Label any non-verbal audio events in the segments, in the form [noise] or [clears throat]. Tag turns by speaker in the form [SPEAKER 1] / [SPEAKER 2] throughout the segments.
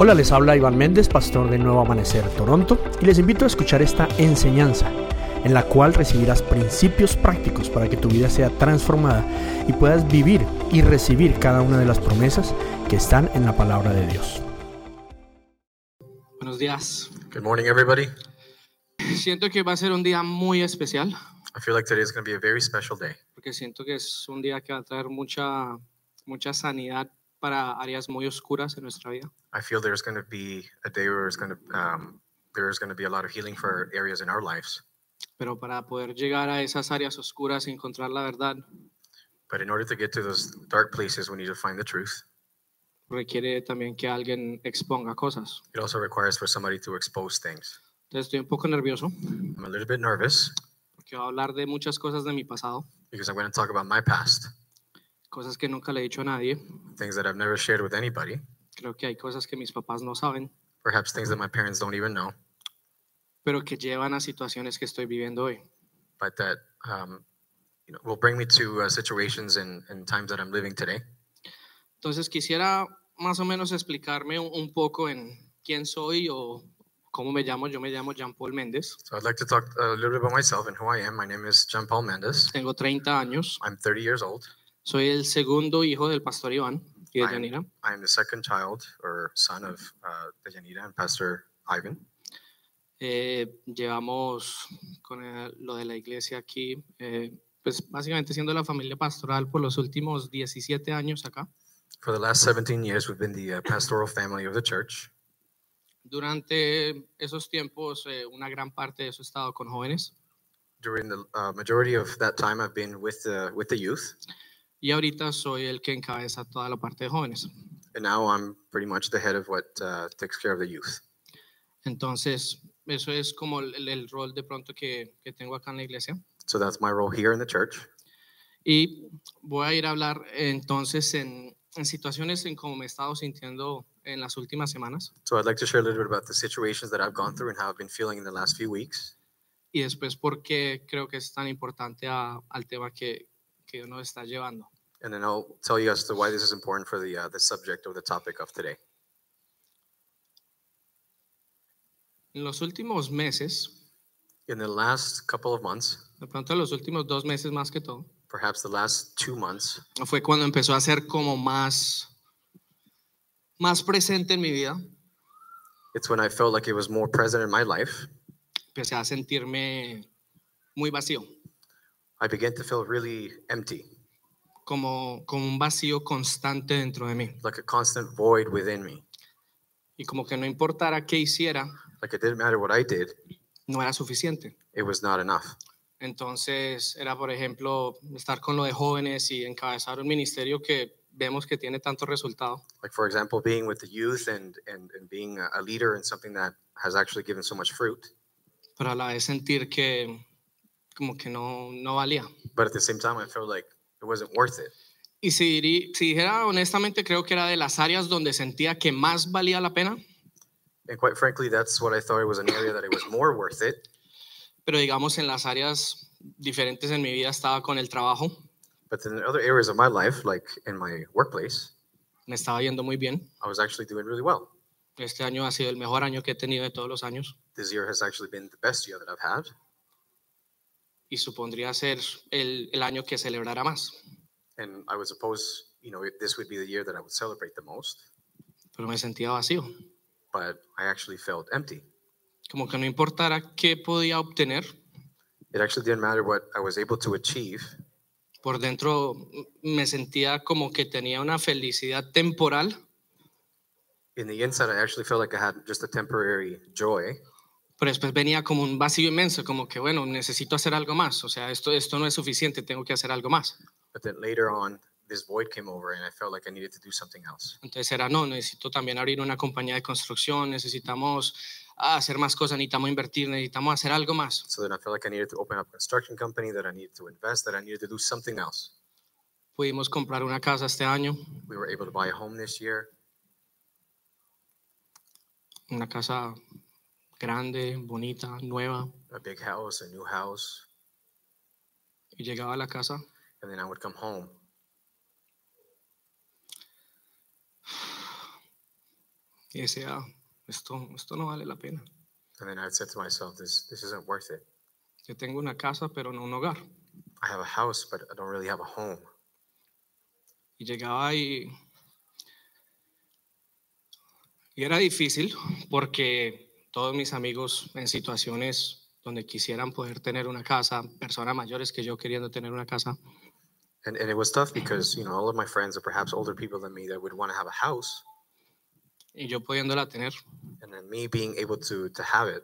[SPEAKER 1] Hola, les habla Iván Méndez, pastor de Nuevo Amanecer Toronto, y les invito a escuchar esta enseñanza en la cual recibirás principios prácticos para que tu vida sea transformada y puedas vivir y recibir cada una de las promesas que están en la palabra de Dios.
[SPEAKER 2] Buenos días.
[SPEAKER 3] Good morning, everybody.
[SPEAKER 2] Siento que va a ser un día muy especial
[SPEAKER 3] I feel like today is going to be a very special day
[SPEAKER 2] porque siento que es un día que va a traer mucha, mucha sanidad para áreas muy oscuras en nuestra vida.
[SPEAKER 3] I feel there's going to be a day where it's going to um, there's going to be a lot of healing for areas in our lives.
[SPEAKER 2] Pero para poder llegar a esas áreas oscuras y encontrar la verdad,
[SPEAKER 3] But in order to get to those dark places, we need to find the truth.
[SPEAKER 2] requiere también que alguien exponga cosas.
[SPEAKER 3] It also requires for somebody to expose things.
[SPEAKER 2] Entonces estoy un poco nervioso
[SPEAKER 3] I'm a little bit nervous
[SPEAKER 2] porque voy a hablar de muchas cosas de mi pasado,
[SPEAKER 3] because I'm going to talk about my past,
[SPEAKER 2] cosas que nunca le he dicho a nadie.
[SPEAKER 3] things that I've never shared with anybody,
[SPEAKER 2] Creo que hay cosas que mis papás no saben,
[SPEAKER 3] perhaps things that my parents don't even know,
[SPEAKER 2] pero que llevan a situaciones que estoy viviendo hoy.
[SPEAKER 3] but that um, you know will bring me to uh, situations and, and times that I'm living today.
[SPEAKER 2] Entonces quisiera más o menos explicarme un, un poco en quién soy o cómo me llamo. Yo me llamo Jean Paul Méndez,
[SPEAKER 3] So I'd like to talk a little bit about myself and who I am. My name is John Paul Mendes.
[SPEAKER 2] tengo 30 años,
[SPEAKER 3] I'm 30 years old.
[SPEAKER 2] soy el segundo hijo del pastor Iván y de
[SPEAKER 3] Ay.
[SPEAKER 2] Yanira.
[SPEAKER 3] I am the second child or son of uh, Dejanita and Pastor Ivan.
[SPEAKER 2] Eh, llevamos con eh, lo de la iglesia aquí, eh, pues básicamente siendo la familia pastoral por los últimos 17 años acá.
[SPEAKER 3] For the last 17 years, we've been the uh, pastoral family of the church.
[SPEAKER 2] Durante esos tiempos, eh, una gran parte de eso he estado con jóvenes
[SPEAKER 3] During the uh, majority of that time, I've been with the, with the youth,
[SPEAKER 2] y ahorita soy el que encabeza toda la parte de jóvenes.
[SPEAKER 3] and now I'm pretty much the head of what uh, takes care of the youth.
[SPEAKER 2] Entonces, eso es como el, el- el rol de pronto que, que tengo acá en la iglesia.
[SPEAKER 3] So that's my role here in the church.
[SPEAKER 2] Y voy a ir a hablar eh, entonces en, en situaciones en cómo me he estado sintiendo en las últimas semanas.
[SPEAKER 3] So I'd like to share a little bit about the situations that I've gone through and how I've been feeling in the last few weeks,
[SPEAKER 2] Y después por qué creo que es tan importante a- al tema que, que nos está llevando.
[SPEAKER 3] and then I'll tell you as to why this is important for the, uh, the subject or the topic of today.
[SPEAKER 2] En los últimos meses,
[SPEAKER 3] In the last couple of months,
[SPEAKER 2] de pronto en los últimos dos meses más que todo,
[SPEAKER 3] perhaps the last two months,
[SPEAKER 2] fue cuando empezó a ser como más, más presente en mi vida.
[SPEAKER 3] it's when I felt like it was more present in my life.
[SPEAKER 2] Empecé a sentirme muy vacío.
[SPEAKER 3] I began to feel really empty,
[SPEAKER 2] como, como un vacío constante dentro de mí.
[SPEAKER 3] like a constant void within me.
[SPEAKER 2] Y como que no importara qué hiciera,
[SPEAKER 3] Like it didn't matter what I did,
[SPEAKER 2] no era suficiente.
[SPEAKER 3] it was not enough.
[SPEAKER 2] Entonces era, por ejemplo, estar con lo de jóvenes y encabezar un ministerio que vemos que tiene tanto resultado.
[SPEAKER 3] Like, for example, being with the youth and, and, and being a- a leader in something that has actually given so much fruit,
[SPEAKER 2] pero a la vez sentir que como que no, no valía.
[SPEAKER 3] but at the same time, I felt like it wasn't worth it.
[SPEAKER 2] Y si, diri- si dijera honestamente, creo que era de las áreas donde sentía que más valía la pena,
[SPEAKER 3] And quite frankly, that's what I thought it was an area that it was more worth it.
[SPEAKER 2] pero digamos en las áreas diferentes en mi vida estaba con el trabajo,
[SPEAKER 3] But then in other areas of my life, like in my workplace,
[SPEAKER 2] me estaba yendo muy bien.
[SPEAKER 3] I was actually doing really well.
[SPEAKER 2] Este año ha sido el mejor año que he tenido de todos los años.
[SPEAKER 3] This year has actually been the best year that I've had,
[SPEAKER 2] y supondría ser el, el año que celebrara más.
[SPEAKER 3] and I would suppose, you know, this would be the year that I would celebrate the most.
[SPEAKER 2] Pero me sentía vacío,
[SPEAKER 3] but I actually felt empty.
[SPEAKER 2] como que no importara qué podía obtener,
[SPEAKER 3] It actually didn't matter what I was able to achieve.
[SPEAKER 2] por dentro mm, me sentía como que tenía una felicidad temporal,
[SPEAKER 3] In the inside, I actually felt like I had just a temporary joy,
[SPEAKER 2] pero después venía como un vacío inmenso, como que bueno, necesito hacer algo más, o sea, esto, esto no es suficiente, tengo que hacer algo más.
[SPEAKER 3] but then later on, this void came over and I felt like I needed to do something else.
[SPEAKER 2] Entonces era, no, necesito también abrir una compañía de construcción, necesitamos ah, hacer más cosas, necesitamos invertir, necesitamos hacer algo más.
[SPEAKER 3] So then I felt like I needed to open up a construction company, that I needed to invest, that I needed to do something else.
[SPEAKER 2] Pudimos comprar una casa este año,
[SPEAKER 3] We were able to buy a home this year,
[SPEAKER 2] una casa grande, bonita, nueva.
[SPEAKER 3] a big house, a new house,
[SPEAKER 2] Y llegaba a la casa
[SPEAKER 3] and then I would come home.
[SPEAKER 2] y decía, esto, esto no vale la pena.
[SPEAKER 3] And then I said to myself, this, this isn't worth it.
[SPEAKER 2] Yo tengo una casa, pero no un hogar.
[SPEAKER 3] I have a house, but I don't really have a home.
[SPEAKER 2] Y llegaba y, y era difícil porque todos mis amigos en situaciones donde quisieran poder tener una casa, personas mayores que yo queriendo tener una casa,
[SPEAKER 3] And, and it was tough because, you know, all of my friends are perhaps older people than me that would want to have a house.
[SPEAKER 2] y yo pudiéndola tener
[SPEAKER 3] And then me being able to, to have it.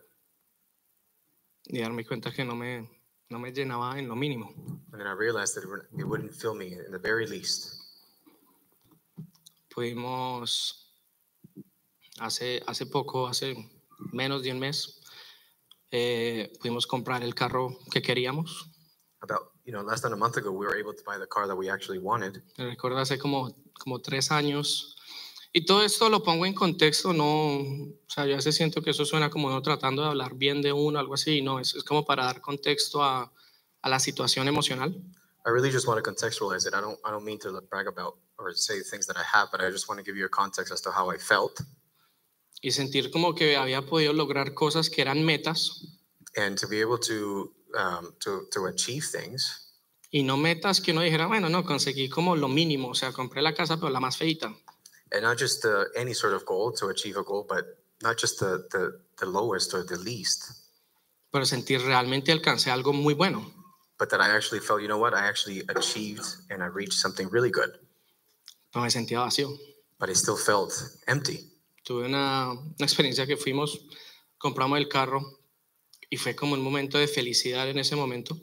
[SPEAKER 2] y darme cuenta que no me, no me llenaba en lo mínimo.
[SPEAKER 3] And then I realized that it wouldn't- it wouldn't fill me in the very least.
[SPEAKER 2] Pudimos, hace, hace poco, hace menos de un mes, eh, pudimos comprar el carro que queríamos.
[SPEAKER 3] About, you know, less than a month ago, we were able to buy the car that we actually wanted.
[SPEAKER 2] Recuerdo hace como, como tres años. Y todo esto lo pongo en contexto, no, o sea, yo a veces siento que eso suena como no tratando de hablar bien de uno, algo así, no, es, es como para dar contexto a, a la situación emocional.
[SPEAKER 3] I really just want to contextualize it. I don't, I don't mean to like, brag about or say things that I have, but I just want to give you a context as to how I felt
[SPEAKER 2] y sentir como que había podido lograr cosas que eran metas
[SPEAKER 3] and to be able to, um, to, to achieve things
[SPEAKER 2] y no metas que uno dijera, bueno, no, conseguí como lo mínimo, o sea, compré la casa, pero la más feita.
[SPEAKER 3] and not just uh, any sort of goal to achieve a goal, but not just the, the, the lowest or the least,
[SPEAKER 2] Pero sentir realmente alcancé algo muy bueno.
[SPEAKER 3] but that I actually felt, you know what, I actually achieved and I reached something really good,
[SPEAKER 2] No me sentía vacío.
[SPEAKER 3] but it still felt empty.
[SPEAKER 2] Tuve una, una experiencia que fuimos, compramos el carro y fue como un momento de felicidad en ese momento.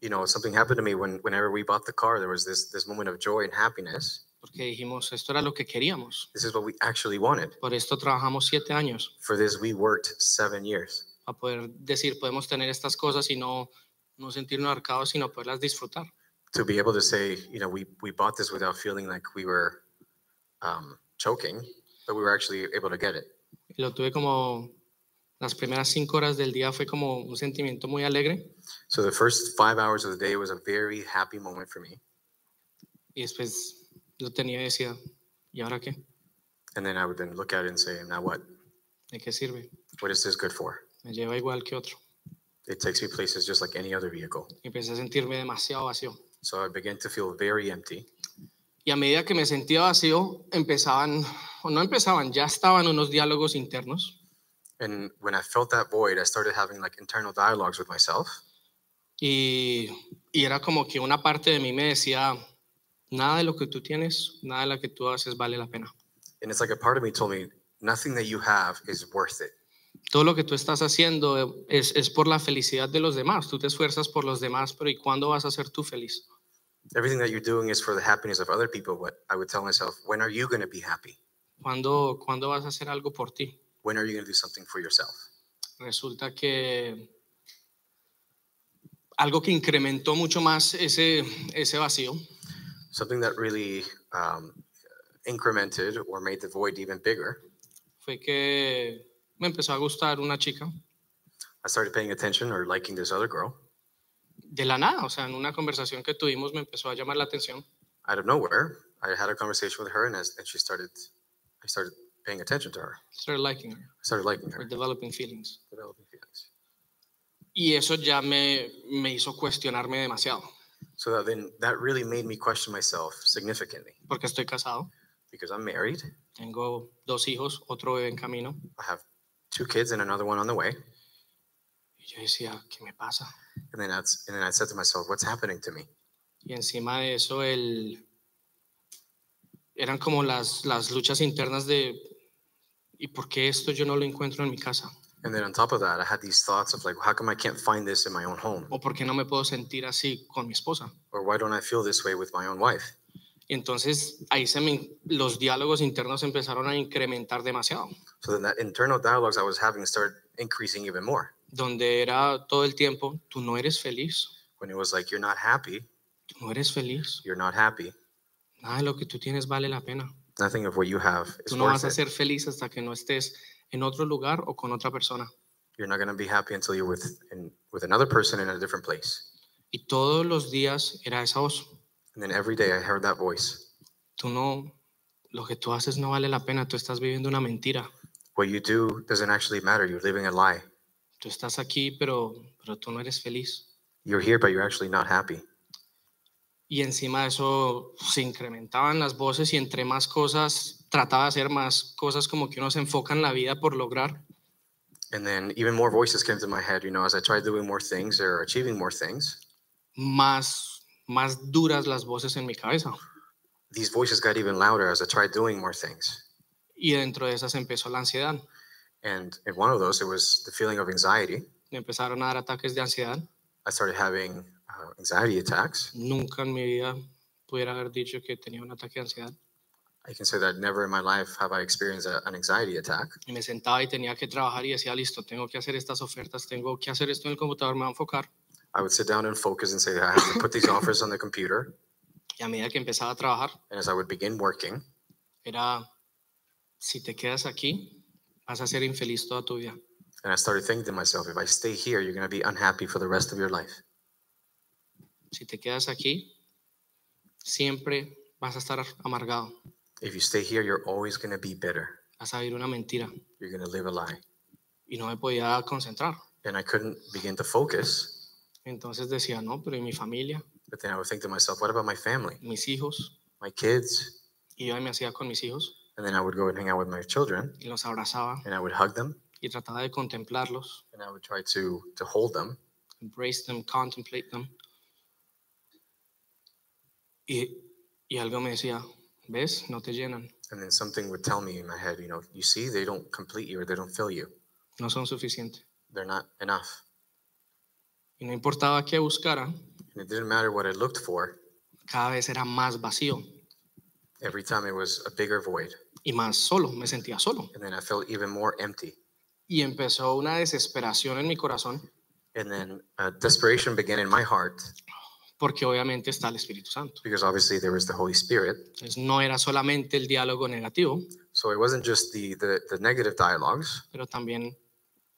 [SPEAKER 3] You know, something happened to me when, whenever we bought the car, there was this, this moment of joy and happiness.
[SPEAKER 2] Porque dijimos, esto era lo que queríamos.
[SPEAKER 3] This is what we actually wanted.
[SPEAKER 2] Por esto trabajamos siete años,
[SPEAKER 3] For this, we worked seven years.
[SPEAKER 2] para poder decir, podemos tener estas cosas y no, no sentirnos arcados, sino poderlas disfrutar.
[SPEAKER 3] to be able to say, you know, we we bought this without feeling like we were um, choking, but we were actually able to get it.
[SPEAKER 2] y lo tuve como las primeras cinco horas del día fue como un sentimiento muy alegre
[SPEAKER 3] So the first five hours of the day was a very happy moment for me,
[SPEAKER 2] y después lo tenía y decía, ¿y ahora qué?
[SPEAKER 3] and then I would then look at it and say, now what?
[SPEAKER 2] ¿De qué sirve?
[SPEAKER 3] What is this good for?
[SPEAKER 2] Me lleva igual que otro.
[SPEAKER 3] It takes me places just like any other vehicle.
[SPEAKER 2] Y empecé a sentirme demasiado vacío.
[SPEAKER 3] So I began to feel very empty,
[SPEAKER 2] Y a medida que me sentía vacío, empezaban, o no empezaban, ya estaban unos diálogos internos.
[SPEAKER 3] and when I felt that void, I started having like internal dialogues with myself,
[SPEAKER 2] Y, y era como que una parte de mí me decía, nada de lo que tú tienes, nada de lo que tú haces vale la pena.
[SPEAKER 3] and it's like a part of me told me nothing that you have is worth it.
[SPEAKER 2] todo lo que tú estás haciendo es, es por la felicidad de los demás. Tú te esfuerzas por los demás, pero ¿y cuándo vas a ser tú feliz?
[SPEAKER 3] Everything that you're doing is for the happiness of other people. But I would tell myself, when are you going to be happy?
[SPEAKER 2] ¿Cuándo, ¿Cuándo vas a hacer algo por ti?
[SPEAKER 3] when are you going to do something for yourself?
[SPEAKER 2] Resulta que algo que incrementó mucho más ese, ese vacío
[SPEAKER 3] Something that really um, incremented or made the void even bigger.
[SPEAKER 2] fue que me empezó a gustar una chica
[SPEAKER 3] I started paying attention or liking this other girl
[SPEAKER 2] de la nada. O sea, en una conversación que tuvimos me empezó a llamar la atención.
[SPEAKER 3] out of nowhere. I had a conversation with her, and as, and she started, I started paying attention to her.
[SPEAKER 2] Started liking her,
[SPEAKER 3] I started liking
[SPEAKER 2] or
[SPEAKER 3] her,
[SPEAKER 2] developing feelings.
[SPEAKER 3] developing feelings.
[SPEAKER 2] Y eso ya me, me hizo cuestionarme demasiado,
[SPEAKER 3] So that then that really made me question myself significantly
[SPEAKER 2] porque estoy casado.
[SPEAKER 3] because I'm married.
[SPEAKER 2] Tengo dos hijos, otro bebé en camino.
[SPEAKER 3] I have two kids and another one on the way.
[SPEAKER 2] Y yo decía, ¿qué me pasa?
[SPEAKER 3] And then that's and then I said to myself, what's happening to me?
[SPEAKER 2] Y encima de eso, el... eran como las, las luchas internas de, ¿y por qué esto yo no lo encuentro en mi casa?
[SPEAKER 3] And then on top of that, I had these thoughts of like, how come I can't find this in my own home?
[SPEAKER 2] ¿O por qué no me puedo sentir así con mi esposa?
[SPEAKER 3] Or why don't I feel this way with my own wife?
[SPEAKER 2] Y entonces ahí se me- los diálogos internos empezaron a incrementar demasiado,
[SPEAKER 3] So then that internal dialogues I was having started increasing even more.
[SPEAKER 2] donde era todo el tiempo, tú no eres feliz,
[SPEAKER 3] When it was like, you're not happy,
[SPEAKER 2] tú no eres feliz,
[SPEAKER 3] you're not happy.
[SPEAKER 2] nada de lo que tú tienes vale la pena.
[SPEAKER 3] Nothing of what you have is
[SPEAKER 2] Tú no
[SPEAKER 3] worth
[SPEAKER 2] vas a
[SPEAKER 3] it.
[SPEAKER 2] ser feliz hasta que no estés en otro lugar o con otra persona.
[SPEAKER 3] You're not going to be happy until you're with in, with another person in a different place.
[SPEAKER 2] Y todos los días era esa voz.
[SPEAKER 3] And then every day I heard that voice.
[SPEAKER 2] Tú no, lo que tú haces no vale la pena, tú estás viviendo una mentira.
[SPEAKER 3] What you do doesn't actually matter. You're living a lie.
[SPEAKER 2] Tú estás aquí, pero, pero tú no eres feliz.
[SPEAKER 3] You're here, but you're actually not happy.
[SPEAKER 2] Y encima de eso se incrementaban las voces y entre más cosas trataba de hacer más cosas como que uno se enfoca en la vida por lograr.
[SPEAKER 3] And then even more voices came to my head, you know, as I tried doing more things or achieving more things,
[SPEAKER 2] más, más duras las voces en mi cabeza.
[SPEAKER 3] these voices got even louder as I tried doing more things.
[SPEAKER 2] Y dentro de esas empezó la ansiedad.
[SPEAKER 3] And in one of those, it was the feeling of anxiety.
[SPEAKER 2] Me empezaron a dar ataques de ansiedad.
[SPEAKER 3] I started having uh, anxiety attacks.
[SPEAKER 2] Nunca en mi vida pudiera haber dicho que tenía un ataque de ansiedad.
[SPEAKER 3] I can say that never in my life have I experienced a, an anxiety attack.
[SPEAKER 2] Y me sentaba y tenía que trabajar y decía, listo, tengo que hacer estas ofertas, tengo que hacer esto en el computador, me voy a enfocar.
[SPEAKER 3] I would sit down and focus and say, I have to put these offers on the computer.
[SPEAKER 2] Y a medida que empezaba a trabajar,
[SPEAKER 3] And as I would begin working,
[SPEAKER 2] era, si te quedas aquí, vas a ser infeliz toda tu vida.
[SPEAKER 3] and I started thinking to myself, if I stay here, you're going to be unhappy for the rest of your life.
[SPEAKER 2] Si te quedas aquí, siempre vas a estar amargado,
[SPEAKER 3] If you stay here, you're always going to be bitter.
[SPEAKER 2] vas a vivir una mentira.
[SPEAKER 3] You're going to live a lie.
[SPEAKER 2] Y no me podía concentrar.
[SPEAKER 3] And I couldn't begin to focus.
[SPEAKER 2] Entonces decía, no, pero ¿y mi familia?
[SPEAKER 3] But then I would think to myself, what about my family,
[SPEAKER 2] ¿Mis hijos?
[SPEAKER 3] my kids?
[SPEAKER 2] Y yo me hacía con mis hijos
[SPEAKER 3] And then I would go and hang out with my children
[SPEAKER 2] y los abrazaba
[SPEAKER 3] and I would hug them
[SPEAKER 2] y trataba de contemplarlos,
[SPEAKER 3] and I would try to to hold them.
[SPEAKER 2] embrace them, contemplate them. Y, y algo me decía, ¿ves? No te llenan,
[SPEAKER 3] And then something would tell me in my head, you know, you see, they don't complete you or they don't fill you.
[SPEAKER 2] no son suficientes.
[SPEAKER 3] They're not enough.
[SPEAKER 2] Y no importaba qué buscara,
[SPEAKER 3] And it didn't matter what I looked for.
[SPEAKER 2] cada vez era más vacío
[SPEAKER 3] Every time it was a bigger void.
[SPEAKER 2] y más solo, me sentía solo.
[SPEAKER 3] And then I felt even more empty.
[SPEAKER 2] Y empezó una desesperación en mi corazón,
[SPEAKER 3] And then uh, desperation began in my heart
[SPEAKER 2] porque obviamente está el Espíritu Santo.
[SPEAKER 3] because obviously there was the Holy Spirit.
[SPEAKER 2] Entonces no era solamente el diálogo negativo,
[SPEAKER 3] So it wasn't just the the, the negative dialogues,
[SPEAKER 2] pero también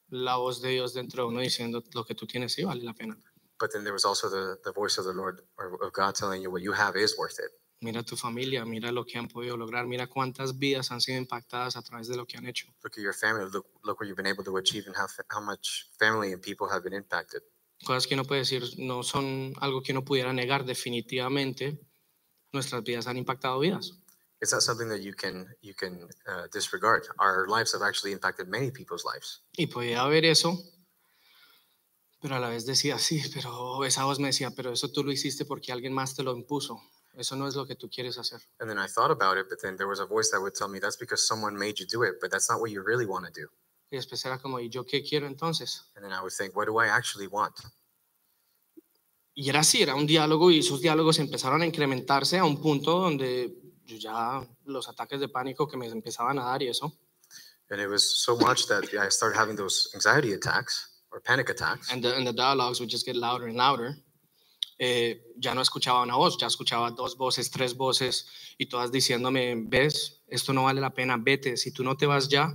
[SPEAKER 2] la voz de Dios dentro de uno diciendo lo que tú tienes sí vale la pena.
[SPEAKER 3] but then there was also the, the voice of the Lord or of God telling you what you have is worth it.
[SPEAKER 2] Mira tu familia, mira lo que han podido lograr, mira cuántas vidas han sido impactadas a través de lo que han hecho.
[SPEAKER 3] look at your family look look what you've been able to achieve and how, fa- how much family and people have been impacted
[SPEAKER 2] Cosas que uno puede decir no son algo que uno pudiera negar definitivamente. Nuestras vidas han impactado vidas.
[SPEAKER 3] it's not something that you can you can uh, disregard our lives have actually impacted many people's lives
[SPEAKER 2] Y podía ver eso, pero a la vez decía, sí, pero esa voz me decía, pero eso tú lo hiciste porque alguien más te lo impuso. Eso no es lo que tú quieres hacer.
[SPEAKER 3] and then i thought about it but then there was a voice that would tell me that's because someone made you do it but that's not what you really want to do
[SPEAKER 2] Y después era como, ¿y yo qué quiero entonces?
[SPEAKER 3] and then i would think what do i actually want
[SPEAKER 2] Y era así, era un diálogo y esos diálogos empezaron a incrementarse a un punto donde yo ya los ataques de pánico que me empezaban a dar y eso.
[SPEAKER 3] and it was so much that i started having those anxiety attacks or panic attacks
[SPEAKER 2] And the, and the dialogues would just get louder and louder. Eh, ya no escuchaba una voz, ya escuchaba dos voces, tres voces y todas diciéndome, ves, esto no vale la pena, vete, si tú no te vas ya,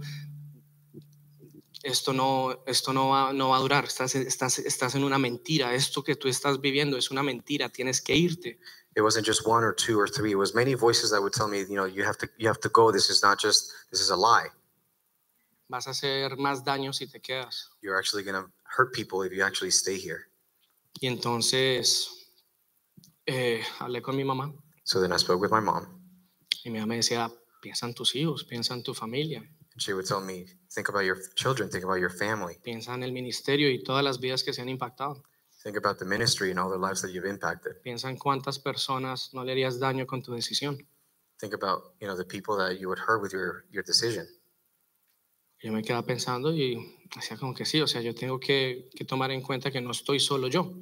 [SPEAKER 2] esto no, esto no, va, no va a durar, estás, estás, estás en una mentira, esto que tú estás viviendo es una mentira, tienes que irte.
[SPEAKER 3] it wasn't just one or two or three it was many voices that would tell me you know you have to you have to go this is not just this is a lie
[SPEAKER 2] vas a hacer más daño si te quedas.
[SPEAKER 3] you're actually going to hurt people if you actually stay here
[SPEAKER 2] Y entonces eh, hablé con mi mamá
[SPEAKER 3] So then I spoke with my mom,
[SPEAKER 2] y mi mamá me decía, piensa en tus hijos, piensa en tu familia,
[SPEAKER 3] and she would tell me, think about your children, think about your family,
[SPEAKER 2] piensa en el ministerio y todas las vidas que se han impactado,
[SPEAKER 3] think about the ministry and all the lives that you've impacted.
[SPEAKER 2] piensa en cuántas personas no le harías daño con tu decisión.
[SPEAKER 3] Think about, you know, the people that you would hurt with your your decision.
[SPEAKER 2] Y Yo me quedaba pensando y hacía como que sí, o sea, yo tengo que, que tomar en cuenta que no estoy solo yo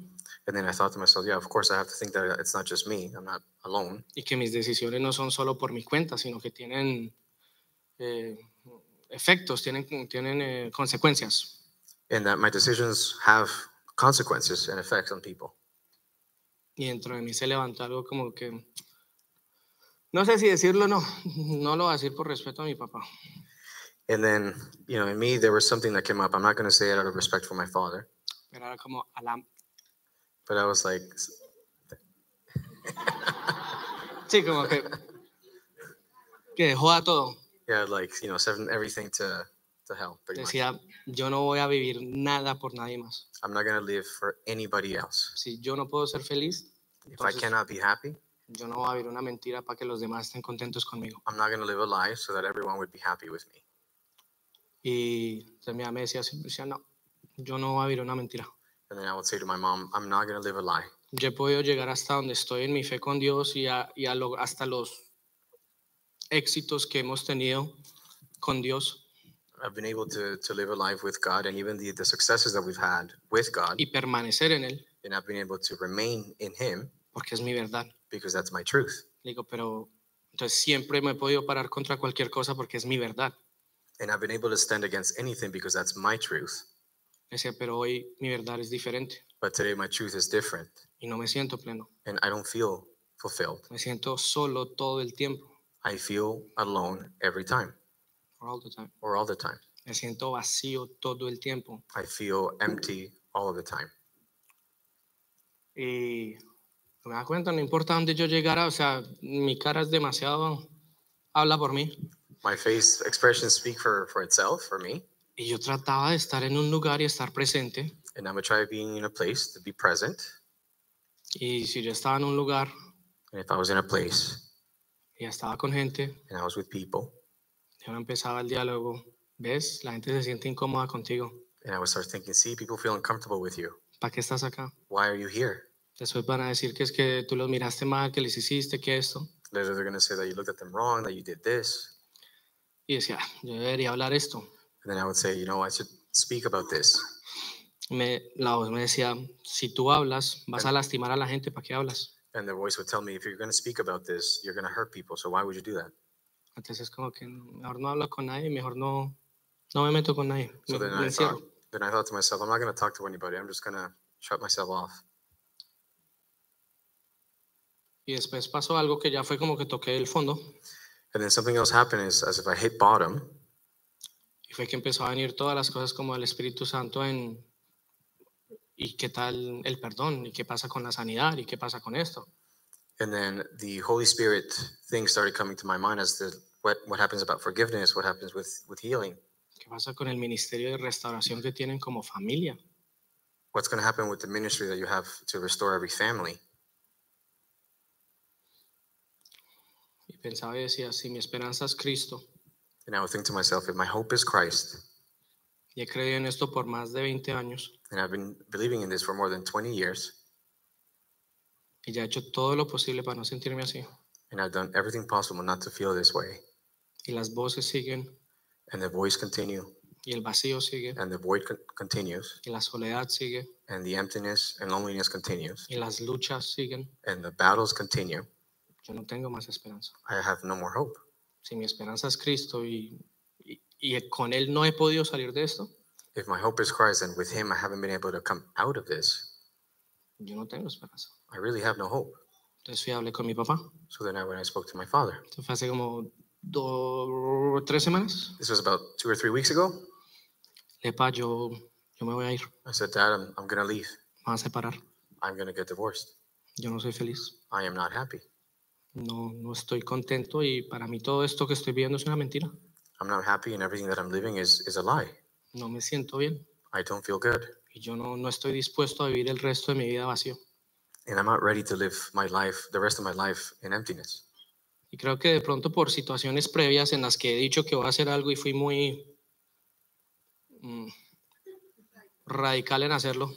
[SPEAKER 3] And then I thought to myself, yeah, of course I have to think that it's not just me. I'm not alone.
[SPEAKER 2] y que mis decisiones no son solo por mi cuenta, sino que tienen eh, efectos, tienen, tienen eh, consecuencias.
[SPEAKER 3] And that my decisions have consequences and effects on people.
[SPEAKER 2] Y dentro de mí se levantó algo como que, no sé si decirlo o no, no lo voy a decir por respeto a mi papá,
[SPEAKER 3] And then, you know, in me there was something that came up. I'm not gonna say it out of respect for my father,
[SPEAKER 2] pero era como a la,
[SPEAKER 3] but I was like
[SPEAKER 2] sí, como que, que joda todo.
[SPEAKER 3] Yeah, like you know, seven everything to to hell. Pretty much.
[SPEAKER 2] Decía, yo no voy a vivir nada por nadie más.
[SPEAKER 3] I'm not gonna live for anybody else.
[SPEAKER 2] Si yo no puedo ser feliz,
[SPEAKER 3] If I
[SPEAKER 2] Entonces-
[SPEAKER 3] cannot be happy,
[SPEAKER 2] yo no voy a vivir una mentira para que los demás estén contentos conmigo.
[SPEAKER 3] I'm not gonna live a life so that everyone would be happy with me.
[SPEAKER 2] Y entonces mi mamá me decía, siempre decía, no, yo no voy a vivir una mentira.
[SPEAKER 3] And then I would say to my mom, I'm not gonna live a lie.
[SPEAKER 2] Yo he podido llegar hasta donde estoy en mi fe con Dios y, a- y a lo- hasta los éxitos que hemos tenido con Dios
[SPEAKER 3] I've been able to to live a life with God, and even the the successes that we've had with God,
[SPEAKER 2] y permanecer en Él,
[SPEAKER 3] and I've been able to remain in Him
[SPEAKER 2] porque es mi verdad.
[SPEAKER 3] because that's my truth.
[SPEAKER 2] Le digo, pero entonces siempre me he podido parar contra cualquier cosa porque es mi verdad.
[SPEAKER 3] And I've been able to stand against anything because that's my truth.
[SPEAKER 2] Le decía, pero hoy mi verdad es diferente
[SPEAKER 3] But today my truth is different,
[SPEAKER 2] y no me siento pleno.
[SPEAKER 3] and I don't feel fulfilled.
[SPEAKER 2] Me siento solo todo el tiempo.
[SPEAKER 3] I feel alone every time
[SPEAKER 2] all the time.
[SPEAKER 3] or all the time.
[SPEAKER 2] Me siento vacío todo el tiempo.
[SPEAKER 3] I feel empty all of the time.
[SPEAKER 2] Y me da cuenta, no importa dónde yo llegara, o sea, mi cara es demasiado, habla por mí.
[SPEAKER 3] My face expressions speak for, for itself, for me.
[SPEAKER 2] Y yo trataba de estar en un lugar y estar presente.
[SPEAKER 3] And I'm going to try being in a place to be present.
[SPEAKER 2] Y si yo estaba en un lugar
[SPEAKER 3] And if I was in a place
[SPEAKER 2] y estaba con gente,
[SPEAKER 3] and I was with people,
[SPEAKER 2] yo empezaba el diálogo. ¿Ves? La gente se siente incómoda contigo.
[SPEAKER 3] and I would start thinking, see, people feel uncomfortable with you.
[SPEAKER 2] ¿Para qué estás acá?
[SPEAKER 3] Why are you here?
[SPEAKER 2] Después van a decir que es que tú los miraste mal, que les hiciste, que esto.
[SPEAKER 3] Later, they're going to say that you looked at them wrong, that you did this.
[SPEAKER 2] Y decía, "Ah, yo debería hablar esto.
[SPEAKER 3] And then I would say, you know, I should speak about this.
[SPEAKER 2] Y Me, la voz me decía, si tú hablas, vas a lastimar a la gente, ¿para qué hablas?
[SPEAKER 3] And their voice would tell me, if you're going to speak about this, you're going to hurt people. So why would you do that?
[SPEAKER 2] Entonces como que no- mejor no hablo con nadie, mejor no, no me meto con nadie.
[SPEAKER 3] So
[SPEAKER 2] me-
[SPEAKER 3] then
[SPEAKER 2] me
[SPEAKER 3] I
[SPEAKER 2] encierro.
[SPEAKER 3] thought, then I thought to myself, I'm not going to talk to anybody. I'm just going to shut myself off.
[SPEAKER 2] Y después pasó algo que ya fue como que toqué el fondo
[SPEAKER 3] And then something else happened is as if I hit bottom,
[SPEAKER 2] y fue que empezó a venir todas las cosas como el Espíritu Santo en... ¿Y qué tal el perdón? ¿Y qué pasa con la sanidad? ¿Y qué pasa con esto?
[SPEAKER 3] and then the Holy Spirit thing started coming to my mind as to what, what happens about forgiveness, what happens with, with healing,
[SPEAKER 2] ¿Qué pasa con el ministerio de restauración que tienen como familia?
[SPEAKER 3] what's going to happen with the ministry that you have to restore every family.
[SPEAKER 2] Y pensaba y decía, si mi esperanza es Cristo
[SPEAKER 3] And I would think to myself, if my hope is Christ,
[SPEAKER 2] y he creído en esto por más de 20 años
[SPEAKER 3] and I've been believing in this for more than 20 years,
[SPEAKER 2] y ya he hecho todo lo posible para no sentirme así
[SPEAKER 3] and I've done everything possible not to feel this way,
[SPEAKER 2] y las voces siguen
[SPEAKER 3] and the voice continue,
[SPEAKER 2] y el vacío sigue
[SPEAKER 3] and the void con- continues,
[SPEAKER 2] y la soledad sigue
[SPEAKER 3] and the emptiness and loneliness continues,
[SPEAKER 2] y las luchas siguen,
[SPEAKER 3] and the battles continue,
[SPEAKER 2] yo no tengo más esperanza.
[SPEAKER 3] I have no more hope.
[SPEAKER 2] Si mi esperanza es Cristo y, y- y con Él no he podido salir de esto,
[SPEAKER 3] if my hope is Christ and with him I haven't been able to come out of this,
[SPEAKER 2] yo no tengo esperanza.
[SPEAKER 3] I really have no hope.
[SPEAKER 2] Entonces fui y hablé con mi papá.
[SPEAKER 3] So then I when I spoke to my father.
[SPEAKER 2] Esto fue hace como dos, tres semanas.
[SPEAKER 3] This was about two or three weeks ago.
[SPEAKER 2] Le dije, pa, yo, yo me voy a ir, me
[SPEAKER 3] I said, Dad, I'm, I'm gonna leave.
[SPEAKER 2] voy a separar.
[SPEAKER 3] I'm gonna get divorced.
[SPEAKER 2] Yo no soy feliz.
[SPEAKER 3] I am not happy.
[SPEAKER 2] No, no estoy contento y para mí todo esto que estoy viviendo es una mentira.
[SPEAKER 3] I'm not happy and everything that I'm living is is a lie.
[SPEAKER 2] No me siento bien
[SPEAKER 3] I don't feel good.
[SPEAKER 2] y yo no, no estoy dispuesto a vivir el resto de mi vida vacío.
[SPEAKER 3] And I'm not ready to live my life, the rest of my life in emptiness.
[SPEAKER 2] Y creo que de pronto por situaciones previas en las que he dicho que voy a hacer algo y fui muy mm, radical en hacerlo,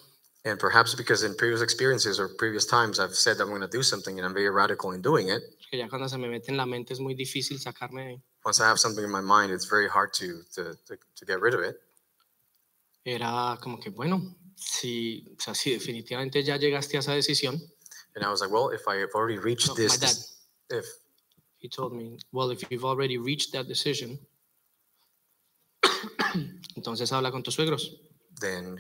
[SPEAKER 3] And perhaps because in previous experiences or previous times I've said that I'm gonna do something and I'm very radical in doing it.
[SPEAKER 2] que ya cuando se me mete en la mente es muy difícil sacarme de ahí.
[SPEAKER 3] Once I have something in my mind, it's very hard to to, to, to get rid of it.
[SPEAKER 2] Era como que, bueno, si, o sea, si definitivamente ya llegaste a esa decisión,
[SPEAKER 3] And I was like, well, if I've already reached
[SPEAKER 2] No, my
[SPEAKER 3] this,
[SPEAKER 2] dad.
[SPEAKER 3] this- if
[SPEAKER 2] he told me, well, if you've already reached that decision, [coughs] entonces habla con tus suegros,
[SPEAKER 3] then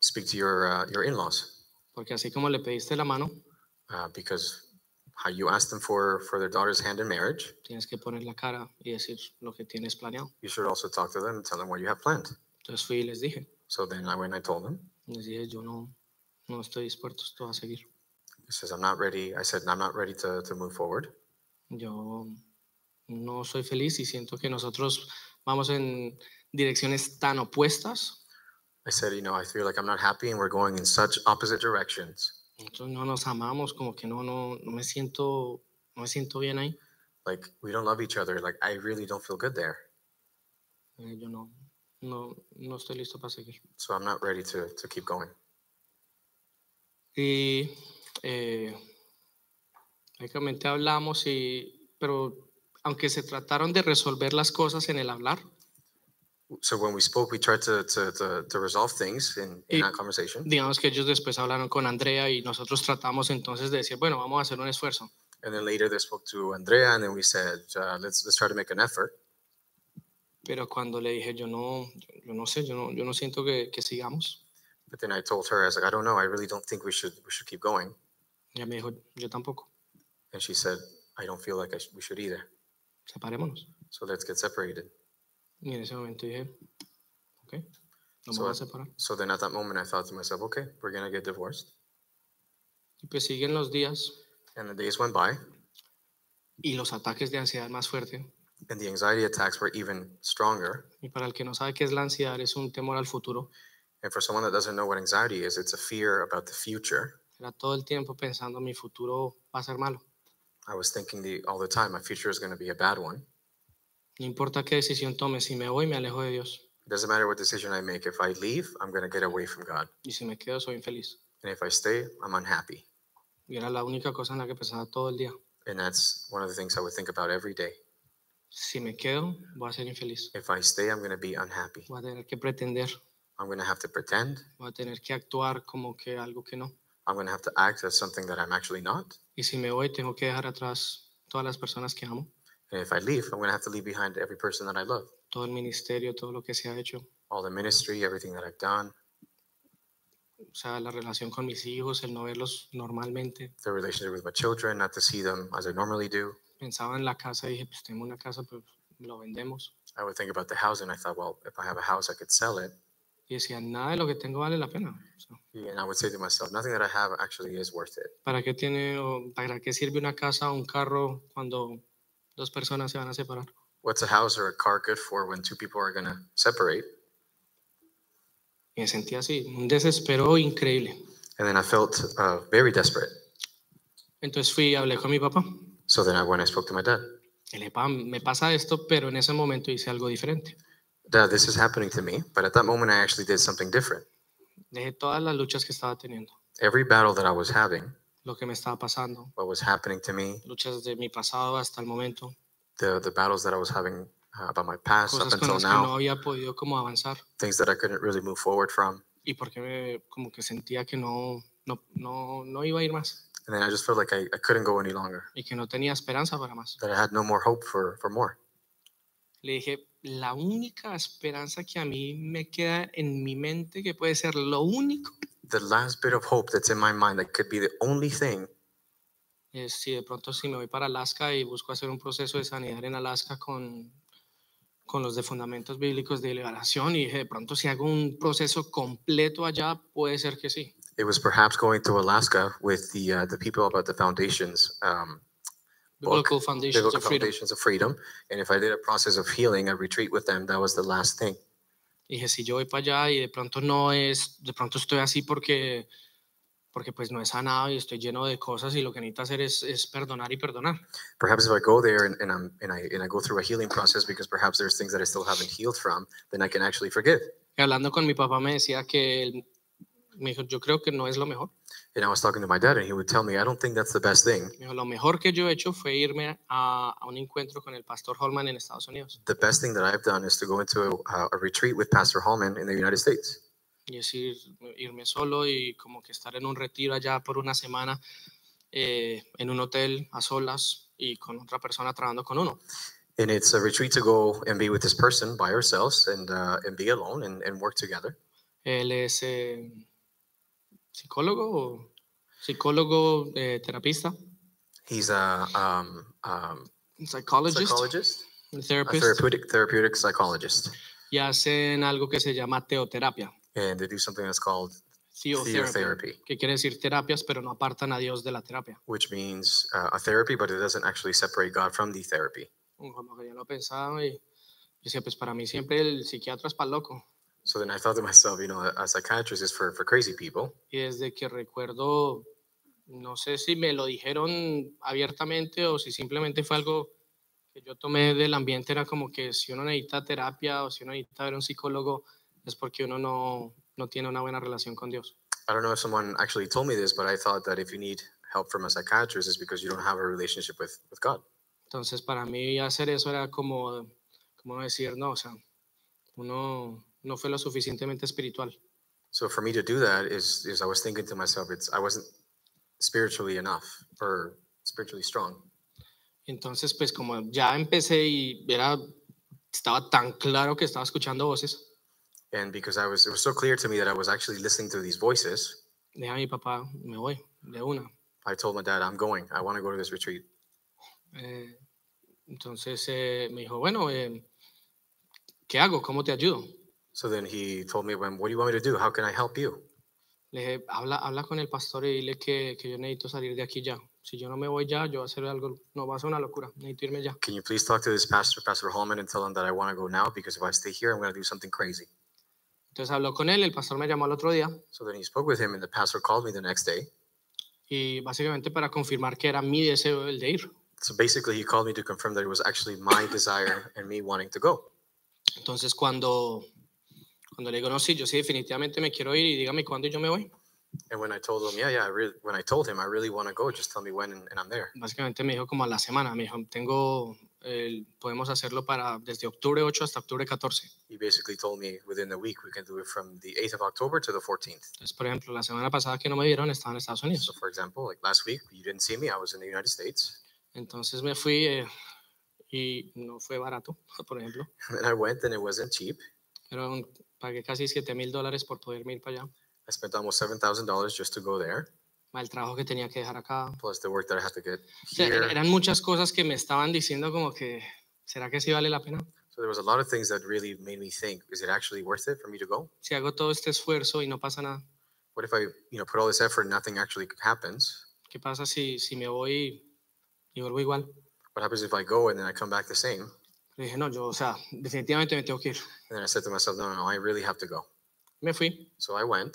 [SPEAKER 3] speak to your uh, your in-laws
[SPEAKER 2] porque así como le pediste la mano,
[SPEAKER 3] uh, because how you asked them for for their daughter's hand in marriage,
[SPEAKER 2] tienes que poner la cara y decir lo que tienes planeado.
[SPEAKER 3] you should also talk to them and tell them what you have planned.
[SPEAKER 2] Entonces fui y les dije.
[SPEAKER 3] So then I went and I told them.
[SPEAKER 2] Les dije, yo no, no estoy dispuesto esto a seguir.
[SPEAKER 3] He says, I'm not ready. I said, I'm not ready to, to move forward.
[SPEAKER 2] Yo no soy feliz y siento que nosotros vamos en direcciones tan opuestas.
[SPEAKER 3] I said, you know, I feel like I'm not happy and we're going in such opposite directions.
[SPEAKER 2] Entonces no nos amamos, como que no, no, no me siento, no me siento bien ahí.
[SPEAKER 3] Like, we don't love each other. Like, I really don't feel good there.
[SPEAKER 2] Eh, Yo no, no, no estoy listo para seguir.
[SPEAKER 3] So I'm not ready to, to keep going.
[SPEAKER 2] Y eh, prácticamente hablamos y, pero aunque se trataron de resolver las cosas en el hablar,
[SPEAKER 3] So when we spoke, we tried to, to, to, to resolve things in,
[SPEAKER 2] Y-
[SPEAKER 3] in that conversation.
[SPEAKER 2] digamos que ellos después hablaron con Andrea y nosotros tratamos entonces de decir, bueno, vamos a hacer un esfuerzo.
[SPEAKER 3] And then later they spoke to Andrea and then we said, uh, let's, let's try to make an effort.
[SPEAKER 2] Pero cuando le dije, yo no, yo no sé, yo no, yo no siento que, que sigamos,
[SPEAKER 3] But then I told her, I was like, I don't know. I really don't think we should, we should keep going.
[SPEAKER 2] ella me dijo, yo tampoco,
[SPEAKER 3] And she said, I don't feel like I sh- we should either.
[SPEAKER 2] separémonos.
[SPEAKER 3] So let's get separated.
[SPEAKER 2] Y en ese momento dije, ok, nos vamos a separar.
[SPEAKER 3] So then at that moment, I thought to myself, okay, we're going to get divorced.
[SPEAKER 2] Y pues siguen los días
[SPEAKER 3] And the days went by
[SPEAKER 2] y los ataques de ansiedad más fuertes.
[SPEAKER 3] and the anxiety attacks were even stronger.
[SPEAKER 2] Y para el que no sabe qué es la ansiedad, es un temor al futuro.
[SPEAKER 3] And for someone that doesn't know what anxiety is, it's a fear about the future.
[SPEAKER 2] Era todo el tiempo pensando mi futuro va a ser malo.
[SPEAKER 3] I was thinking the, all the time, my future is going to be a bad one.
[SPEAKER 2] No importa qué decisión tome, si me voy me alejo de Dios
[SPEAKER 3] It doesn't matter what decision I make. If I leave, I'm going to get away from God.
[SPEAKER 2] y si me quedo soy infeliz.
[SPEAKER 3] And if I stay, I'm unhappy.
[SPEAKER 2] Y era la única cosa en la que pensaba todo el día.
[SPEAKER 3] And that's one of the things I would think about every day.
[SPEAKER 2] Si me quedo voy a ser infeliz.
[SPEAKER 3] If I stay, I'm going to be unhappy.
[SPEAKER 2] Voy a tener que pretender,
[SPEAKER 3] I'm going to have to pretend.
[SPEAKER 2] voy a tener que actuar como que algo que no.
[SPEAKER 3] I'm going to have to act as something that I'm actually not.
[SPEAKER 2] Y si me voy tengo que dejar atrás todas las personas que amo,
[SPEAKER 3] And if I leave, I'm going to have to leave behind every person that I love,
[SPEAKER 2] todo el ministerio, todo lo que se ha hecho,
[SPEAKER 3] all the ministry, everything that I've done,
[SPEAKER 2] o sea, la relación con mis hijos, el no verlos normalmente.
[SPEAKER 3] the relationship with my children, not to see them as I normally do.
[SPEAKER 2] Pensaba en la casa y dije, pues tengo una casa, pues lo vendemos.
[SPEAKER 3] I would think about the house and I thought, well, if I have a house, I could sell it.
[SPEAKER 2] Y decía, nada de lo que tengo vale la pena. O sea,
[SPEAKER 3] And I would say to myself, nothing that I have actually is worth it.
[SPEAKER 2] ¿Para qué tiene o para qué sirve una casa o un carro cuando dos personas se van a separar?
[SPEAKER 3] What's a house or a car good for when two people are going to separate?
[SPEAKER 2] Y me sentía así, un desespero increíble.
[SPEAKER 3] And then I felt uh, very desperate.
[SPEAKER 2] Entonces fui y hablé con mi papá.
[SPEAKER 3] So then I went and spoke to my dad.
[SPEAKER 2] Y Le dije, "Pa, me pasa esto, pero en ese momento hice algo diferente.
[SPEAKER 3] Dad, this is happening to me. But at that moment, I actually did something different.
[SPEAKER 2] Dejé todas las luchas que estaba teniendo,
[SPEAKER 3] Every battle that I was having,
[SPEAKER 2] lo que me estaba pasando,
[SPEAKER 3] what was happening to me,
[SPEAKER 2] luchas de mi pasado hasta el momento,
[SPEAKER 3] the, the battles that I was having uh, about my past up
[SPEAKER 2] cosas con
[SPEAKER 3] until
[SPEAKER 2] las que no
[SPEAKER 3] now,
[SPEAKER 2] había podido como avanzar
[SPEAKER 3] things that I couldn't really move forward from.
[SPEAKER 2] y porque me, como que sentía que no, no, no, no iba a ir más
[SPEAKER 3] And then I just felt like I, I couldn't go any longer,
[SPEAKER 2] y que no tenía esperanza para más.
[SPEAKER 3] that I had no more hope for, for more.
[SPEAKER 2] Le dije, la única esperanza que a mí me queda en mi mente, que puede ser lo único,
[SPEAKER 3] The last bit of hope that's in my mind that could be the only thing
[SPEAKER 2] es si de pronto si me voy para Alaska y busco hacer un proceso de sanidad en Alaska con, con los de fundamentos bíblicos de liberación y dije, de pronto si hago un proceso completo allá, puede ser que sí.
[SPEAKER 3] It was perhaps going to Alaska with the uh, the people about the foundations, um, Book,
[SPEAKER 2] Biblical Foundations
[SPEAKER 3] biblical
[SPEAKER 2] of Freedom.
[SPEAKER 3] foundations of freedom. And if I did a process of healing, a retreat with them, that was the last thing.
[SPEAKER 2] dije, si yo voy para allá y de pronto no es, de pronto estoy así porque, porque pues no he sanado y estoy lleno de cosas y lo que necesito hacer es, es perdonar y perdonar.
[SPEAKER 3] Perhaps if I go there and, and I'm and I and I go through a healing process because perhaps there's things that I still haven't healed from, then I can actually forgive.
[SPEAKER 2] Y hablando con mi papá me decía que, él- me dijo, yo creo que no es lo mejor.
[SPEAKER 3] And I was talking to my dad, and he would tell me, I don't think that's the best thing.
[SPEAKER 2] Me dijo, lo mejor que yo he hecho fue irme a, a un encuentro con el pastor Holman en Estados Unidos.
[SPEAKER 3] The best thing that I've done is to go into a, a retreat with Pastor Hallman in the United States.
[SPEAKER 2] Y es ir- irme solo y como que estar en un retiro allá por una semana eh, en un hotel a solas y con otra persona trabajando con uno.
[SPEAKER 3] And it's a retreat to go and be with this person by ourselves and uh, and be alone and, and work together.
[SPEAKER 2] Él es eh, psicólogo, o- psicólogo, eh, terapista,
[SPEAKER 3] He's a um, um,
[SPEAKER 2] psychologist,
[SPEAKER 3] psychologist, a
[SPEAKER 2] therapist,
[SPEAKER 3] therapeutic therapeutic psychologist,
[SPEAKER 2] y hacen algo que se llama teoterapia.
[SPEAKER 3] and they do something that's called
[SPEAKER 2] Theotherapy,
[SPEAKER 3] Theotherapy.
[SPEAKER 2] que quiere decir terapias, pero no apartan a Dios de la terapia.
[SPEAKER 3] which means uh, a therapy, but it doesn't actually separate God from the therapy.
[SPEAKER 2] como que ya lo pensaba y yo decía, pues para mí siempre el psiquiatra es para loco.
[SPEAKER 3] So then I thought to myself, you know, a, a psychiatrist is for, for crazy people.
[SPEAKER 2] Y desde que recuerdo, no sé si me lo dijeron abiertamente o si simplemente fue algo que yo tomé del ambiente, era como que si uno necesita terapia o si uno necesita ver a un psicólogo, es porque uno no, no tiene una buena relación con Dios.
[SPEAKER 3] I don't know if someone actually told me this, but I thought that if you need help from a psychiatrist, it's because you don't have a relationship with, with God.
[SPEAKER 2] Entonces, para mí hacer eso era como, como decir, no, o sea, uno no fue lo suficientemente espiritual.
[SPEAKER 3] So for me to do that is, is I was thinking to myself, it's I wasn't spiritually enough or spiritually strong.
[SPEAKER 2] Entonces, pues como ya empecé y era, estaba tan claro que estaba escuchando voces,
[SPEAKER 3] And because I was, it was so clear to me that I was actually listening to these voices.
[SPEAKER 2] dije a mi papá, me voy, de una.
[SPEAKER 3] I told my dad, I'm going. I want to go to this retreat.
[SPEAKER 2] Eh, entonces eh, me dijo, bueno, eh, ¿qué hago? ¿Cómo te ayudo?
[SPEAKER 3] So then he told me, "Well, what do you want me to do? How can I help you?
[SPEAKER 2] Le dije, habla, habla con el pastor y dile que, que yo necesito salir de aquí ya. Si yo no me voy ya, yo voy a hacer algo, no, va a ser una locura, necesito irme ya.
[SPEAKER 3] Can you please talk to this pastor, Pastor Holman, and tell him that I want to go now because if I stay here, I'm going to do something crazy.
[SPEAKER 2] Entonces habló con él, el pastor me llamó al otro día
[SPEAKER 3] So then he spoke with him, and the pastor called me the next day.
[SPEAKER 2] y básicamente para confirmar que era mi deseo el de ir.
[SPEAKER 3] So basically, he called me to confirm that it was actually my desire and me wanting to go.
[SPEAKER 2] Entonces cuando, cuando le digo, no, sí, yo sí definitivamente me quiero ir y dígame cuándo y yo me voy,
[SPEAKER 3] And when I told him, yeah, yeah, I really, when I told him I really want to go, just tell me when, and, and I'm there.
[SPEAKER 2] básicamente me dijo como a la semana, me dijo, tengo, el- podemos hacerlo para desde octubre 8 hasta octubre 14.
[SPEAKER 3] He basically told me within the week we can do it from the 8th of October to the 14th.
[SPEAKER 2] Entonces, por ejemplo, la semana pasada que no me vieron estaba en Estados
[SPEAKER 3] So,
[SPEAKER 2] Unidos.
[SPEAKER 3] for example, like last week, you didn't see me. I was in the United States, [laughs]
[SPEAKER 2] Entonces me fui eh, y no fue barato, [laughs] por ejemplo.
[SPEAKER 3] and I went, and it wasn't cheap.
[SPEAKER 2] Pero pagué casi 7 mil dólares por poderme ir para allá.
[SPEAKER 3] I spent almost seven thousand dollars just to go there,
[SPEAKER 2] Más el trabajo que tenía que dejar acá. O
[SPEAKER 3] plus the work that I have to get
[SPEAKER 2] sea, er-
[SPEAKER 3] here.
[SPEAKER 2] eran muchas cosas que me estaban diciendo como que, ¿será que sí vale la pena?
[SPEAKER 3] So there was a lot of things that really made me think: Is it actually worth it for me to go?
[SPEAKER 2] Si hago todo este esfuerzo y no pasa nada,
[SPEAKER 3] What if I, you know, put all this effort and nothing actually happens?
[SPEAKER 2] ¿qué pasa si, si me voy y, y vuelvo igual?
[SPEAKER 3] What happens if I go and then I come back the same? And
[SPEAKER 2] Le dije, no, yo, o sea, definitivamente me tengo que ir.
[SPEAKER 3] then I said to myself, no, no, no, I really have to go.
[SPEAKER 2] Me fui.
[SPEAKER 3] So I went.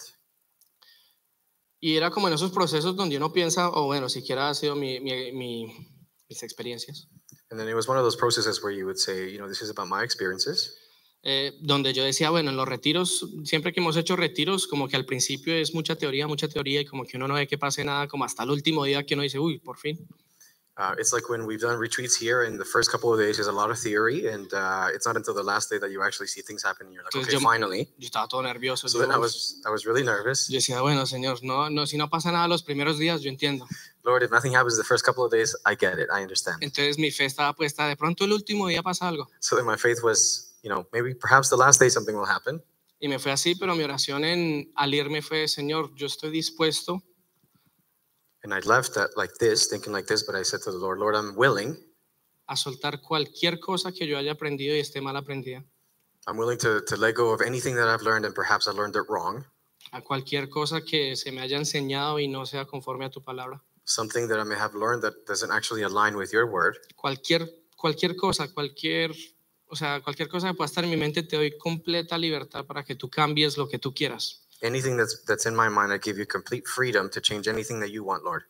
[SPEAKER 2] Y era como en esos procesos donde uno piensa, o bueno, siquiera ha sido mi- mi- mi- mis experiencias.
[SPEAKER 3] And then it was one of those processes where you would say, you know, this is about my experiences.
[SPEAKER 2] eh, donde yo decía, bueno, en los retiros, siempre que hemos hecho retiros, como que al principio es mucha teoría, mucha teoría, y como que uno no ve que pase nada, como hasta el último día que uno dice, uy, por fin.
[SPEAKER 3] Uh, it's like when we've done retreats here, and the first couple of days is a lot of theory, and uh, it's not until the last day that you actually see things happen, and you're like,
[SPEAKER 2] Entonces
[SPEAKER 3] okay,
[SPEAKER 2] yo-
[SPEAKER 3] finally.
[SPEAKER 2] Yo estaba todo nervioso.
[SPEAKER 3] So
[SPEAKER 2] yo,
[SPEAKER 3] then I
[SPEAKER 2] "Uf".
[SPEAKER 3] was, I was really nervous.
[SPEAKER 2] Yo decía, bueno, señor, no, no, si no pasa nada los primeros días, yo entiendo.
[SPEAKER 3] Lord, if nothing happens the first couple of days, I get it, I understand.
[SPEAKER 2] Entonces mi fe estaba puesta, de pronto el último día pasa algo.
[SPEAKER 3] So then my faith was, you know, maybe perhaps the last day something will happen.
[SPEAKER 2] Y me fue así, pero mi oración en, al irme fue, Señor, yo estoy dispuesto
[SPEAKER 3] And I left that like this, thinking like this, but I said to the Lord, Lord, I'm willing.
[SPEAKER 2] a soltar cualquier cosa que yo haya aprendido y esté mal aprendida,
[SPEAKER 3] I'm willing to, to let go of anything that I've learned, and perhaps I learned it wrong.
[SPEAKER 2] a cualquier cosa que se me haya enseñado y no sea conforme a tu palabra.
[SPEAKER 3] Something that I may have learned that doesn't actually align with your word.
[SPEAKER 2] cualquier, cualquier cosa, cualquier, o sea, cualquier cosa que pueda estar en mi mente, te doy completa libertad para que tú cambies lo que tú quieras.
[SPEAKER 3] Anything that's that's in my mind, I give you complete freedom to change anything that you want, Lord.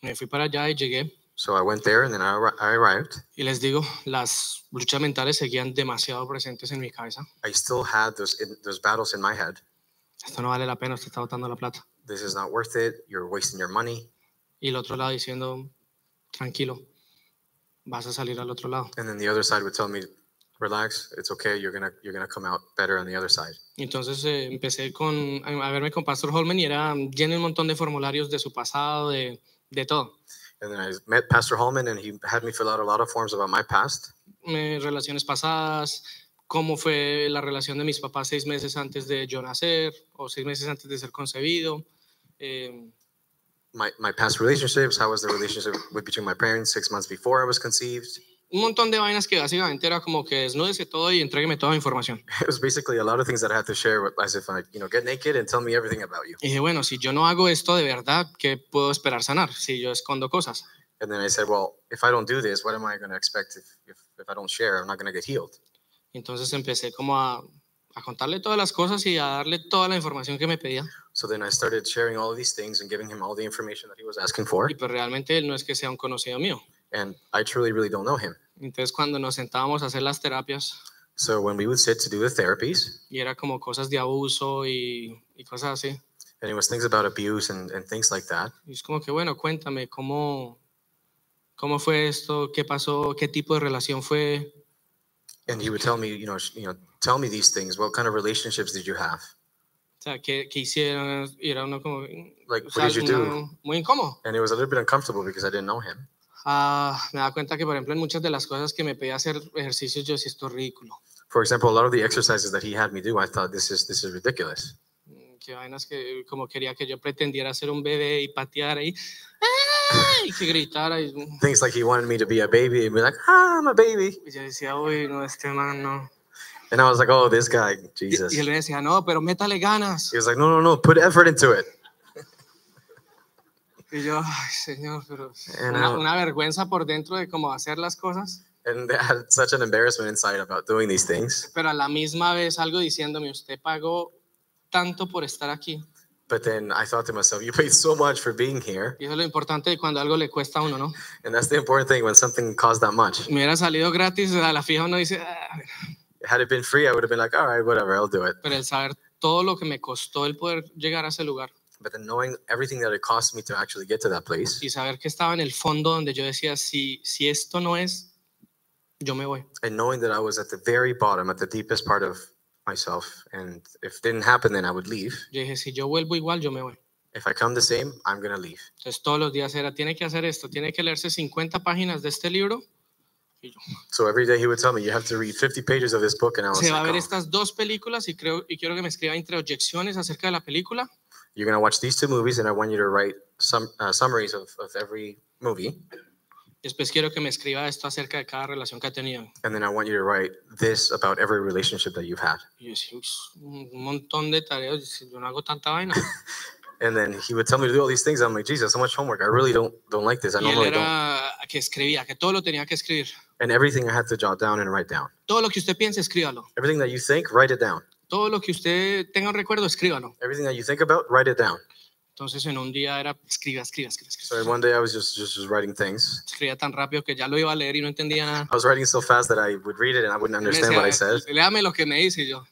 [SPEAKER 2] Me fui para allá y llegué
[SPEAKER 3] So I went there, and then I, arri- I arrived.
[SPEAKER 2] y les digo, las luchas mentales seguían demasiado presentes en mi cabeza.
[SPEAKER 3] I still had those in, those battles in my head.
[SPEAKER 2] Esto no vale la pena, usted está botando la plata.
[SPEAKER 3] This is not worth it. You're wasting your money.
[SPEAKER 2] Y el otro lado diciendo, tranquilo, vas a salir al otro lado.
[SPEAKER 3] And then the other side would tell me, "Relax. It's okay. You're gonna you're gonna come out better on the other side."
[SPEAKER 2] Entonces eh, empecé con, a verme con Pastor Holman y era lleno de un montón de formularios de su pasado, de, de todo.
[SPEAKER 3] And then I met Pastor Hallman, and he had me fill out a lot of forms about my past,
[SPEAKER 2] eh, relaciones pasadas, cómo fue la relación de mis papás seis meses antes de yo nacer o seis meses antes de ser concebido, eh,
[SPEAKER 3] my my past relationships. How was the relationship with, between my parents six months before I was conceived? [laughs]
[SPEAKER 2] un montón de vainas que básicamente era como que desnúdese todo y entrégueme toda la información.
[SPEAKER 3] It was basically a lot of things that I had to share, with, as if I, you know, get naked and tell me everything about you.
[SPEAKER 2] Y dije, bueno, si yo no hago esto de verdad, ¿qué puedo esperar sanar si yo escondo cosas?
[SPEAKER 3] And then I said, well, if I don't do this, what am I going to expect if, if, if I don't share? I'm not going to get healed.
[SPEAKER 2] Entonces empecé como a, a contarle todas las cosas y a darle toda la información que me pedía.
[SPEAKER 3] So then I started sharing all of these things and giving him all the information that he was asking for.
[SPEAKER 2] Y pues realmente él no es que sea un conocido mío.
[SPEAKER 3] And I truly, really don't know him.
[SPEAKER 2] Entonces cuando nos sentábamos a hacer las terapias
[SPEAKER 3] So when we would sit to do the therapies,
[SPEAKER 2] y era como cosas de abuso y, y cosas así.
[SPEAKER 3] and it was things about abuse and, and things like that.
[SPEAKER 2] Y es como que, bueno, cuéntame cómo, cómo fue esto, qué pasó, qué tipo de relación fue.
[SPEAKER 3] And he would tell me, you know, sh- you know, tell me these things. What kind of relationships did you have?
[SPEAKER 2] O sea, qué, qué hicieron. Y era uno como... o
[SPEAKER 3] Like,
[SPEAKER 2] sea,
[SPEAKER 3] what did you do?
[SPEAKER 2] uno muy incómodo.
[SPEAKER 3] And it was a little bit uncomfortable because I didn't know him.
[SPEAKER 2] Ah, me da cuenta que, por ejemplo, en muchas de las cosas que me pedía hacer ejercicios, yo sí esto es ridículo.
[SPEAKER 3] For example, a lot of the exercises that he had me do, I thought this is this is ridiculous.
[SPEAKER 2] Mm, Qué vainas que como quería que yo pretendiera ser un bebé y pateara y, ¡ah! y que gritara. Y, y
[SPEAKER 3] Things like he wanted me to be a baby and be like, ah, I'm a baby.
[SPEAKER 2] yo decía, uy, no, este man no.
[SPEAKER 3] And I was like, oh, this guy,
[SPEAKER 2] Y,
[SPEAKER 3] Jesus.
[SPEAKER 2] y él me decía, no, pero métale ganas.
[SPEAKER 3] He was like, no, no, no, put effort into it.
[SPEAKER 2] Y yo, ay, señor, pero es
[SPEAKER 3] Eh,
[SPEAKER 2] una,
[SPEAKER 3] no.
[SPEAKER 2] una vergüenza por dentro de cómo hacer las cosas,
[SPEAKER 3] And [laughs] I had such an embarrassment inside about doing these things.
[SPEAKER 2] pero a la misma vez algo diciéndome, usted pagó tanto por estar aquí.
[SPEAKER 3] But then I thought to myself, you paid so much for being here.
[SPEAKER 2] Y eso es lo importante de cuando algo le cuesta a uno, ¿no?
[SPEAKER 3] And that's the important thing when something costs that much.
[SPEAKER 2] Me hubiera salido gratis, a la fija uno dice, "Ah",
[SPEAKER 3] Had it been free, I would have been like, all right, whatever, I'll do it.
[SPEAKER 2] pero el saber todo lo que me costó el poder llegar a ese lugar
[SPEAKER 3] But then knowing everything that it cost me to actually get to that place,
[SPEAKER 2] y saber que estaba en el fondo donde yo decía, si, si esto no es, yo me voy.
[SPEAKER 3] and knowing that I was at the very bottom, at the deepest part of myself, and if it didn't happen, then I would leave.
[SPEAKER 2] Yo dije, si yo vuelvo igual, yo me voy.
[SPEAKER 3] If I come the same, I'm gonna leave.
[SPEAKER 2] Entonces todos los días era, tiene que hacer esto, tiene que leerse 50 páginas de este libro
[SPEAKER 3] So every day he would tell me, you have to read 50 pages of this book, and I was
[SPEAKER 2] se va a
[SPEAKER 3] like,
[SPEAKER 2] ver
[SPEAKER 3] oh,
[SPEAKER 2] estas dos películas y creo y quiero que me escriba introyecciones acerca de la película.
[SPEAKER 3] you're gonna watch these two movies, and I want you to write some uh, summaries of, of every movie,
[SPEAKER 2] Después quiero que me escriba esto acerca de cada relación que ha tenido.
[SPEAKER 3] and then I want you to write this about every relationship that you've had.
[SPEAKER 2] Y yo decía, "Uy, un montón de tareas, yo decía, yo no hago tanta
[SPEAKER 3] [laughs]
[SPEAKER 2] vaina.
[SPEAKER 3] And then he would tell me to do all these things. I'm like, Jesus, so much homework. I really don't don't like this. I
[SPEAKER 2] Y él
[SPEAKER 3] normally don't.
[SPEAKER 2] era que escribía, que todo lo tenía que escribir.
[SPEAKER 3] And everything I had to jot down and write down.
[SPEAKER 2] Todo lo que usted piense, escríbalo.
[SPEAKER 3] Everything that you think, write it down.
[SPEAKER 2] Todo lo que usted tenga un recuerdo, escríbalo.
[SPEAKER 3] Everything that you think about, write it down.
[SPEAKER 2] Entonces en un día era, escriba, escriba, escriba,
[SPEAKER 3] So
[SPEAKER 2] escriba.
[SPEAKER 3] one day I was just, just just writing things.
[SPEAKER 2] Escribía tan rápido que ya lo iba a leer y no entendía nada.
[SPEAKER 3] I was writing so fast that I would read it and I wouldn't
[SPEAKER 2] Él me
[SPEAKER 3] understand what I
[SPEAKER 2] decía,
[SPEAKER 3] said.
[SPEAKER 2] Léame lo que me dice y yo.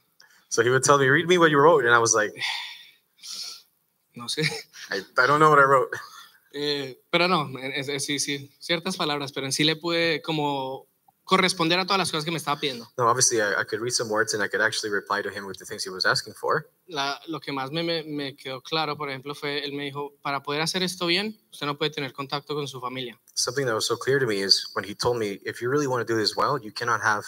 [SPEAKER 3] So he would tell me, "Read me what you wrote," and I was like,
[SPEAKER 2] No sé.
[SPEAKER 3] "I, I don't know what I wrote."
[SPEAKER 2] Eh, pero no, es- es- sí, sí, ciertas palabras, pero en sí le pude como corresponder a todas las cosas que me estaba pidiendo.
[SPEAKER 3] No, obviously I, I could read some words and I could actually reply to him with the things he was asking for.
[SPEAKER 2] La- lo que más me, me- me quedó claro, por ejemplo, fue, él me dijo, para poder hacer esto bien, usted no puede tener contacto con su familia.
[SPEAKER 3] Something that was so clear to me is when he told me, "If you really want to do this well, you cannot have,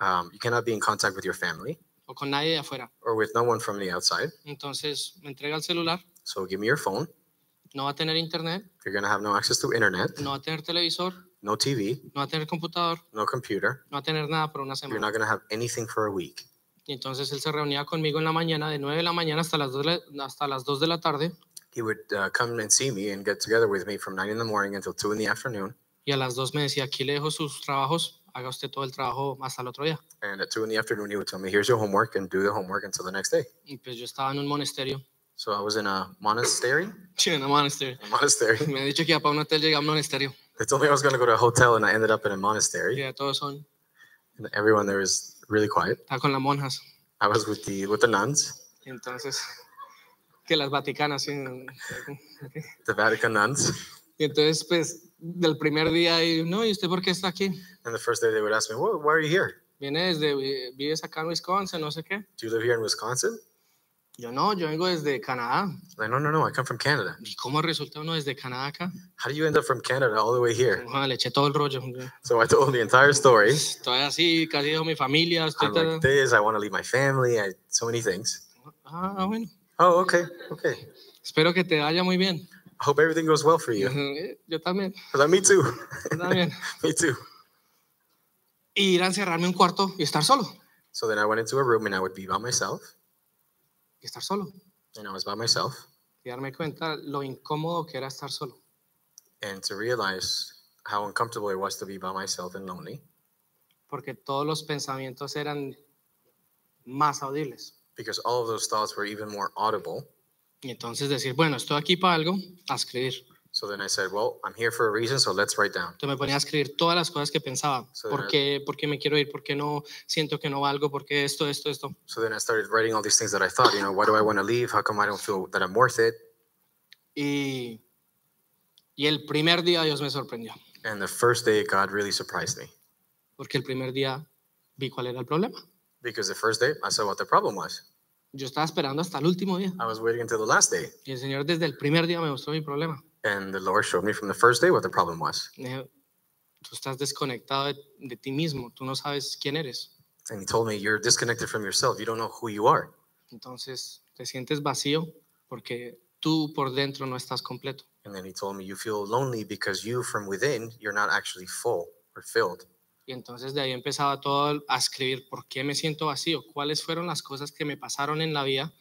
[SPEAKER 3] um, you cannot be in contact with your family
[SPEAKER 2] o con nadie de afuera.
[SPEAKER 3] or with no one from the outside.
[SPEAKER 2] Entonces me entrega el celular,
[SPEAKER 3] So give me your phone.
[SPEAKER 2] no va a tener internet,
[SPEAKER 3] You're gonna have no access to internet,
[SPEAKER 2] no va a tener televisor,
[SPEAKER 3] no TV,
[SPEAKER 2] no va a tener computador,
[SPEAKER 3] no computer.
[SPEAKER 2] no va a tener nada por una
[SPEAKER 3] You're
[SPEAKER 2] semana.
[SPEAKER 3] not gonna have anything for a week."
[SPEAKER 2] Y entonces él se reunía conmigo en la mañana, de 9 de la mañana hasta las 2, hasta las 2 de la tarde,
[SPEAKER 3] He would uh, come and see me and get together with me from nine in the morning until two in the afternoon.
[SPEAKER 2] y a las 2 me decía, aquí le dejo sus trabajos, haga usted todo el trabajo hasta el otro día.
[SPEAKER 3] And at two in the afternoon, he would tell me, "Here's your homework," and do the homework until the next day.
[SPEAKER 2] Y pues yo estaba en un monasterio. [laughs]
[SPEAKER 3] So I was in a monastery.
[SPEAKER 2] Sí, en un monasterio.
[SPEAKER 3] A monastery. [laughs]
[SPEAKER 2] Me han dicho que iba para un hotel, llegué a un monasterio.
[SPEAKER 3] They told me I was going to go to a hotel, and I ended up in a monastery.
[SPEAKER 2] Y ya todos son,
[SPEAKER 3] And everyone there was really quiet.
[SPEAKER 2] está con las monjas.
[SPEAKER 3] I was with the with the nuns,
[SPEAKER 2] Y entonces, [laughs] que las vaticanas. sí.
[SPEAKER 3] the Vatican nuns. [laughs]
[SPEAKER 2] Y entonces, pues, del primer día, y, no, ¿y usted por qué está aquí?
[SPEAKER 3] And the first day they would ask me, "Well, why are you here?
[SPEAKER 2] Viene desde, vi- vives acá en Wisconsin, no sé qué.
[SPEAKER 3] Do you live here in Wisconsin?"
[SPEAKER 2] Yo no, yo vengo desde Canadá.
[SPEAKER 3] Like, no, no, no. I come from Canada.
[SPEAKER 2] ¿Y cómo resulta uno desde Canadá acá?
[SPEAKER 3] How do you end up from Canada all the way here?
[SPEAKER 2] Bueno, le eché todo el rollo.
[SPEAKER 3] So I told him the entire story.
[SPEAKER 2] Estoy así, casi dejo mi familia. Estoy
[SPEAKER 3] I'm like
[SPEAKER 2] ta-
[SPEAKER 3] this. I want to leave my family. I so many things.
[SPEAKER 2] Ah, bueno.
[SPEAKER 3] Oh, okay, okay.
[SPEAKER 2] Espero que te vaya muy bien.
[SPEAKER 3] Hope everything goes well for you.
[SPEAKER 2] [laughs] Yo también,
[SPEAKER 3] I was [laughs] like, me too.
[SPEAKER 2] yo también.
[SPEAKER 3] me too.
[SPEAKER 2] y ir a encerrarme en un cuarto y estar solo.
[SPEAKER 3] So then I went into a room and I would be by myself.
[SPEAKER 2] Y estar solo.
[SPEAKER 3] And I was by myself.
[SPEAKER 2] Y darme cuenta lo incómodo que era estar solo.
[SPEAKER 3] and to realize how uncomfortable it was to be by myself and lonely
[SPEAKER 2] porque todos los pensamientos eran más audibles.
[SPEAKER 3] because all of those thoughts were even more audible.
[SPEAKER 2] Y entonces decir, bueno, estoy aquí para algo, a escribir.
[SPEAKER 3] So then I said, Well, I'm here for a reason, so let's write down.
[SPEAKER 2] Entonces me ponía a escribir todas las cosas que pensaba.
[SPEAKER 3] Sí.
[SPEAKER 2] ¿Por qué, ¿Por qué me quiero ir? ¿Por qué no siento que no valgo? ¿Por qué esto, esto, esto?
[SPEAKER 3] So then I started writing all these things that I thought, you know, why do I want to leave? How come I don't feel that I'm worth it?
[SPEAKER 2] Y, y el primer día Dios me sorprendió,
[SPEAKER 3] And the first day, God really surprised me
[SPEAKER 2] porque el primer día vi cuál era el problema.
[SPEAKER 3] because the first day I saw what the problem was.
[SPEAKER 2] Yo estaba esperando hasta el último día.
[SPEAKER 3] I was waiting until the last day,
[SPEAKER 2] Y el Señor desde el primer día me mostró mi problema.
[SPEAKER 3] and the Lord showed me from the first day what the problem was.
[SPEAKER 2] Me dijo, eh, Tú estás desconectado de, de ti mismo, tú no sabes quién eres.
[SPEAKER 3] And He told me, You're disconnected from yourself. You don't know who you are.
[SPEAKER 2] Entonces te sientes vacío porque tú por dentro no estás completo.
[SPEAKER 3] And then He told me, You feel lonely because you from within, you're not actually full or filled.
[SPEAKER 2] Y entonces de ahí empezaba todo a escribir por qué me siento vacío, cuáles fueron las cosas que me pasaron en la vida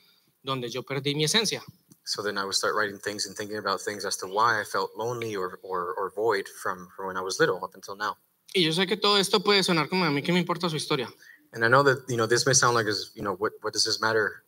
[SPEAKER 2] donde yo perdí mi esencia.
[SPEAKER 3] So then I would start writing things and thinking about things as to why I felt lonely or, or, or void from, from when I was little up until now.
[SPEAKER 2] Y yo sé que todo esto puede sonar como a mí que me importa su historia.
[SPEAKER 3] And I know that, you know, this may sound like, is you know, what, what does this matter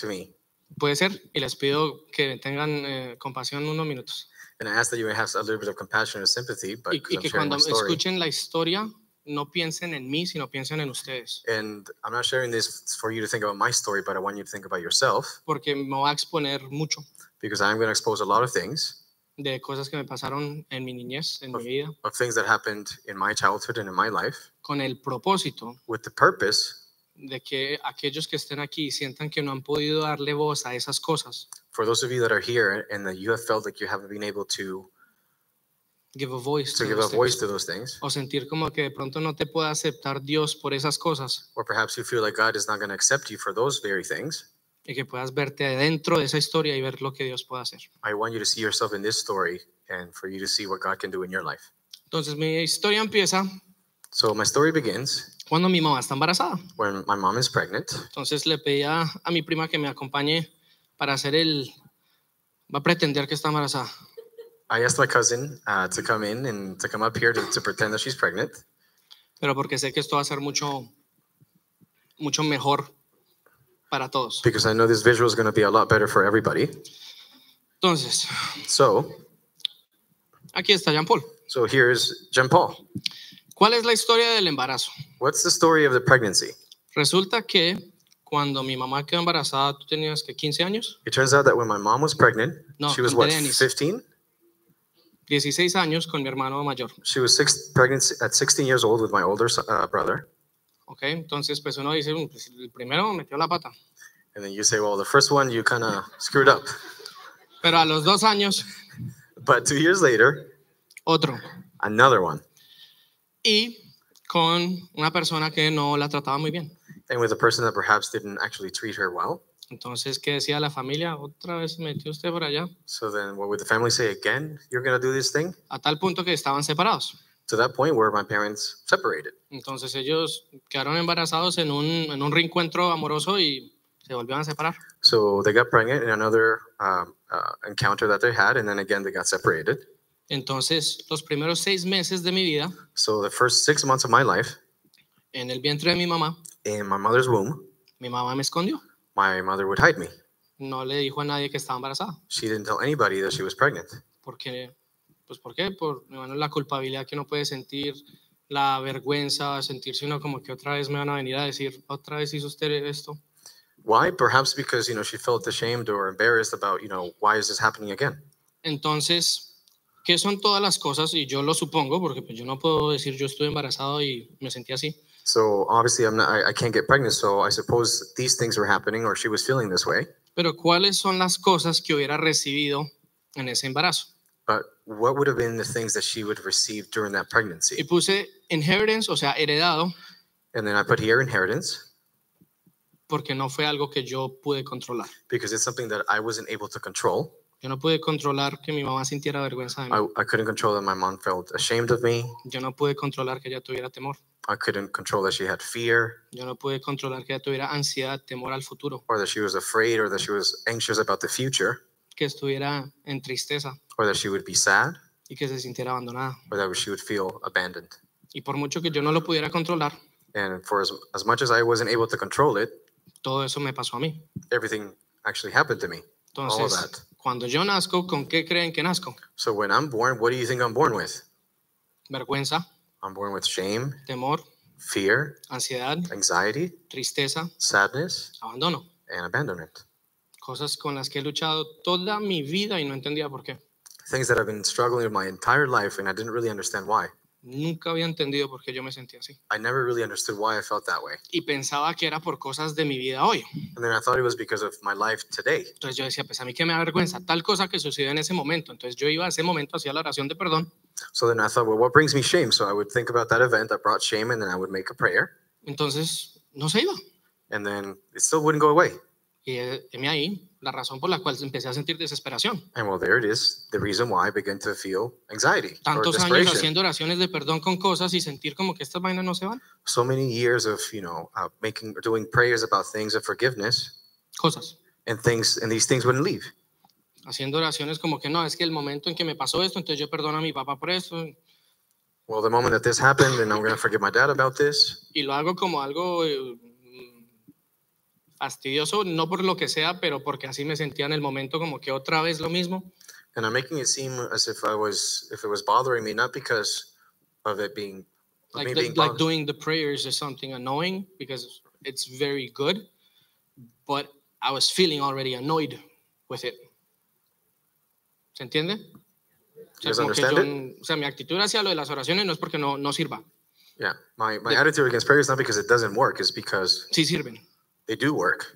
[SPEAKER 3] to me?
[SPEAKER 2] Puede ser, y les pido que tengan eh, compasión unos minutos.
[SPEAKER 3] And I ask that you have a little bit of compassion and sympathy, but
[SPEAKER 2] Y,
[SPEAKER 3] 'cause
[SPEAKER 2] y
[SPEAKER 3] I'm
[SPEAKER 2] que
[SPEAKER 3] sharing
[SPEAKER 2] cuando
[SPEAKER 3] my story.
[SPEAKER 2] escuchen la historia, no piensen en mí, sino piensen en ustedes.
[SPEAKER 3] And I'm not sharing this for you to think about my story, but I want you to think about yourself
[SPEAKER 2] Porque me voy a exponer mucho
[SPEAKER 3] because I'm going to expose a lot of things,
[SPEAKER 2] de cosas que me pasaron en mi niñez, en mi vida,
[SPEAKER 3] of things that happened in my childhood and in my life,
[SPEAKER 2] con el propósito
[SPEAKER 3] with the purpose
[SPEAKER 2] de que aquellos que estén aquí y sientan que no han podido darle voz a esas cosas,
[SPEAKER 3] for those of you that are here and that you have felt like you haven't been able to
[SPEAKER 2] give a voice
[SPEAKER 3] to
[SPEAKER 2] to
[SPEAKER 3] give a
[SPEAKER 2] those
[SPEAKER 3] voice
[SPEAKER 2] things.
[SPEAKER 3] to those things,
[SPEAKER 2] o sentir como que de pronto no te puede aceptar Dios por esas cosas
[SPEAKER 3] or perhaps you feel like God is not going to accept you for those very things.
[SPEAKER 2] y que puedas verte dentro de esa historia y ver lo que Dios puede hacer.
[SPEAKER 3] I want you to see yourself in this story and for you to see what God can do in your life.
[SPEAKER 2] Entonces mi historia empieza
[SPEAKER 3] So my story begins
[SPEAKER 2] cuando mi mamá está embarazada.
[SPEAKER 3] when my mom is pregnant.
[SPEAKER 2] Entonces le pedía a mi prima que me acompañe para hacer el... Va a pretender que está embarazada.
[SPEAKER 3] I asked my cousin uh, to come in and to come up here to, to pretend that she's pregnant.
[SPEAKER 2] pero porque sé que esto va a ser mucho, mucho mejor para todos.
[SPEAKER 3] because I know this visual is going to be a lot better for everybody.
[SPEAKER 2] Entonces,
[SPEAKER 3] So,
[SPEAKER 2] aquí está Jean Paul.
[SPEAKER 3] so here's Jean Paul.
[SPEAKER 2] ¿Cuál es la historia del embarazo?
[SPEAKER 3] What's the story of the pregnancy?
[SPEAKER 2] Resulta que cuando mi mamá quedó embarazada, tú tenías que 15 años,
[SPEAKER 3] It turns out that when my mom was pregnant,
[SPEAKER 2] No,
[SPEAKER 3] she was what,
[SPEAKER 2] Dennis.
[SPEAKER 3] 15?
[SPEAKER 2] 16 años con mi hermano mayor,
[SPEAKER 3] She was six, pregnant at 16 years old with my older so- uh, brother.
[SPEAKER 2] ¿ok? Entonces, pues uno dice, "Mm, pues, el primero metió la pata.
[SPEAKER 3] And then you say, well, the first one you kind of screwed up.
[SPEAKER 2] Pero a los dos años,
[SPEAKER 3] But two years later,
[SPEAKER 2] otro.
[SPEAKER 3] another one.
[SPEAKER 2] Y con una persona que no la trataba muy bien.
[SPEAKER 3] And with a person that perhaps didn't actually treat her well.
[SPEAKER 2] Entonces, ¿qué decía la familia? Otra vez se metió usted por allá.
[SPEAKER 3] So then what would the family say again? You're going to do this thing?
[SPEAKER 2] A tal punto que estaban separados.
[SPEAKER 3] To that point where my parents separated.
[SPEAKER 2] Entonces ellos quedaron embarazados en un, en un reencuentro amoroso y se volvieron a separar.
[SPEAKER 3] So they got pregnant in another um, uh, encounter that they had, and then again they got separated.
[SPEAKER 2] Entonces los primeros seis meses de mi vida
[SPEAKER 3] So the first six months of my life
[SPEAKER 2] en el vientre de mi mamá,
[SPEAKER 3] in my mother's womb,
[SPEAKER 2] mi mamá me escondió.
[SPEAKER 3] my mother would hide me.
[SPEAKER 2] No le dijo a nadie que estaba embarazada.
[SPEAKER 3] She didn't tell anybody that she was pregnant
[SPEAKER 2] Porque, pues ¿por qué? Por bueno, la culpabilidad que uno puede sentir, la vergüenza, sentirse uno como que otra vez me van a venir a decir, otra vez hizo usted esto.
[SPEAKER 3] why perhaps because you know she felt ashamed or embarrassed about you know why is this happening again
[SPEAKER 2] Entonces, ¿qué son todas las cosas? Y yo lo supongo, porque pues, yo no puedo decir yo estuve embarazado y me sentí así.
[SPEAKER 3] so obviously i'm not I, I can't get pregnant so i suppose these things were happening or she was feeling this way
[SPEAKER 2] Pero ¿cuáles son las cosas que hubiera recibido en ese embarazo?
[SPEAKER 3] but what would have been the things that she would receive during that
[SPEAKER 2] Y
[SPEAKER 3] pregnancy
[SPEAKER 2] puse inheritance, o sea, heredado,
[SPEAKER 3] and then i put here inheritance
[SPEAKER 2] porque no fue algo que yo pude controlar.
[SPEAKER 3] because it's something that i wasn't able to control
[SPEAKER 2] Yo no pude controlar que mi mamá sintiera vergüenza de mí.
[SPEAKER 3] I, I couldn't control that my mom felt ashamed of me.
[SPEAKER 2] Yo no pude controlar que ella tuviera temor.
[SPEAKER 3] I couldn't control that she had fear
[SPEAKER 2] Yo no pude controlar que ella tuviera ansiedad, temor al futuro,
[SPEAKER 3] or that she was afraid or that she was anxious about the future
[SPEAKER 2] que estuviera en tristeza,
[SPEAKER 3] or that she would be sad
[SPEAKER 2] y que se sintiera abandonada.
[SPEAKER 3] or that she would feel abandoned.
[SPEAKER 2] Y por mucho que yo no lo pudiera controlar,
[SPEAKER 3] And for as, as much as I wasn't able to control it,
[SPEAKER 2] todo eso me pasó a mí.
[SPEAKER 3] everything actually happened to me. All of that.
[SPEAKER 2] Entonces, cuando yo nazco, ¿con qué creen que nazco?
[SPEAKER 3] So when I'm born, what do you think I'm born with?
[SPEAKER 2] Vergüenza,
[SPEAKER 3] I'm born with shame,
[SPEAKER 2] temor,
[SPEAKER 3] fear,
[SPEAKER 2] ansiedad,
[SPEAKER 3] anxiety,
[SPEAKER 2] tristeza,
[SPEAKER 3] sadness,
[SPEAKER 2] abandono.
[SPEAKER 3] and abandonment.
[SPEAKER 2] Cosas con las que he luchado toda mi vida y no entendía por qué.
[SPEAKER 3] Things that I've been struggling with my entire life, and I didn't really understand why.
[SPEAKER 2] Nunca había entendido por qué yo me sentía así.
[SPEAKER 3] I never really understood why I felt that way.
[SPEAKER 2] Y pensaba que era por cosas de mi vida hoy.
[SPEAKER 3] And then I thought it was because of my life today.
[SPEAKER 2] Entonces yo decía, pues a mí que me da vergüenza, tal cosa que sucedió en ese momento. Entonces yo iba a ese momento, hacía la oración de perdón.
[SPEAKER 3] So then I thought, well, what brings me shame? So I would think about that event that brought shame, and then I would make a prayer,
[SPEAKER 2] Entonces no se iba.
[SPEAKER 3] and then it still wouldn't go away.
[SPEAKER 2] Y eh, heme ahí la razón por la cual empecé a sentir desesperación.
[SPEAKER 3] And well, there it is, the reason why I began to feel anxiety or
[SPEAKER 2] Tantos años
[SPEAKER 3] desperation.
[SPEAKER 2] haciendo oraciones de perdón con cosas y sentir como que estas vainas no se van.
[SPEAKER 3] So many years of, you know, uh, making, doing prayers about things of forgiveness,
[SPEAKER 2] Cosas.
[SPEAKER 3] and things, and these things wouldn't leave.
[SPEAKER 2] Haciendo oraciones como que no, es que el momento en que me pasó esto, entonces yo perdono a mi papá por esto.
[SPEAKER 3] Well, the moment that this happened, and I'm going to forgive my dad about this,
[SPEAKER 2] Y lo hago como algo eh, fastidioso, no por lo que sea, pero porque así me sentía en el momento como que otra vez lo mismo.
[SPEAKER 3] and I'm making it seem as if I was, if it was bothering me, not because of it being, of
[SPEAKER 2] like,
[SPEAKER 3] me
[SPEAKER 2] the-
[SPEAKER 3] being
[SPEAKER 2] like
[SPEAKER 3] bothered.
[SPEAKER 2] doing the prayers is something annoying because it's very good but i was feeling already annoyed with it ¿se entiende? O sea,
[SPEAKER 3] guys
[SPEAKER 2] como que
[SPEAKER 3] understand
[SPEAKER 2] yo- o sea, mi actitud hacia lo de las oraciones no es porque no, no sirva,
[SPEAKER 3] yeah, my, my
[SPEAKER 2] the-
[SPEAKER 3] attitude against prayer is not because it doesn't work, it's because
[SPEAKER 2] sí sirven
[SPEAKER 3] they do work,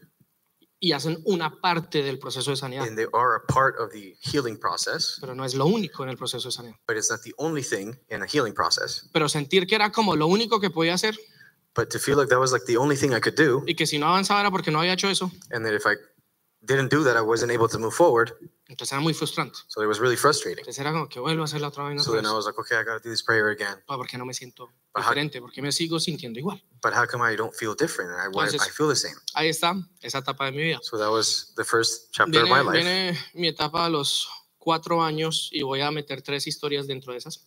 [SPEAKER 2] y hacen una parte del proceso de sanidad,
[SPEAKER 3] and they are a part of the healing process,
[SPEAKER 2] pero no es lo único en el proceso de sanidad.
[SPEAKER 3] but it's not the only thing in a healing process.
[SPEAKER 2] Pero sentir que era como lo único que podía hacer
[SPEAKER 3] But to feel like that was like the only thing I could do,
[SPEAKER 2] y que si no avanzaba era porque no había hecho eso,
[SPEAKER 3] and that if I didn't do that, I wasn't able to move forward.
[SPEAKER 2] entonces era muy frustrante.
[SPEAKER 3] So it was really frustrating.
[SPEAKER 2] Entonces era como que vuelvo a hacerlo otra vez,
[SPEAKER 3] So
[SPEAKER 2] otra
[SPEAKER 3] then I
[SPEAKER 2] vez.
[SPEAKER 3] was like, okay, I got to do this prayer again.
[SPEAKER 2] Ah, porque no me siento
[SPEAKER 3] Ajá.
[SPEAKER 2] diferente, porque me sigo sintiendo igual.
[SPEAKER 3] But how come I don't feel different? I, why,
[SPEAKER 2] Entonces-
[SPEAKER 3] I feel the same.
[SPEAKER 2] Ahí está, esa etapa de mi vida.
[SPEAKER 3] So that was the first chapter of my
[SPEAKER 2] Viene,
[SPEAKER 3] life.
[SPEAKER 2] viene mi etapa a los cuatro años y voy a meter tres historias dentro de esas.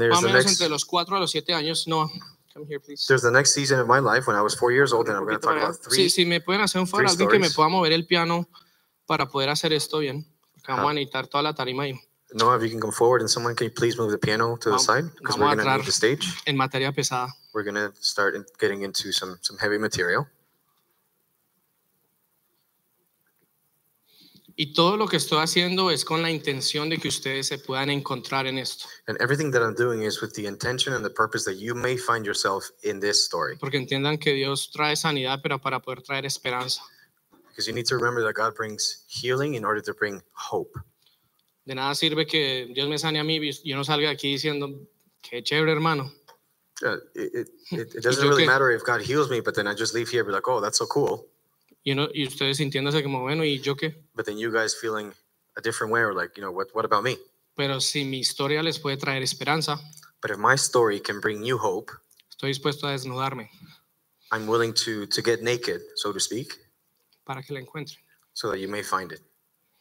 [SPEAKER 2] Más
[SPEAKER 3] there's
[SPEAKER 2] o
[SPEAKER 3] the
[SPEAKER 2] menos
[SPEAKER 3] next
[SPEAKER 2] entre los cuatro a los siete años. No, come here, please.
[SPEAKER 3] there's the next season of my life when I was four years old, and I'm going to
[SPEAKER 2] Poquito
[SPEAKER 3] talk
[SPEAKER 2] para
[SPEAKER 3] about
[SPEAKER 2] allá.
[SPEAKER 3] three.
[SPEAKER 2] sí, si me pueden hacer un favor,
[SPEAKER 3] three
[SPEAKER 2] alguien que me
[SPEAKER 3] stories.
[SPEAKER 2] pueda mover el piano para poder hacer esto bien. Porque vamos
[SPEAKER 3] Ajá.
[SPEAKER 2] a necesitar toda la tarima ahí.
[SPEAKER 3] Noah, if you can come forward, and someone can you please move the piano to the
[SPEAKER 2] Vam-
[SPEAKER 3] side because
[SPEAKER 2] vamos
[SPEAKER 3] we're
[SPEAKER 2] a
[SPEAKER 3] going to
[SPEAKER 2] entrar.
[SPEAKER 3] need the stage.
[SPEAKER 2] En materia pesada.
[SPEAKER 3] We're going to start in- getting into some some heavy material.
[SPEAKER 2] Y todo lo que estoy haciendo es con la intención de que ustedes se puedan encontrar en esto.
[SPEAKER 3] And everything that I'm doing is with the intention and the purpose that you may find yourself in this story.
[SPEAKER 2] Porque entiendan que Dios trae sanidad, pero para poder traer esperanza.
[SPEAKER 3] Because you need to remember that God brings healing in order to bring hope.
[SPEAKER 2] De nada sirve que Dios me sane a mí y yo no salga de aquí diciendo, qué chévere, hermano.
[SPEAKER 3] Uh, it, it, it, it doesn't
[SPEAKER 2] yo
[SPEAKER 3] really
[SPEAKER 2] qué?
[SPEAKER 3] matter if God heals me, but then I just leave here and be like, oh, that's so cool.
[SPEAKER 2] Y, uno- y ustedes sintiéndose como, bueno, ¿y yo qué?
[SPEAKER 3] But then you guys feeling a different way or like, you know, what, what about me?
[SPEAKER 2] Pero si mi historia les puede traer esperanza,
[SPEAKER 3] But if my story can bring you hope,
[SPEAKER 2] estoy dispuesto a desnudarme
[SPEAKER 3] I'm willing to, to get naked, so to speak,
[SPEAKER 2] para que la encuentren.
[SPEAKER 3] so that you may find it.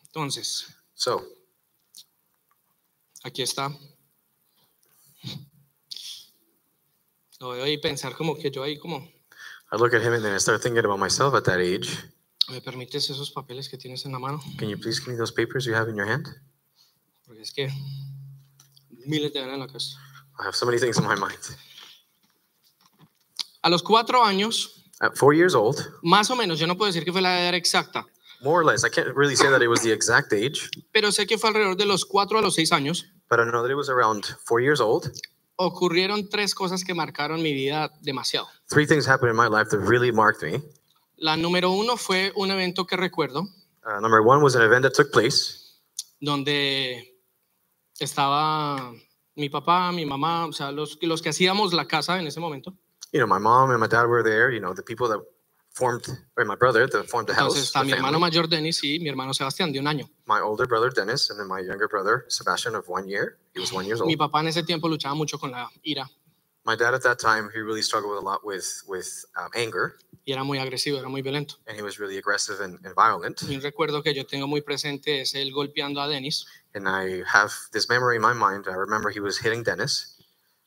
[SPEAKER 2] Entonces,
[SPEAKER 3] So
[SPEAKER 2] aquí está. Lo veo y pensar como que yo ahí como,
[SPEAKER 3] I look at him and then I start thinking about myself at that age.
[SPEAKER 2] ¿me permites esos papeles que tienes en la mano?
[SPEAKER 3] Can you please give me those papers you have in your hand?
[SPEAKER 2] Porque es que miles de ganas en la casa.
[SPEAKER 3] I have so many things in my [laughs] mind.
[SPEAKER 2] A los cuatro años,
[SPEAKER 3] At four years old,
[SPEAKER 2] más o menos, yo no puedo decir que fue la edad exacta,
[SPEAKER 3] more or less, I can't really say that it was the exact age,
[SPEAKER 2] pero sé que fue alrededor de los cuatro a los seis años.
[SPEAKER 3] but I know that it was around four years old.
[SPEAKER 2] ocurrieron tres cosas que marcaron mi vida demasiado.
[SPEAKER 3] Three things happened in my life that really marked me.
[SPEAKER 2] La número uno fue un evento que recuerdo
[SPEAKER 3] Uh, number one was an event that took place
[SPEAKER 2] donde estaba mi papá, mi mamá, o sea, los, los que hacíamos la casa en ese momento.
[SPEAKER 3] you know, my mom and my dad were there. You know, the people that formed, or my brother that formed the house,
[SPEAKER 2] Entonces
[SPEAKER 3] the
[SPEAKER 2] está mi hermano
[SPEAKER 3] family,
[SPEAKER 2] mayor Denis y mi hermano Sebastián de un año.
[SPEAKER 3] my older brother Dennis, and then my younger brother Sebastian of one year. He was one years
[SPEAKER 2] Mi
[SPEAKER 3] old.
[SPEAKER 2] papá en ese tiempo luchaba mucho con la ira.
[SPEAKER 3] My dad at that time, he really struggled with a lot with with um, anger,
[SPEAKER 2] y era muy agresivo, era muy violento.
[SPEAKER 3] and he was really aggressive and, and violent.
[SPEAKER 2] Y un recuerdo que yo tengo muy presente es él golpeando a Dennis
[SPEAKER 3] And I have this memory in my mind. I remember he was hitting Dennis,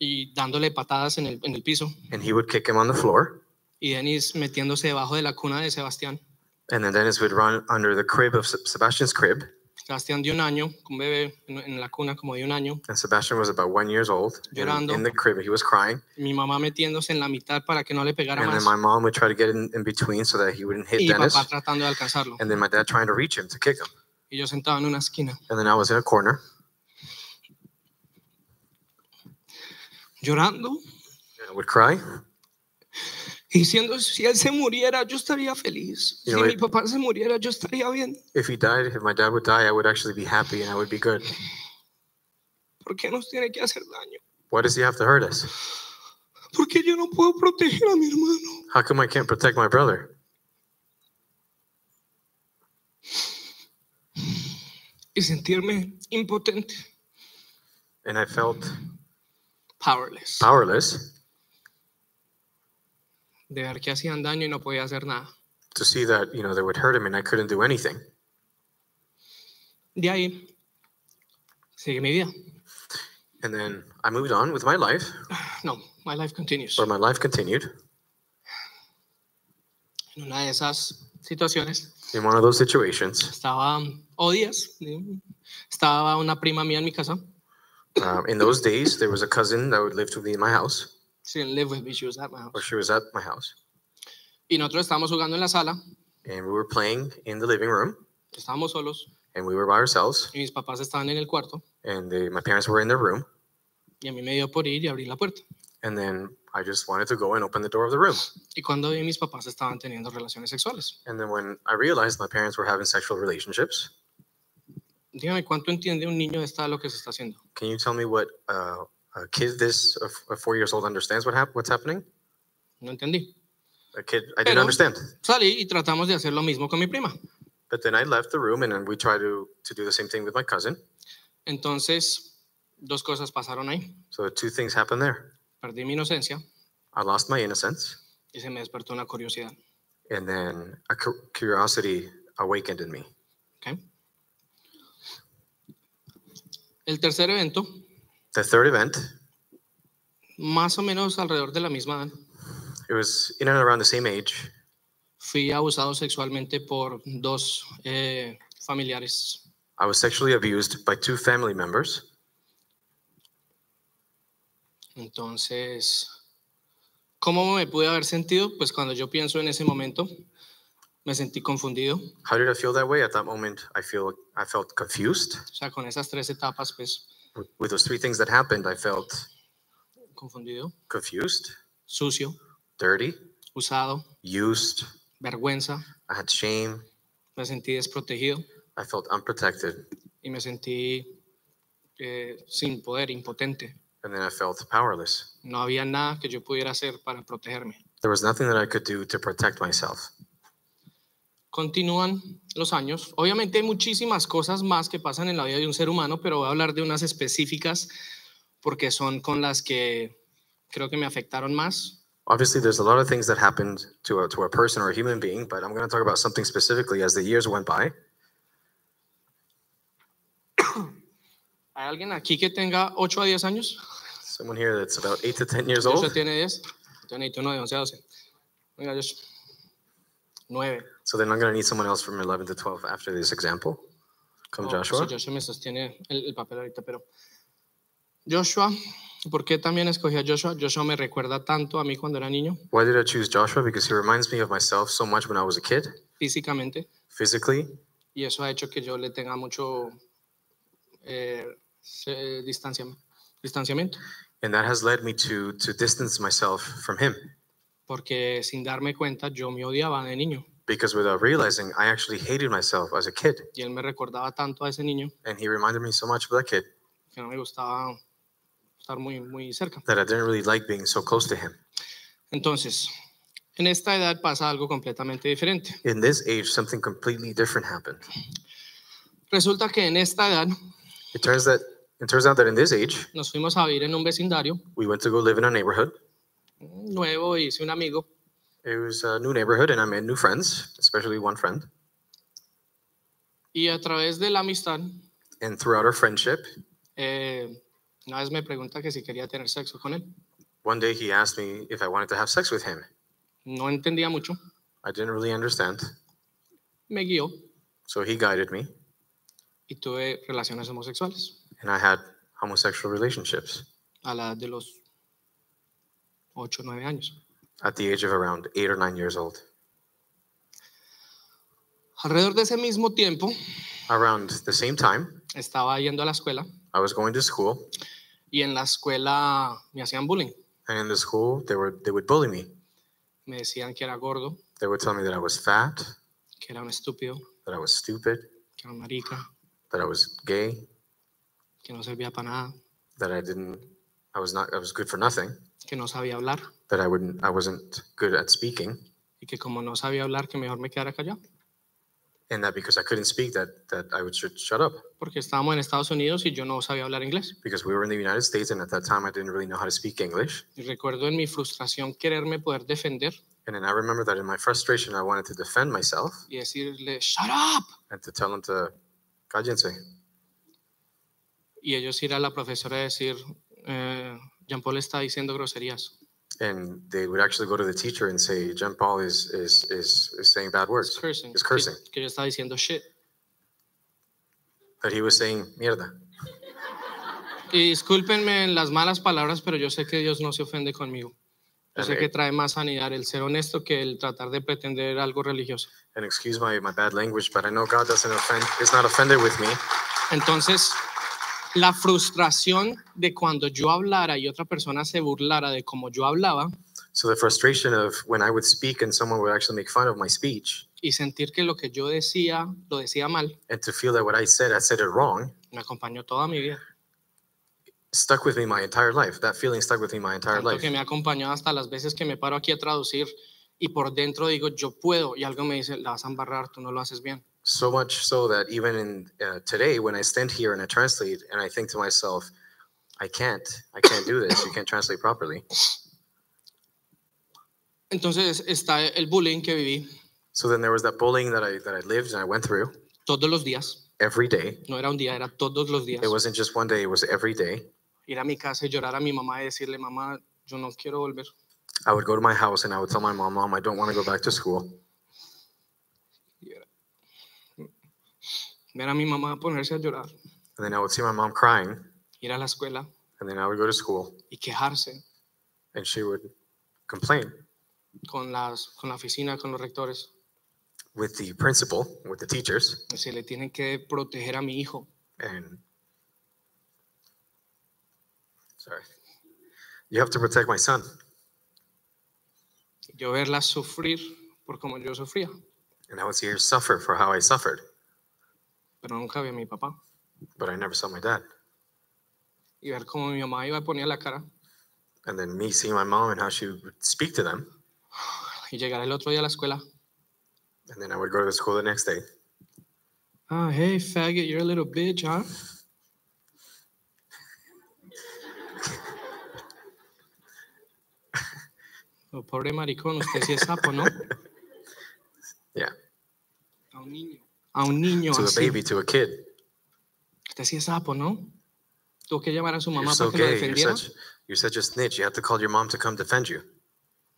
[SPEAKER 2] y dándole patadas en el, en el piso
[SPEAKER 3] and he would kick him on the floor,
[SPEAKER 2] y Dennis metiéndose debajo de la cuna de Sebastián.
[SPEAKER 3] and then Dennis would run under the crib of Seb- Sebastian's crib,
[SPEAKER 2] Sebastián de un año, un bebé en, en la cuna como de un año,
[SPEAKER 3] and Sebastian was about one years old and
[SPEAKER 2] Llorando.
[SPEAKER 3] in the crib. He was crying,
[SPEAKER 2] mi mamá metiéndose en la mitad para que no le pegara
[SPEAKER 3] and then
[SPEAKER 2] más
[SPEAKER 3] my mom would try to get in, in between so that he wouldn't hit
[SPEAKER 2] y
[SPEAKER 3] Dennis,
[SPEAKER 2] papá tratando de alcanzarlo.
[SPEAKER 3] and then my dad trying to reach him to kick him,
[SPEAKER 2] Y yo sentado en una esquina,
[SPEAKER 3] and then I was in a corner
[SPEAKER 2] llorando
[SPEAKER 3] and I would cry.
[SPEAKER 2] y diciendo, si él se muriera, yo estaría feliz.
[SPEAKER 3] Y
[SPEAKER 2] Si
[SPEAKER 3] hoy-
[SPEAKER 2] mi papá se muriera, yo estaría bien.
[SPEAKER 3] If he died, if my dad would die, I would actually be happy and I would be good.
[SPEAKER 2] ¿Por qué nos tiene que hacer daño?
[SPEAKER 3] Why does he have to hurt us?
[SPEAKER 2] ¿Por qué yo no puedo proteger a mi hermano?
[SPEAKER 3] How come I can't protect my brother?
[SPEAKER 2] Y sentirme impotente,
[SPEAKER 3] And I felt
[SPEAKER 2] powerless,
[SPEAKER 3] powerless
[SPEAKER 2] de ver que hacían daño y no podía hacer nada.
[SPEAKER 3] to see that you know they would hurt him and I couldn't do anything.
[SPEAKER 2] De ahí, sigue mi vida.
[SPEAKER 3] And then I moved on with my life,
[SPEAKER 2] No, my life continues.
[SPEAKER 3] or my life continued.
[SPEAKER 2] En una de esas situaciones
[SPEAKER 3] In one of those situations,
[SPEAKER 2] estaba odias, estaba una prima mía en mi casa.
[SPEAKER 3] um, in those days, there was a cousin that would lived with me in my house,
[SPEAKER 2] She didn't live with me, she was at my
[SPEAKER 3] or
[SPEAKER 2] house.
[SPEAKER 3] she was at my house,
[SPEAKER 2] Y nosotros estábamos jugando en la sala,
[SPEAKER 3] and we were playing in the living room,
[SPEAKER 2] estábamos solos
[SPEAKER 3] and we were by ourselves,
[SPEAKER 2] y mis papás estaban en el cuarto.
[SPEAKER 3] and they, my parents were in their room,
[SPEAKER 2] Y a mí me dio por ir y abrir la puerta.
[SPEAKER 3] and then I just wanted to go and open the door of the room,
[SPEAKER 2] Y cuando vi, mis papás estaban teniendo relaciones sexuales.
[SPEAKER 3] and then when I realized my parents were having sexual relationships,
[SPEAKER 2] Dígame, ¿cuánto entiende un niño de esta edad lo que se está haciendo?
[SPEAKER 3] can you tell me what uh, a kid this of of four years old understands what hap- what's happening?
[SPEAKER 2] No entendí.
[SPEAKER 3] A kid, I didn't
[SPEAKER 2] Pero-
[SPEAKER 3] understand.
[SPEAKER 2] Salí y tratamos de hacer lo mismo con mi prima.
[SPEAKER 3] But then I left the room, and then we tried to to do the same thing with my cousin.
[SPEAKER 2] Entonces, dos cosas pasaron ahí.
[SPEAKER 3] So two things happened there.
[SPEAKER 2] Perdí mi inocencia
[SPEAKER 3] I lost my innocence,
[SPEAKER 2] y se me despertó una curiosidad.
[SPEAKER 3] and then a cu- curiosity awakened in me.
[SPEAKER 2] ¿ok? El tercer evento,
[SPEAKER 3] The third event,
[SPEAKER 2] más o menos alrededor de la misma edad,
[SPEAKER 3] it was in and around the same age.
[SPEAKER 2] fui abusado sexualmente por dos eh, familiares.
[SPEAKER 3] I was sexually abused by two family members.
[SPEAKER 2] Entonces, ¿cómo me pude haber sentido? Pues cuando yo pienso en ese momento, me sentí confundido. O
[SPEAKER 3] How did I feel that way? At that moment, I feel I felt confused.
[SPEAKER 2] sea, con esas tres etapas, pues
[SPEAKER 3] With- With those three things that happened, I felt
[SPEAKER 2] confundido,
[SPEAKER 3] confused,
[SPEAKER 2] sucio,
[SPEAKER 3] dirty,
[SPEAKER 2] usado,
[SPEAKER 3] used.
[SPEAKER 2] vergüenza,
[SPEAKER 3] I had shame.
[SPEAKER 2] me sentí desprotegido
[SPEAKER 3] I felt unprotected,
[SPEAKER 2] y me sentí eh, sin poder, impotente.
[SPEAKER 3] and then I felt powerless.
[SPEAKER 2] No había nada que yo pudiera hacer para protegerme.
[SPEAKER 3] There was nothing that I could do to protect myself.
[SPEAKER 2] Continúan los años. Obviamente hay muchísimas cosas más que pasan en la vida de un ser humano, pero voy a hablar de unas específicas porque son con las que creo que me afectaron más.
[SPEAKER 3] Obviously, there's a lot of things that happened to a, to a person or a human being, but I'm going to talk about something specifically as the years went by.
[SPEAKER 2] ¿Hay alguien aquí que tenga 8 a 10 años?
[SPEAKER 3] Someone here that's about eight to 10 years
[SPEAKER 2] Joshua
[SPEAKER 3] old.
[SPEAKER 2] tiene 10. Yo necesito uno de 11 a 12. Venga, Joshua. 9.
[SPEAKER 3] So then I'm going to need someone else from 11 to 12 after this example.
[SPEAKER 2] Oh,
[SPEAKER 3] Come, Joshua.
[SPEAKER 2] pues, Joshua me sostiene el, el papel ahorita, pero... Joshua, ¿por qué también escogí a Joshua? Joshua me recuerda tanto a mí cuando era niño,
[SPEAKER 3] Why did I choose Joshua? Because he reminds me of myself so much when I was a kid,
[SPEAKER 2] físicamente.
[SPEAKER 3] physically,
[SPEAKER 2] y eso ha hecho que yo le tenga mucho eh, se- distancia- distanciamiento,
[SPEAKER 3] and that has led me to to distance myself from him.
[SPEAKER 2] porque sin darme cuenta yo me odiaba de niño
[SPEAKER 3] Because without realizing, I actually hated myself as a kid,
[SPEAKER 2] y él me recordaba tanto a ese niño
[SPEAKER 3] and he reminded me so much of that kid
[SPEAKER 2] que no me gustaba estar muy, muy cerca.
[SPEAKER 3] that I didn't really like being so close to him.
[SPEAKER 2] Entonces, en esta edad pasa algo completamente diferente.
[SPEAKER 3] In this age, something completely different happened.
[SPEAKER 2] Resulta que en esta edad
[SPEAKER 3] It turns that It turns out that in this age,
[SPEAKER 2] Nos fuimos a vivir en un vecindario
[SPEAKER 3] we went to go live in a neighborhood.
[SPEAKER 2] nuevo, hice un amigo.
[SPEAKER 3] It was a new neighborhood, and I made new friends, especially one friend.
[SPEAKER 2] Y a través de la amistad,
[SPEAKER 3] And throughout our friendship,
[SPEAKER 2] eh, una vez me pregunta que si quería tener sexo con él.
[SPEAKER 3] one day he asked me if I wanted to have sex with him.
[SPEAKER 2] No entendía mucho,
[SPEAKER 3] I didn't really understand,
[SPEAKER 2] me guió
[SPEAKER 3] so he guided me,
[SPEAKER 2] y tuve relaciones homosexuales
[SPEAKER 3] and I had homosexual relationships
[SPEAKER 2] a la edad de los 8 o 9 años.
[SPEAKER 3] at the age of around eight or nine years old.
[SPEAKER 2] Alrededor de ese mismo tiempo,
[SPEAKER 3] Around the same time,
[SPEAKER 2] estaba yendo a la escuela
[SPEAKER 3] I was going to school,
[SPEAKER 2] y en la escuela me hacían bullying.
[SPEAKER 3] and in the school, they were they would bully me.
[SPEAKER 2] Me decían que era gordo,
[SPEAKER 3] They would tell me that I was fat,
[SPEAKER 2] que era un estúpido,
[SPEAKER 3] that I was stupid,
[SPEAKER 2] que era un marica,
[SPEAKER 3] that I was gay,
[SPEAKER 2] que no servía para nada,
[SPEAKER 3] that I didn't, I was not, I was good for nothing,
[SPEAKER 2] que no sabía hablar
[SPEAKER 3] that I wouldn't, I wasn't good at speaking,
[SPEAKER 2] y que como no sabía hablar, que mejor me quedara callado.
[SPEAKER 3] and that because I couldn't speak, that that I would should shut up
[SPEAKER 2] Porque estábamos en Estados Unidos y yo no sabía hablar inglés.
[SPEAKER 3] because we were in the United States, and at that time, I didn't really know how to speak English.
[SPEAKER 2] Y recuerdo en mi frustración quererme poder defender
[SPEAKER 3] And then I remember that in my frustration, I wanted to defend myself
[SPEAKER 2] y decirle, ¡Shut up!
[SPEAKER 3] and to tell him to, cállense.
[SPEAKER 2] Y ellos ir a la profesora y decir, eh, Jean Paul está diciendo groserías.
[SPEAKER 3] And they would actually go to the teacher and say, Jean Paul is is is, is saying bad
[SPEAKER 2] It's
[SPEAKER 3] words.
[SPEAKER 2] cursing.
[SPEAKER 3] It's cursing.
[SPEAKER 2] Que, que yo estaba diciendo shit.
[SPEAKER 3] That he was saying mierda.
[SPEAKER 2] Y discúlpenme en las malas palabras, pero yo sé que Dios no se ofende conmigo. Yo sé
[SPEAKER 3] Amén.
[SPEAKER 2] que trae más sanidad el ser honesto que el tratar de pretender algo religioso.
[SPEAKER 3] And excuse my, my bad language, but I know God doesn't offend is not offended with me.
[SPEAKER 2] Entonces, la frustración de cuando yo hablara y otra persona se burlara de cómo yo hablaba
[SPEAKER 3] So the frustration of when I would speak and someone would actually make fun of my speech,
[SPEAKER 2] y sentir que lo que yo decía lo decía mal,
[SPEAKER 3] and to feel that what I said, I said it wrong,
[SPEAKER 2] me acompañó toda mi vida.
[SPEAKER 3] stuck with me my entire life. That feeling stuck with me my entire
[SPEAKER 2] Tanto
[SPEAKER 3] life.
[SPEAKER 2] que me ha acompañado hasta las veces que me paro aquí a traducir y por dentro digo, yo puedo, y algo me dice, la vas a embarrar, tú no lo haces bien.
[SPEAKER 3] So much so that even in uh, today, when I stand here and I translate, and I think to myself, I can't, I can't do this. You can't translate properly.
[SPEAKER 2] Entonces está el bullying que viví
[SPEAKER 3] So then there was that bullying that I that I lived and I went through
[SPEAKER 2] todos los días,
[SPEAKER 3] every day.
[SPEAKER 2] no era un día, era todos los días.
[SPEAKER 3] It wasn't just one day; it was every day.
[SPEAKER 2] Ir a mi casa y llorar a mi mamá y decirle, mamá, yo no quiero volver.
[SPEAKER 3] I would go to my house and I would tell my mom, "Mom, I don't want to go back to school."
[SPEAKER 2] Ver a mi mamá ponerse a llorar,
[SPEAKER 3] And then I would see my mom crying,
[SPEAKER 2] ir a la escuela
[SPEAKER 3] and then I would go to school,
[SPEAKER 2] y quejarse
[SPEAKER 3] and she would complain
[SPEAKER 2] con, las, con la oficina, con los rectores.
[SPEAKER 3] with the principal, with the teachers,
[SPEAKER 2] Se le tienen que proteger a mi hijo.
[SPEAKER 3] and sorry, you have to protect my son.
[SPEAKER 2] Yo verla sufrir por como yo sufría,
[SPEAKER 3] And I would see her suffer for how I suffered,
[SPEAKER 2] pero nunca vi a mi papá.
[SPEAKER 3] but I never saw my dad.
[SPEAKER 2] Y ver cómo mi mamá iba y ponía la cara
[SPEAKER 3] And then me seeing my mom and how she would speak to them,
[SPEAKER 2] y llegar el otro día a la escuela.
[SPEAKER 3] and then I would go to the school the next day.
[SPEAKER 2] Ah, hey, faggot, you're a little bitch, huh? [laughs] Oh, pobre maricón, usted sí es sapo, ¿no?
[SPEAKER 3] Yeah,
[SPEAKER 2] A un niño. A un niño
[SPEAKER 3] to a
[SPEAKER 2] así.
[SPEAKER 3] baby, to a kid.
[SPEAKER 2] Usted sí es sapo, ¿no? Tuvo que llamar a su
[SPEAKER 3] You're
[SPEAKER 2] mamá
[SPEAKER 3] so
[SPEAKER 2] para que lo
[SPEAKER 3] gay. You're
[SPEAKER 2] defendiera.
[SPEAKER 3] such, you're such a snitch. You have to call your mom to come defend you.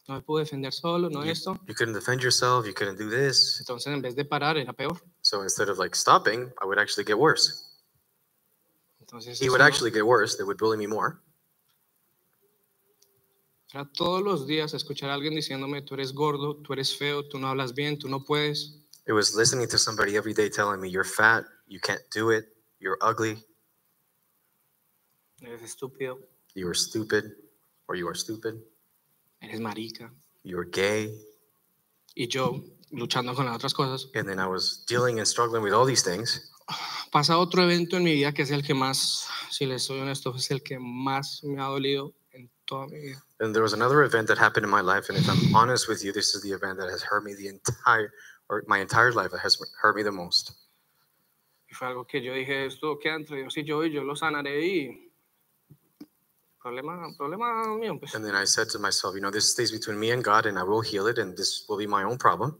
[SPEAKER 2] No me pude defender solo, no esto.
[SPEAKER 3] You couldn't defend yourself. You couldn't do this.
[SPEAKER 2] Entonces, en vez de parar, era peor.
[SPEAKER 3] So instead of like stopping, I would actually get worse.
[SPEAKER 2] Entonces,
[SPEAKER 3] He
[SPEAKER 2] eso
[SPEAKER 3] would
[SPEAKER 2] no-
[SPEAKER 3] actually get worse. They would bully me more.
[SPEAKER 2] era todos los días escuchar a alguien diciéndome, tú eres gordo, tú eres feo, tú no hablas bien, tú no puedes.
[SPEAKER 3] It was listening to somebody every day telling me, "You're fat. You can't do it. You're ugly.
[SPEAKER 2] Eres estúpido,
[SPEAKER 3] You are stupid, or you are stupid.
[SPEAKER 2] eres marica.
[SPEAKER 3] You're gay."
[SPEAKER 2] y yo luchando con las otras cosas.
[SPEAKER 3] And then I was dealing and struggling with all these things.
[SPEAKER 2] Pasa otro evento en mi vida que es el que más, si les soy honesto, es el que más me ha dolido en toda mi vida.
[SPEAKER 3] And there was another event that happened in my life. And if I'm honest with you, this is the event that has hurt me the entire, or my entire life that has hurt me the most.
[SPEAKER 2] Y Y fue algo que yo dije, esto queda entre Dios y yo y yo lo sanaré y problema, problema mío. Pues.
[SPEAKER 3] And then I said to myself, you know, this stays between me and God, and I will heal it, and this will be my own problem.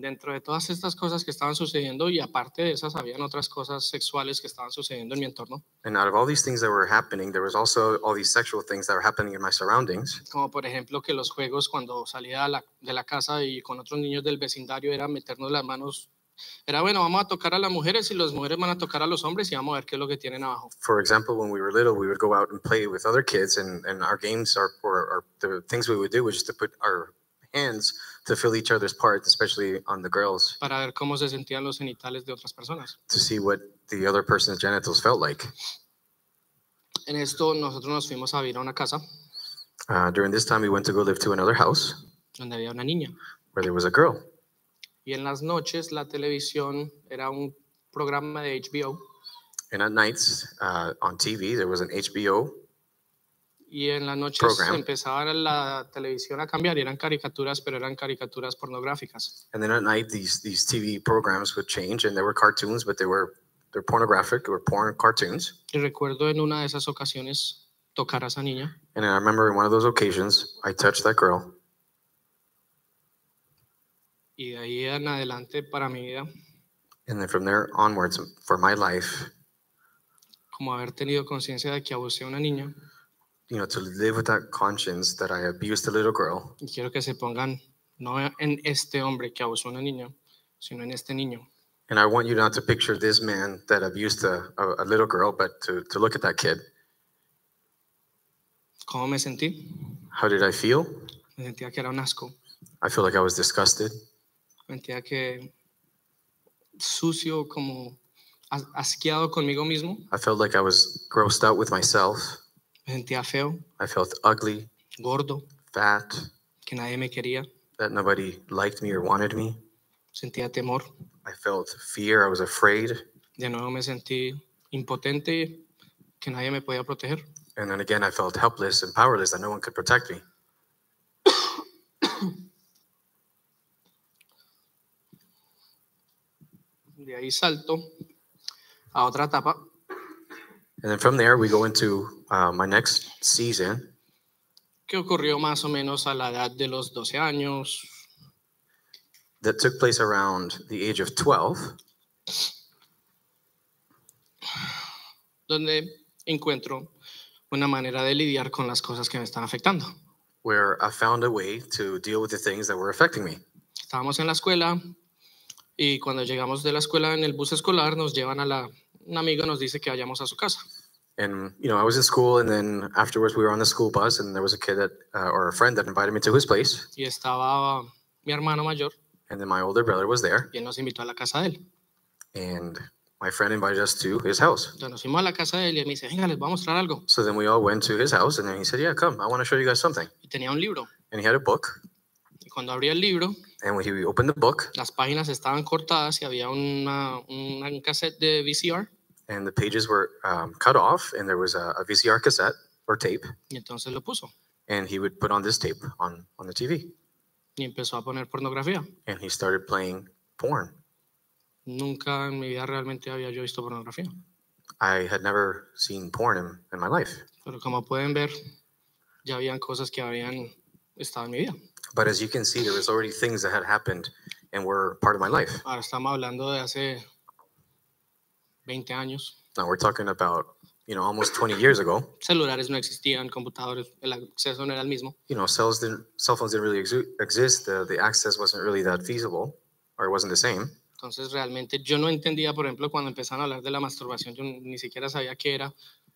[SPEAKER 2] Dentro de todas estas cosas que estaban sucediendo y aparte de esas habían otras cosas sexuales que estaban sucediendo en mi entorno,
[SPEAKER 3] And out of all these things that were happening, there was also all these sexual things that were happening in my surroundings.
[SPEAKER 2] como por ejemplo que los juegos cuando salía de la, de la casa y con otros niños del vecindario era meternos las manos, era bueno, vamos a tocar a las mujeres y las mujeres van a tocar a los hombres y vamos a ver qué es lo que tienen abajo.
[SPEAKER 3] For example, when we were little, we would go out and play with other kids, and, and our games are, or, or the things we would do was just to put our hands to fill each other's parts, especially on the girls,
[SPEAKER 2] para ver cómo se sentían los genitales de otras personas.
[SPEAKER 3] to see what the other person's genitals felt like.
[SPEAKER 2] En esto nosotros nos fuimos a vivir a una casa
[SPEAKER 3] Uh, during this time, we went to go live to another house
[SPEAKER 2] donde había una niña
[SPEAKER 3] where there was a girl.
[SPEAKER 2] y en las noches la televisión era un programa de HBO
[SPEAKER 3] And at nights uh, on TV, there was an HBO
[SPEAKER 2] y en las noches
[SPEAKER 3] Program.
[SPEAKER 2] empezaba la televisión a cambiar y eran caricaturas, pero eran caricaturas pornográficas.
[SPEAKER 3] And then at night, these these TV programs would change, and there were cartoons, but they were they're pornographic or porn cartoons.
[SPEAKER 2] Y recuerdo en una de esas ocasiones tocar a esa niña
[SPEAKER 3] And I remember in one of those occasions, I touched that girl,
[SPEAKER 2] y de ahí en adelante para mi vida,
[SPEAKER 3] and then from there onwards, for my life,
[SPEAKER 2] como haber tenido conciencia de que abusé a una niña,
[SPEAKER 3] you know, to live with that conscience that I abused a little girl.
[SPEAKER 2] y quiero que se pongan no en este hombre que abusó a una niña, sino en este niño.
[SPEAKER 3] And I want you not to picture this man that abused a, a, a little girl, but to, to look at that kid.
[SPEAKER 2] ¿Cómo me sentí?
[SPEAKER 3] How did I feel?
[SPEAKER 2] Me sentía que era un asco,
[SPEAKER 3] I feel like I was disgusted.
[SPEAKER 2] me sentía que sucio, como as- asqueado conmigo mismo,
[SPEAKER 3] I felt like I was grossed out with myself.
[SPEAKER 2] me sentía feo,
[SPEAKER 3] I felt ugly,
[SPEAKER 2] gordo,
[SPEAKER 3] fat,
[SPEAKER 2] que nadie me quería,
[SPEAKER 3] that nobody liked me or wanted me.
[SPEAKER 2] sentía temor,
[SPEAKER 3] I felt fear. I was afraid.
[SPEAKER 2] de nuevo me sentí impotente, que nadie me podía proteger.
[SPEAKER 3] And then again, I felt helpless and powerless that no one could protect me.
[SPEAKER 2] De ahí salto a otra etapa
[SPEAKER 3] And then from there, we go into uh, my next season.
[SPEAKER 2] que ocurrió más o menos a la edad de los 12 años,
[SPEAKER 3] That took place around the age of 12,
[SPEAKER 2] donde encuentro una manera de lidiar con las cosas que me están afectando.
[SPEAKER 3] where I found a way to deal with the things that were affecting me.
[SPEAKER 2] estábamos en la escuela y cuando llegamos de la escuela en el bus escolar nos llevan a la un amigo nos dice que vayamos a su casa
[SPEAKER 3] And, you know, I was in school, and then afterwards, we were on the school bus, and there was a kid that, uh, or a friend that invited me to his place.
[SPEAKER 2] y estaba mi hermano mayor
[SPEAKER 3] And then my older brother was there,
[SPEAKER 2] y él nos invitó a la casa de él.
[SPEAKER 3] and my friend invited us to his house.
[SPEAKER 2] Entonces nos fuimos a la casa de él y él me dice, venga, les voy a mostrar algo.
[SPEAKER 3] So then we all went to his house, and then he said, Yeah, come, I want to show you guys something.
[SPEAKER 2] Y tenía un libro.
[SPEAKER 3] And he had a book,
[SPEAKER 2] Y cuando abrí el libro,
[SPEAKER 3] and when he opened the book,
[SPEAKER 2] las páginas estaban cortadas y había una, una- un cassette de VCR.
[SPEAKER 3] and the pages were um, cut off, and there was a, a VCR cassette or tape,
[SPEAKER 2] Y entonces lo puso
[SPEAKER 3] and he would put on this tape on on the TV,
[SPEAKER 2] y empezó a poner pornografía.
[SPEAKER 3] and he started playing porn.
[SPEAKER 2] Nunca en mi vida realmente había yo visto pornografía.
[SPEAKER 3] I had never seen porn in, in my life,
[SPEAKER 2] Pero como pueden ver, ya habían cosas que habían estado en mi vida.
[SPEAKER 3] but as you can see, there was already things that had happened and were part of my life.
[SPEAKER 2] Ahora estamos hablando de hace 20 años.
[SPEAKER 3] Now we're talking about you know almost 20 years ago.
[SPEAKER 2] Celulares no existían, computadores, el acceso no era el mismo.
[SPEAKER 3] You know, cells didn't, cell phones didn't really exu- exist. The the access wasn't really that feasible, or it wasn't the same.
[SPEAKER 2] Entonces realmente yo no entendía, por ejemplo, cuando empezaron a hablar de la masturbación, yo ni siquiera sabía qué era.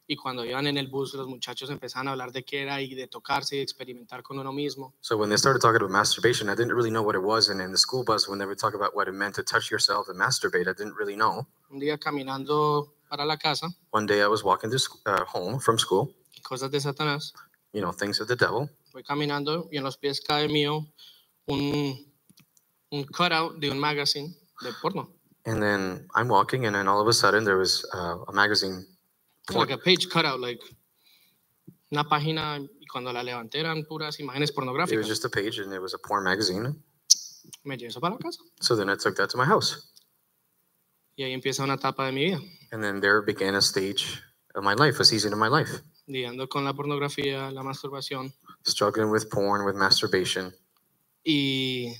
[SPEAKER 2] Y cuando iban en el bus, los muchachos empezaban a hablar de qué era y de tocarse y de experimentar con uno mismo.
[SPEAKER 3] So when they started talking about masturbation, I didn't really know what it was. And in the school bus, when they would talk about what it meant to touch yourself and masturbate, I didn't really know.
[SPEAKER 2] Un día caminando para la casa,
[SPEAKER 3] One day I was walking to sc- uh, home from school,
[SPEAKER 2] cosas de Satanás,
[SPEAKER 3] you know, things of the devil,
[SPEAKER 2] voy caminando y en los pies cae mío un, un cutout de un magazine de porno.
[SPEAKER 3] and then I'm walking, and then all of a sudden there was uh, a magazine.
[SPEAKER 2] Yeah, like a page cutout, like una página y cuando la levanté eran puras imágenes
[SPEAKER 3] It was
[SPEAKER 2] pornográficas.
[SPEAKER 3] just a page, and it was a porn magazine.
[SPEAKER 2] Me llevé eso para la casa
[SPEAKER 3] So then I took that to my house,
[SPEAKER 2] y Y ahí empieza una etapa de mi vida,
[SPEAKER 3] And then there began a stage of my life, a season of my life,
[SPEAKER 2] lidiando con la pornografía, la masturbación.
[SPEAKER 3] struggling with porn, with masturbation.
[SPEAKER 2] Y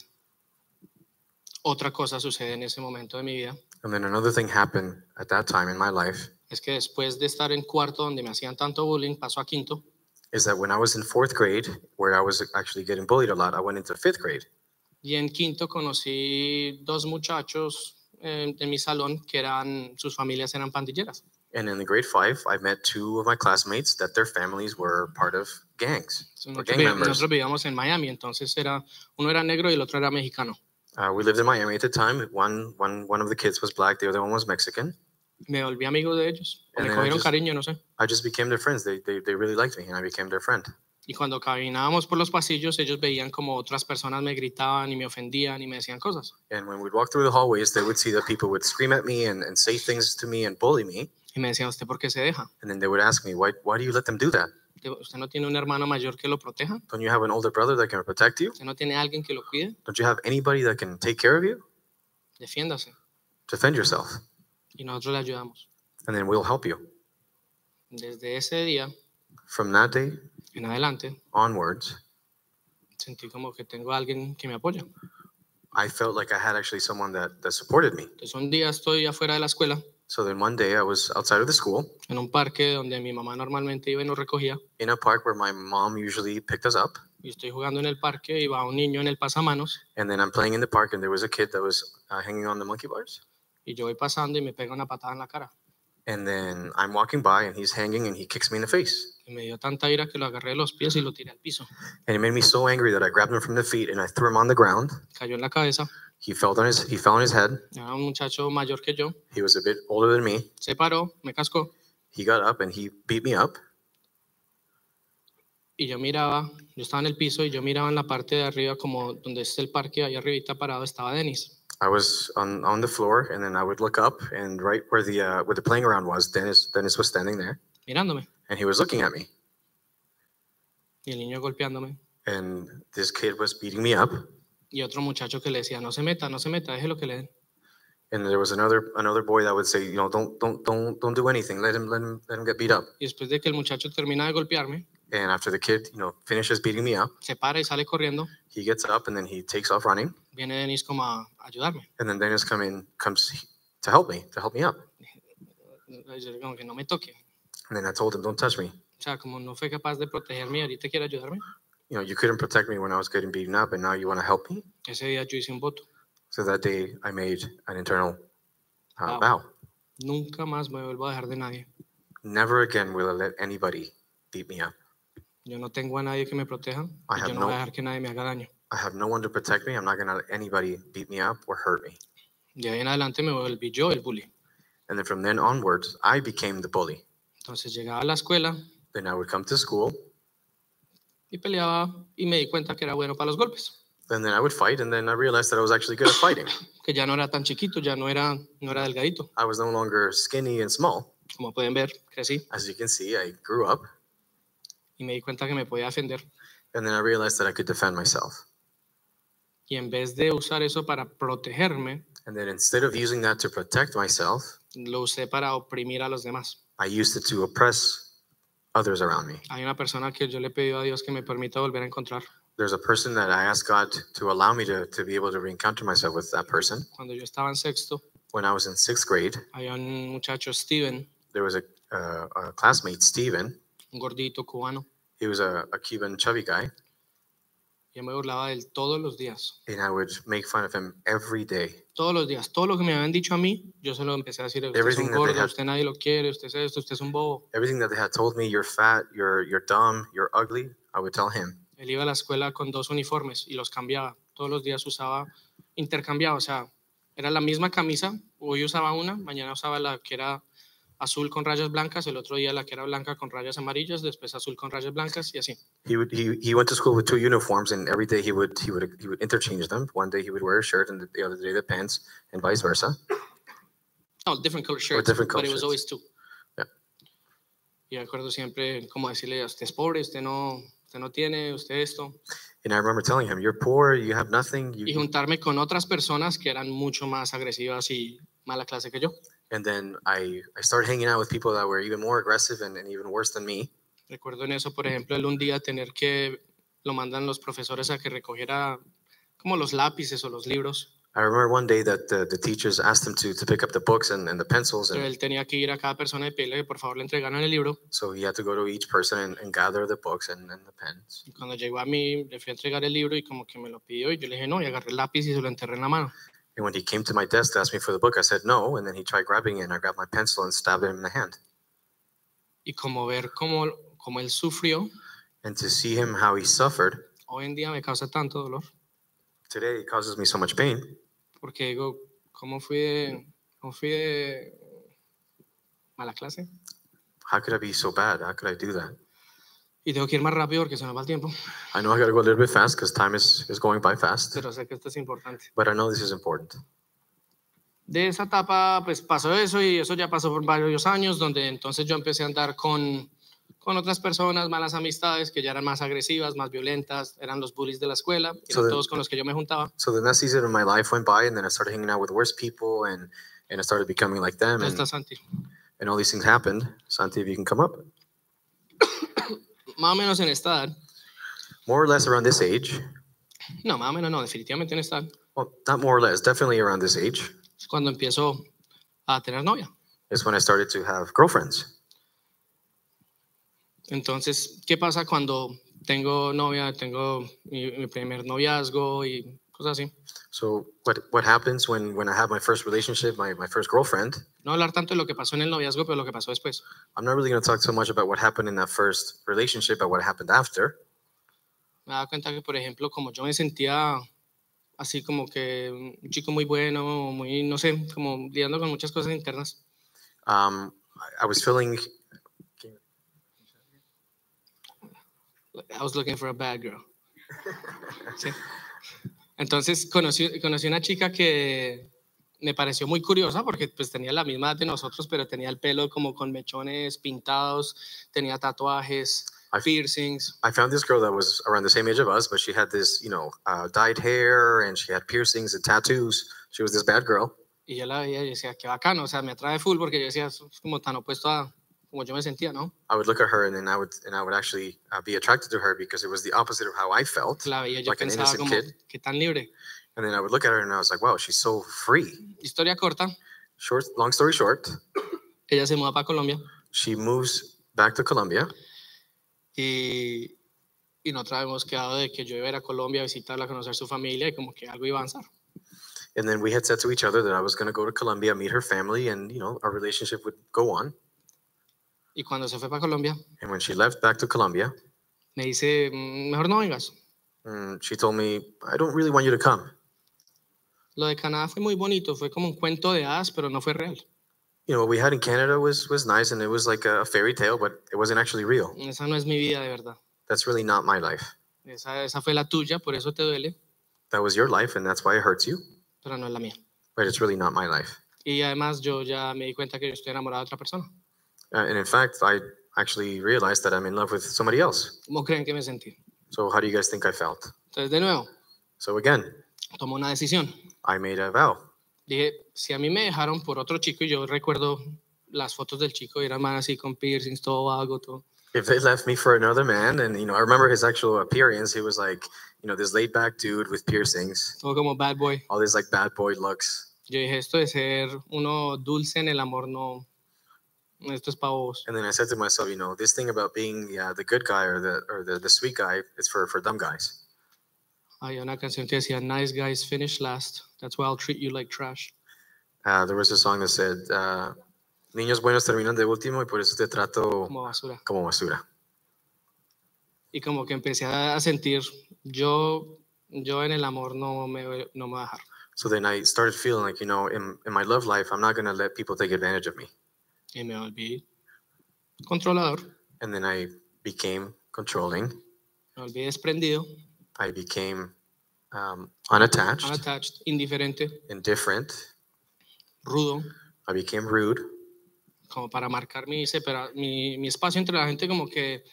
[SPEAKER 2] otra cosa sucede en ese momento de mi vida,
[SPEAKER 3] And then another thing happened at that time in my life
[SPEAKER 2] es que después de estar en cuarto donde me hacían tanto bullying, paso a quinto
[SPEAKER 3] is that when I was in fourth grade, where I was actually getting bullied a lot, I went into fifth grade.
[SPEAKER 2] Y en quinto conocí dos muchachos eh, de mi salón que eran, sus familias eran pandilleras.
[SPEAKER 3] And in the grade five, I met two of my classmates that their families were part of gangs
[SPEAKER 2] Entonces,
[SPEAKER 3] or
[SPEAKER 2] Nosotros,
[SPEAKER 3] gang
[SPEAKER 2] vi-
[SPEAKER 3] members.
[SPEAKER 2] nosotros vivíamos en Miami, entonces era, uno era negro y el otro era mexicano.
[SPEAKER 3] Uh, we lived in Miami at the time. One, one, one of the kids was black, the other one was Mexican.
[SPEAKER 2] Me volví amigo de ellos, o
[SPEAKER 3] And
[SPEAKER 2] me
[SPEAKER 3] then I
[SPEAKER 2] cogieron
[SPEAKER 3] just-
[SPEAKER 2] cariño, no sé.
[SPEAKER 3] I just became their friends. They, they, they really liked me, and I became their friend.
[SPEAKER 2] Y cuando caminábamos por los pasillos, ellos veían como otras personas me gritaban y me ofendían y me decían cosas.
[SPEAKER 3] And when we'd walk through the hallways, they would see that people would scream at me and, and say things to me and bully me.
[SPEAKER 2] Y me decían, ¿usted por qué se deja?
[SPEAKER 3] And then they would ask me, why, why do you let them do that?
[SPEAKER 2] ¿Usted- ¿Usted no tiene un hermano mayor que lo proteja?
[SPEAKER 3] Don't you have an older brother that can protect you?
[SPEAKER 2] ¿Usted no tiene alguien que lo cuide?
[SPEAKER 3] Don't you have anybody that can take care of you?
[SPEAKER 2] Defiéndase.
[SPEAKER 3] Defend yourself,
[SPEAKER 2] Y nosotros le ayudamos.
[SPEAKER 3] and then we'll help you.
[SPEAKER 2] Desde ese día
[SPEAKER 3] From that day
[SPEAKER 2] en adelante,
[SPEAKER 3] onwards,
[SPEAKER 2] sentí como que tengo a alguien que me apoya.
[SPEAKER 3] I felt like I had actually someone that, that supported me.
[SPEAKER 2] Entonces un día estoy afuera de la escuela,
[SPEAKER 3] So then one day I was outside of the school
[SPEAKER 2] en un parque donde mi mamá normalmente iba y nos recogía,
[SPEAKER 3] in a park where my mom usually picked us up.
[SPEAKER 2] y estoy jugando en el parque y va un niño en el pasamanos,
[SPEAKER 3] And then I'm playing in the park, and there was a kid that was uh, hanging on the monkey bars.
[SPEAKER 2] y yo voy pasando y me pega una patada en la cara.
[SPEAKER 3] And then I'm walking by, and he's hanging, and he kicks me in the face.
[SPEAKER 2] Y me dio tanta ira que lo agarré de los pies y lo tiré al piso.
[SPEAKER 3] And it made me so angry that I grabbed him from the feet and I threw him on the ground.
[SPEAKER 2] Cayó en la cabeza,
[SPEAKER 3] He fell on his he fell on his head.
[SPEAKER 2] era un muchacho mayor que yo,
[SPEAKER 3] He was a bit older than me.
[SPEAKER 2] se paró, me cascó,
[SPEAKER 3] He got up and he beat me up.
[SPEAKER 2] y yo miraba, yo estaba en el piso y yo miraba en la parte de arriba como donde es el parque, ahí arribita parado estaba Denis.
[SPEAKER 3] I was on, on the floor, and then I would look up, and right where the uh, where the playing ground was, Dennis Dennis was standing there,
[SPEAKER 2] mirándome,
[SPEAKER 3] and he was looking at me.
[SPEAKER 2] y el niño golpeándome,
[SPEAKER 3] And this kid was beating me up,
[SPEAKER 2] y otro muchacho que le decía, no se meta, no se meta, déjelo que le den.
[SPEAKER 3] and there was another another boy that would say, you know, don't don't don't don't do anything. Let him let him let him get beat up.
[SPEAKER 2] Y después de que el muchacho termina de golpearme,
[SPEAKER 3] And after the kid, you know, finishes beating me up,
[SPEAKER 2] se para y sale corriendo,
[SPEAKER 3] he gets up and then he takes off running,
[SPEAKER 2] viene Denis como a ayudarme.
[SPEAKER 3] and then Dennis come in comes to help me to help me up.
[SPEAKER 2] Y Yo como que no me toque.
[SPEAKER 3] And then I told him, don't touch me.
[SPEAKER 2] O sea, como no fue capaz de protegerme y ahorita quiere ayudarme.
[SPEAKER 3] You know, you couldn't protect me when I was getting beaten up, and now you want to help me.
[SPEAKER 2] Ese día yo hice un voto.
[SPEAKER 3] So that day, I made an internal uh,
[SPEAKER 2] Wow.
[SPEAKER 3] vow.
[SPEAKER 2] Nunca más me vuelvo a dejar de nadie.
[SPEAKER 3] Never again will I let anybody beat me up.
[SPEAKER 2] Yo no tengo a nadie que me proteja.
[SPEAKER 3] I
[SPEAKER 2] y
[SPEAKER 3] have
[SPEAKER 2] yo no,
[SPEAKER 3] no-
[SPEAKER 2] voy a dejar que nadie me haga daño.
[SPEAKER 3] I have no one to protect me. I'm not going to let anybody beat me up or hurt me.
[SPEAKER 2] De ahí en adelante me volví yo el bully.
[SPEAKER 3] And then from then onwards, I became the bully.
[SPEAKER 2] Entonces llegaba a la escuela
[SPEAKER 3] Then I would come to school,
[SPEAKER 2] y peleaba y me di cuenta que era bueno para los golpes.
[SPEAKER 3] and then I would fight, and then I realized that I was actually good at fighting.
[SPEAKER 2] Que ya no era tan chiquito, ya no era, no era delgadito.
[SPEAKER 3] I was no longer skinny and small.
[SPEAKER 2] Como pueden ver, crecí
[SPEAKER 3] As you can see, I grew up,
[SPEAKER 2] y me di cuenta que me podía defender.
[SPEAKER 3] and then I realized that I could defend myself.
[SPEAKER 2] Y en vez de usar eso para protegerme,
[SPEAKER 3] And then instead of using that to protect myself,
[SPEAKER 2] lo usé para oprimir a los demás.
[SPEAKER 3] I used it to oppress others around me.
[SPEAKER 2] Hay una persona que yo le he pedido a Dios que me permita volver a encontrar.
[SPEAKER 3] There's a person that I asked God to allow me to, to be able to reencounter myself with that person.
[SPEAKER 2] Cuando yo estaba en sexto,
[SPEAKER 3] When I was in sixth grade,
[SPEAKER 2] había un muchacho, Steven,
[SPEAKER 3] there was a, uh, a classmate, Steven.
[SPEAKER 2] un gordito cubano.
[SPEAKER 3] He was a, a Cuban chubby guy,
[SPEAKER 2] Yo me burlaba de él todos los días.
[SPEAKER 3] and I would make fun of him every day.
[SPEAKER 2] Todos los días. Todo lo que me habían dicho a mí, yo se lo empecé a decir. Usted es un
[SPEAKER 3] Everything that they
[SPEAKER 2] gordo,
[SPEAKER 3] had-
[SPEAKER 2] usted nadie lo quiere, usted es esto, usted es un bobo.
[SPEAKER 3] Everything that they had told me, you're fat, you're, you're dumb, you're ugly, I would tell him.
[SPEAKER 2] Él iba a la escuela con dos uniformes y los cambiaba. Todos los días usaba, intercambiaba. O sea, era la misma camisa. Hoy usaba una, mañana usaba la que era azul con rayas blancas, el otro día la que era blanca con rayas amarillas, después azul con rayas blancas y así.
[SPEAKER 3] He would he, he went to school with two uniforms, and every day he would he would he would interchange them. One day he would wear a shirt, and the other day the pants, and vice versa.
[SPEAKER 2] No, different color shirts,
[SPEAKER 3] different color
[SPEAKER 2] but it was
[SPEAKER 3] shirts.
[SPEAKER 2] always two.
[SPEAKER 3] Yeah.
[SPEAKER 2] Y me acuerdo siempre como decirle, usted es pobre, usted no, usted no tiene, usted esto.
[SPEAKER 3] And I remember telling him, "You're poor. You have nothing. You,
[SPEAKER 2] Y juntarme con otras personas que eran mucho más agresivas y mala clase que yo.
[SPEAKER 3] And then I, I started hanging out with people that were even more aggressive and, and even worse than me.
[SPEAKER 2] Recuerdo en eso, por ejemplo, el un día tener que, lo mandan los profesores a que recogiera como los lápices o los libros,
[SPEAKER 3] I remember one day that the, the teachers asked him to, to pick up the books and, and the pencils.
[SPEAKER 2] pero
[SPEAKER 3] And
[SPEAKER 2] él tenía que ir a cada persona y pedirle que por favor le entregaran el libro.
[SPEAKER 3] so he had to go to each person and, and gather the books and, and the pens.
[SPEAKER 2] Y cuando llegó a mí, le fui a entregar el libro y como que me lo pidió y yo le dije no, y agarré el lápiz y se lo enterré en la mano.
[SPEAKER 3] And when he came to my desk to ask me for the book, I said no. And then he tried grabbing it, and I grabbed my pencil and stabbed him in the hand.
[SPEAKER 2] Y como ver cómo, cómo él sufrió,
[SPEAKER 3] And to see him how he suffered
[SPEAKER 2] hoy en día me causa tanto dolor,
[SPEAKER 3] today it causes me so much pain
[SPEAKER 2] porque digo, ¿cómo fui de, cómo fui de mala clase?
[SPEAKER 3] How could I be so bad? How could I do that?
[SPEAKER 2] Y tengo que ir más rápido porque se nos va el tiempo, [laughs]
[SPEAKER 3] I know I got to go a little bit fast because time is, is going by fast,
[SPEAKER 2] pero sé que esto es importante.
[SPEAKER 3] but I know this is important.
[SPEAKER 2] de esa etapa, pues pasó eso y eso ya pasó por varios años, donde entonces yo empecé a andar con, con otras personas, malas amistades, que ya eran más agresivas, más violentas, eran los bullies de la escuela, y
[SPEAKER 3] So
[SPEAKER 2] eran
[SPEAKER 3] the-
[SPEAKER 2] todos con los que yo me juntaba.
[SPEAKER 3] So the next season of my life went by, and then I started hanging out with worse people, and, and I started becoming like them,
[SPEAKER 2] Ya
[SPEAKER 3] and,
[SPEAKER 2] está Santi.
[SPEAKER 3] and all these things happened. Santi, if you can come up.
[SPEAKER 2] Más o menos en esta edad,
[SPEAKER 3] More or less around this age.
[SPEAKER 2] no, más o menos no, definitivamente en esta edad,
[SPEAKER 3] Well, not more or less, definitely around this age
[SPEAKER 2] es cuando empiezo a tener novia.
[SPEAKER 3] is when I started to have girlfriends.
[SPEAKER 2] Entonces, ¿qué pasa cuando tengo novia, tengo mi, mi primer noviazgo y cosas así?
[SPEAKER 3] So what what happens when when I have my first relationship, my, my first girlfriend?
[SPEAKER 2] No hablar tanto de lo que pasó en el noviazgo, pero lo que pasó después.
[SPEAKER 3] I'm not really going to talk so much about what happened in that first relationship, but what happened after.
[SPEAKER 2] me daba cuenta que, por ejemplo, como yo me sentía así como que un chico muy bueno, muy, no sé, como lidiando con muchas cosas internas,
[SPEAKER 3] Um, I, I was feeling
[SPEAKER 2] I was looking for a bad girl. Sí. Entonces conocí, conocí una chica que me pareció muy curiosa porque pues tenía la misma edad de nosotros, pero tenía el pelo como con mechones pintados, tenía tatuajes,
[SPEAKER 3] I f-
[SPEAKER 2] piercings.
[SPEAKER 3] I found this girl that was around the same age of us, but she had this, you know, uh, dyed hair and she had piercings and tattoos. She was this bad girl.
[SPEAKER 2] Y yo la veía y decía, qué bacano, o sea, me atrae full porque yo decía, "Eso es como tan opuesto a como yo me sentía, ¿no?
[SPEAKER 3] I would look at her and then I would and I would actually uh, be attracted to her because it was the opposite of how I felt.
[SPEAKER 2] La veía, yo
[SPEAKER 3] Like an
[SPEAKER 2] pensaba
[SPEAKER 3] innocent
[SPEAKER 2] como, qué tan libre.
[SPEAKER 3] And then I would look at her and I was like, wow, she's so free.
[SPEAKER 2] Historia corta,
[SPEAKER 3] Short, long story short,
[SPEAKER 2] ella se muda para Colombia
[SPEAKER 3] she moves back to Colombia,
[SPEAKER 2] y, y nosotros habíamos quedado de que yo iba a ir a Colombia a visitarla, a conocer su familia y como que algo iba a avanzar.
[SPEAKER 3] and then we had said to each other that I was going to go to Colombia, meet her family, and you know our relationship would go on.
[SPEAKER 2] Y cuando se fue para Colombia,
[SPEAKER 3] And when she left back to Colombia,
[SPEAKER 2] me dice, "Mm, mejor no vengas.
[SPEAKER 3] mm, she told me, I don't really want you to come.
[SPEAKER 2] Lo de Canadá fue muy bonito, fue como un cuento de hadas, pero no fue real.
[SPEAKER 3] you know what we had in Canada was was nice and it was like a fairy tale, but it wasn't actually real.
[SPEAKER 2] Esa no es mi vida de verdad.
[SPEAKER 3] That's really not my life.
[SPEAKER 2] Esa, esa fue la tuya, por eso te duele,
[SPEAKER 3] That was your life, and that's why it hurts you.
[SPEAKER 2] pero no es la mía.
[SPEAKER 3] But it's really not my life.
[SPEAKER 2] Y además yo ya me di cuenta que yo estoy enamorado de otra persona.
[SPEAKER 3] Uh, and in fact, I actually realized that I'm in love with somebody else.
[SPEAKER 2] ¿Cómo creen que me sentí?
[SPEAKER 3] So how do you guys think I felt?
[SPEAKER 2] Entonces, de nuevo,
[SPEAKER 3] So again,
[SPEAKER 2] tomé una decisión.
[SPEAKER 3] I made a vow.
[SPEAKER 2] dije, si a mí me dejaron por otro chico, y yo recuerdo las fotos del chico, era más así con piercings, todo vago, todo.
[SPEAKER 3] If they left me for another man, and you know, I remember his actual appearance. He was like, you know, this laid-back dude with piercings,
[SPEAKER 2] Todo como bad boy.
[SPEAKER 3] all these like bad boy looks.
[SPEAKER 2] Yo dije, esto de ser uno dulce en el amor, no. Esto es para vos.
[SPEAKER 3] And then I said to myself, you know, this thing about being yeah, the good guy or the or the, the sweet guy, it's for for dumb guys.
[SPEAKER 2] Había una canción que decía, nice guys finish last. That's why I'll treat you like trash.
[SPEAKER 3] Uh, there was a song that said, uh, "Niños buenos terminan de último y por eso te trato
[SPEAKER 2] Como basura.
[SPEAKER 3] como basura."
[SPEAKER 2] Y como que empecé a sentir, yo, yo en el amor no me, no me voy a dejar.
[SPEAKER 3] So then I started feeling like, you know, in, in my love life, I'm not gonna let people take advantage of me.
[SPEAKER 2] Y me volví controlador,
[SPEAKER 3] And then I became controlling.
[SPEAKER 2] me volví desprendido,
[SPEAKER 3] I became um, unattached,
[SPEAKER 2] unattached, indiferente,
[SPEAKER 3] indifferent.
[SPEAKER 2] rudo.
[SPEAKER 3] I became rude.
[SPEAKER 2] como para marcar mi, separa- mi, mi espacio entre la gente, como que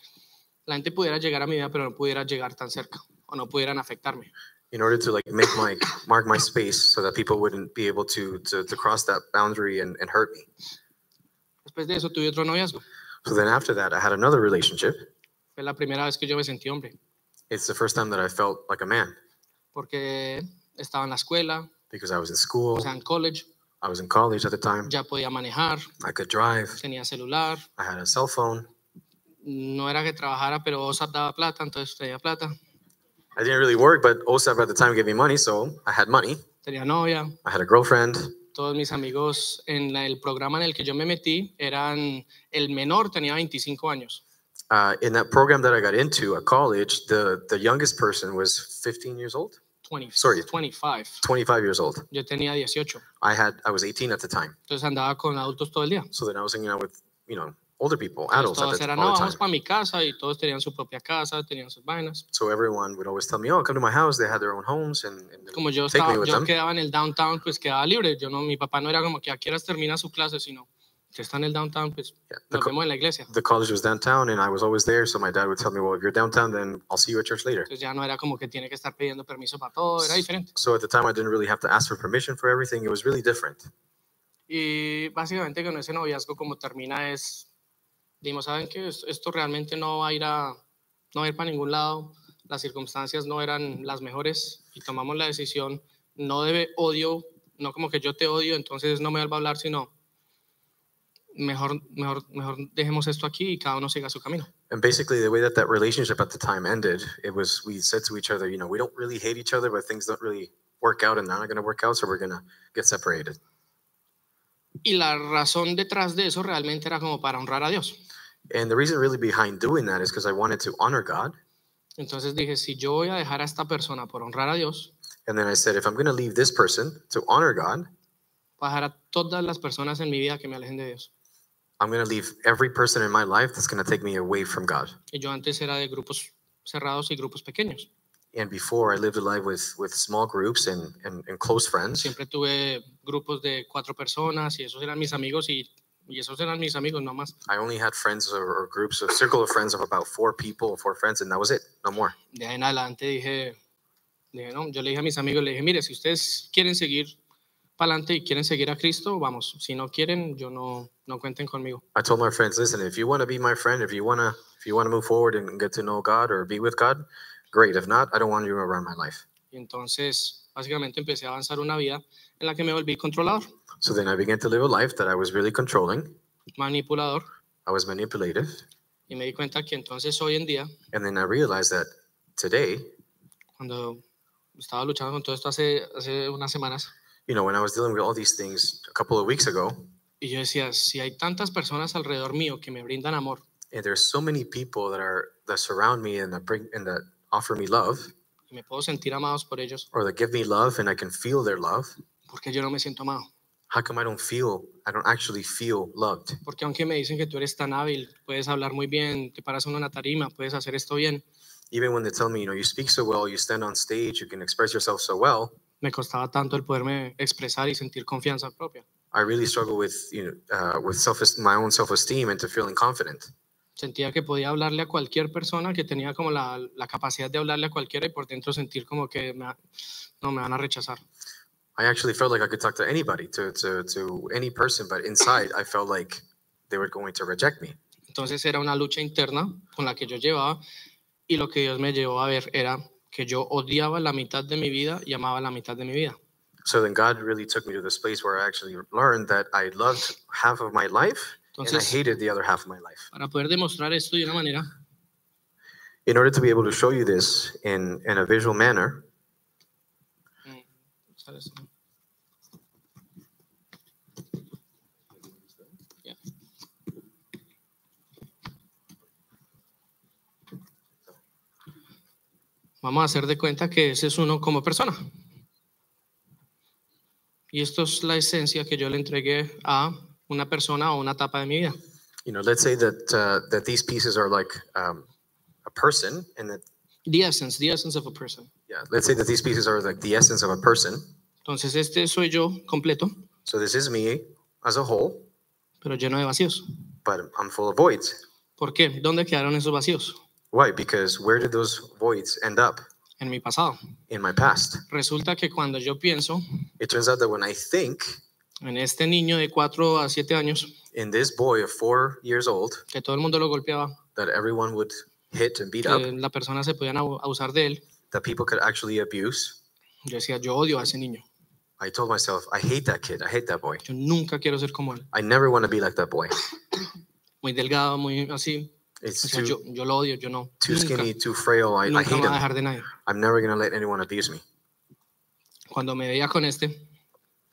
[SPEAKER 2] la gente pudiera llegar a mi vida, pero no pudiera llegar tan cerca o no pudieran afectarme.
[SPEAKER 3] in order to like make my mark my space so that people wouldn't be able to to, to cross that boundary and, and hurt me.
[SPEAKER 2] Después de eso tuve otro noviazgo.
[SPEAKER 3] So then after that, I had another relationship.
[SPEAKER 2] Fue la primera vez que yo me sentí hombre,
[SPEAKER 3] It's the first time that I felt like a man
[SPEAKER 2] porque estaba en la escuela,
[SPEAKER 3] because I was in
[SPEAKER 2] o
[SPEAKER 3] school,
[SPEAKER 2] sea, en college,
[SPEAKER 3] I was in college at the time.
[SPEAKER 2] ya podía manejar,
[SPEAKER 3] I could drive.
[SPEAKER 2] tenía celular,
[SPEAKER 3] I had a cell phone.
[SPEAKER 2] no era que trabajara, pero OSAP daba plata, entonces tenía plata,
[SPEAKER 3] I didn't really work, but OSAP at the time gave me money, so I had money.
[SPEAKER 2] tenía novia,
[SPEAKER 3] I had a girlfriend.
[SPEAKER 2] todos mis amigos en la- el programa en el que yo me metí eran, el menor tenía 25 años,
[SPEAKER 3] Uh, in that program that I got into at college, the, the youngest person was 15 years old,
[SPEAKER 2] 20,
[SPEAKER 3] Sorry.
[SPEAKER 2] 25,
[SPEAKER 3] 25 years old.
[SPEAKER 2] yo tenía 18,
[SPEAKER 3] I had I was 18 at the time,
[SPEAKER 2] entonces andaba con adultos todo el día.
[SPEAKER 3] so then I was hanging out with you know older people,
[SPEAKER 2] Entonces,
[SPEAKER 3] adults at
[SPEAKER 2] todos
[SPEAKER 3] the,
[SPEAKER 2] eran,
[SPEAKER 3] all
[SPEAKER 2] no,
[SPEAKER 3] the
[SPEAKER 2] vamos
[SPEAKER 3] time.
[SPEAKER 2] para mi casa y todos tenían su propia casa, tenían sus vainas.
[SPEAKER 3] So everyone would always tell me, "Oh, come to my house." They had their own homes, and, and they
[SPEAKER 2] Como
[SPEAKER 3] would
[SPEAKER 2] yo,
[SPEAKER 3] take me
[SPEAKER 2] estaba,
[SPEAKER 3] with
[SPEAKER 2] yo
[SPEAKER 3] them.
[SPEAKER 2] quedaba en el downtown, pues quedaba libre. Yo no, mi papá no era como que a quieras termina su clase, sino que está en el downtown, pues
[SPEAKER 3] Yeah. The,
[SPEAKER 2] nos
[SPEAKER 3] co-
[SPEAKER 2] vemos en la iglesia.
[SPEAKER 3] the college was downtown, and I was always there. So my dad would tell me, "Well, if you're downtown, then I'll see you at church later."
[SPEAKER 2] Entonces ya no era como que tiene que estar pidiendo permiso para todo, era diferente.
[SPEAKER 3] So at the time, I didn't really have to ask for permission for everything. It was really different.
[SPEAKER 2] Y básicamente con ese noviazgo como termina es, dimos, ¿saben que Esto realmente no va a ir a, no va a ir para ningún lado, las circunstancias no eran las mejores y tomamos la decisión, no debe odio, no como que yo te odio, entonces no me vuelva a hablar, sino mejor, mejor, mejor dejemos esto aquí y cada uno siga su camino.
[SPEAKER 3] And basically, the way that that relationship at the time ended, it was we said to each other, "You know, we don't really hate each other, but things don't really work out, and they're not going to work out, so we're going to get separated."
[SPEAKER 2] Y la razón detrás de eso realmente era como para honrar a Dios.
[SPEAKER 3] And the reason really behind doing that is because I wanted to honor God.
[SPEAKER 2] Entonces dije, si yo voy a dejar a esta persona por honrar a Dios,
[SPEAKER 3] And then I said, if I'm going to leave this person to honor God,
[SPEAKER 2] voy a dejar a todas las personas en mi vida que me alejen de Dios.
[SPEAKER 3] I'm going to leave every person in my life that's going to take me away from God.
[SPEAKER 2] Y yo antes era de grupos cerrados y grupos pequeños.
[SPEAKER 3] And before I lived a life with, with small groups and, and, and close friends.
[SPEAKER 2] Siempre tuve grupos de cuatro personas y esos eran mis amigos y, y esos eran mis amigos, no más.
[SPEAKER 3] I only had friends or, or groups of circle of friends of about four people, four friends, and that was it, no more.
[SPEAKER 2] De ahí en adelante dije, dije, no, yo le dije a mis amigos, le dije, mire, si ustedes quieren seguir para adelante y quieren seguir a Cristo, vamos, si no quieren, yo no, no cuenten conmigo.
[SPEAKER 3] I told my friends, listen, if you want to be my friend, if you want to if you want to move forward and get to know God or be with God, great. If not, I don't want you around my life.
[SPEAKER 2] Y entonces, básicamente empecé a avanzar una vida en la que me volví controlador,
[SPEAKER 3] So then I began to live a life that I was really controlling.
[SPEAKER 2] manipulador,
[SPEAKER 3] I was manipulative.
[SPEAKER 2] y me di cuenta que entonces hoy en día
[SPEAKER 3] And then I realized that today,
[SPEAKER 2] cuando estaba luchando con todo esto hace, hace unas semanas
[SPEAKER 3] you know, when I was dealing with all these things a couple of weeks ago,
[SPEAKER 2] y yo decía, si hay tantas personas alrededor mío que me brindan amor,
[SPEAKER 3] and there's so many people that are that surround me and that bring and that offer me love
[SPEAKER 2] y me puedo sentir amados por ellos,
[SPEAKER 3] or that give me love and I can feel their love,
[SPEAKER 2] porque yo no me siento amado.
[SPEAKER 3] how come I don't feel I don't actually feel loved?
[SPEAKER 2] Porque aunque me dicen que tú eres tan hábil, puedes hablar muy bien, te paras en una tarima, puedes hacer esto bien,
[SPEAKER 3] Even when they tell me, you know, you speak so well, you stand on stage, you can express yourself so well,
[SPEAKER 2] me costaba tanto el poderme expresar y sentir confianza propia.
[SPEAKER 3] I really struggle with, you know, uh, with self my own self-esteem and to feeling confident.
[SPEAKER 2] Sentía que podía hablarle a cualquier persona, que tenía como la, la capacidad de hablarle a cualquiera y por dentro sentir como que me va- no me van a rechazar.
[SPEAKER 3] I actually felt like I could talk to anybody, to to to any person, but inside I felt like they were going to reject me.
[SPEAKER 2] Entonces era una lucha interna con la que yo llevaba y lo que Dios me llevó a ver era que yo odiaba la mitad de mi vida y amaba la mitad de mi vida.
[SPEAKER 3] So then God really took me to this place where I actually learned that I loved half of my life and I
[SPEAKER 2] Entonces-
[SPEAKER 3] hated the other half of my life.
[SPEAKER 2] Para poder demostrar esto de una manera,
[SPEAKER 3] In order to be able to show you this in, in a visual manner,
[SPEAKER 2] Mm, ¿sabes? Ya. Vamos a hacer de cuenta que ese es uno como persona. Y esto es la esencia que yo le entregué a una persona o una etapa de mi vida.
[SPEAKER 3] you know, let's say that uh, that these pieces are like um, a person, and that
[SPEAKER 2] The essence, the essence of a person.
[SPEAKER 3] yeah, let's say that these pieces are like the essence of a person.
[SPEAKER 2] Entonces este soy yo completo,
[SPEAKER 3] So this is me as a whole,
[SPEAKER 2] pero lleno de vacíos.
[SPEAKER 3] but I'm full of voids.
[SPEAKER 2] ¿Por qué? ¿Dónde quedaron esos vacíos?
[SPEAKER 3] Why? Because where did those voids end up?
[SPEAKER 2] en mi pasado.
[SPEAKER 3] in my past.
[SPEAKER 2] Resulta que cuando yo pienso
[SPEAKER 3] It turns out that when I think
[SPEAKER 2] en este niño de 4 a 7 años,
[SPEAKER 3] in this boy of four years old
[SPEAKER 2] que todo el mundo lo golpeaba,
[SPEAKER 3] that everyone would hit and beat up,
[SPEAKER 2] que la persona se podían abu- abusar de él,
[SPEAKER 3] that people could actually abuse,
[SPEAKER 2] yo decía, yo odio a ese niño.
[SPEAKER 3] I told myself, I hate that kid. I hate that boy.
[SPEAKER 2] Yo nunca quiero ser como él.
[SPEAKER 3] I never want to be like that boy.
[SPEAKER 2] Muy delgado, muy así. O
[SPEAKER 3] It's
[SPEAKER 2] sea, yo,
[SPEAKER 3] too,
[SPEAKER 2] yo lo odio, yo no.
[SPEAKER 3] too
[SPEAKER 2] Nunca,
[SPEAKER 3] skinny, too frail. I, I
[SPEAKER 2] nunca me
[SPEAKER 3] hate
[SPEAKER 2] voy a
[SPEAKER 3] him.
[SPEAKER 2] dejar de nadie.
[SPEAKER 3] I'm never going to let anyone abuse me.
[SPEAKER 2] Cuando me veía con este,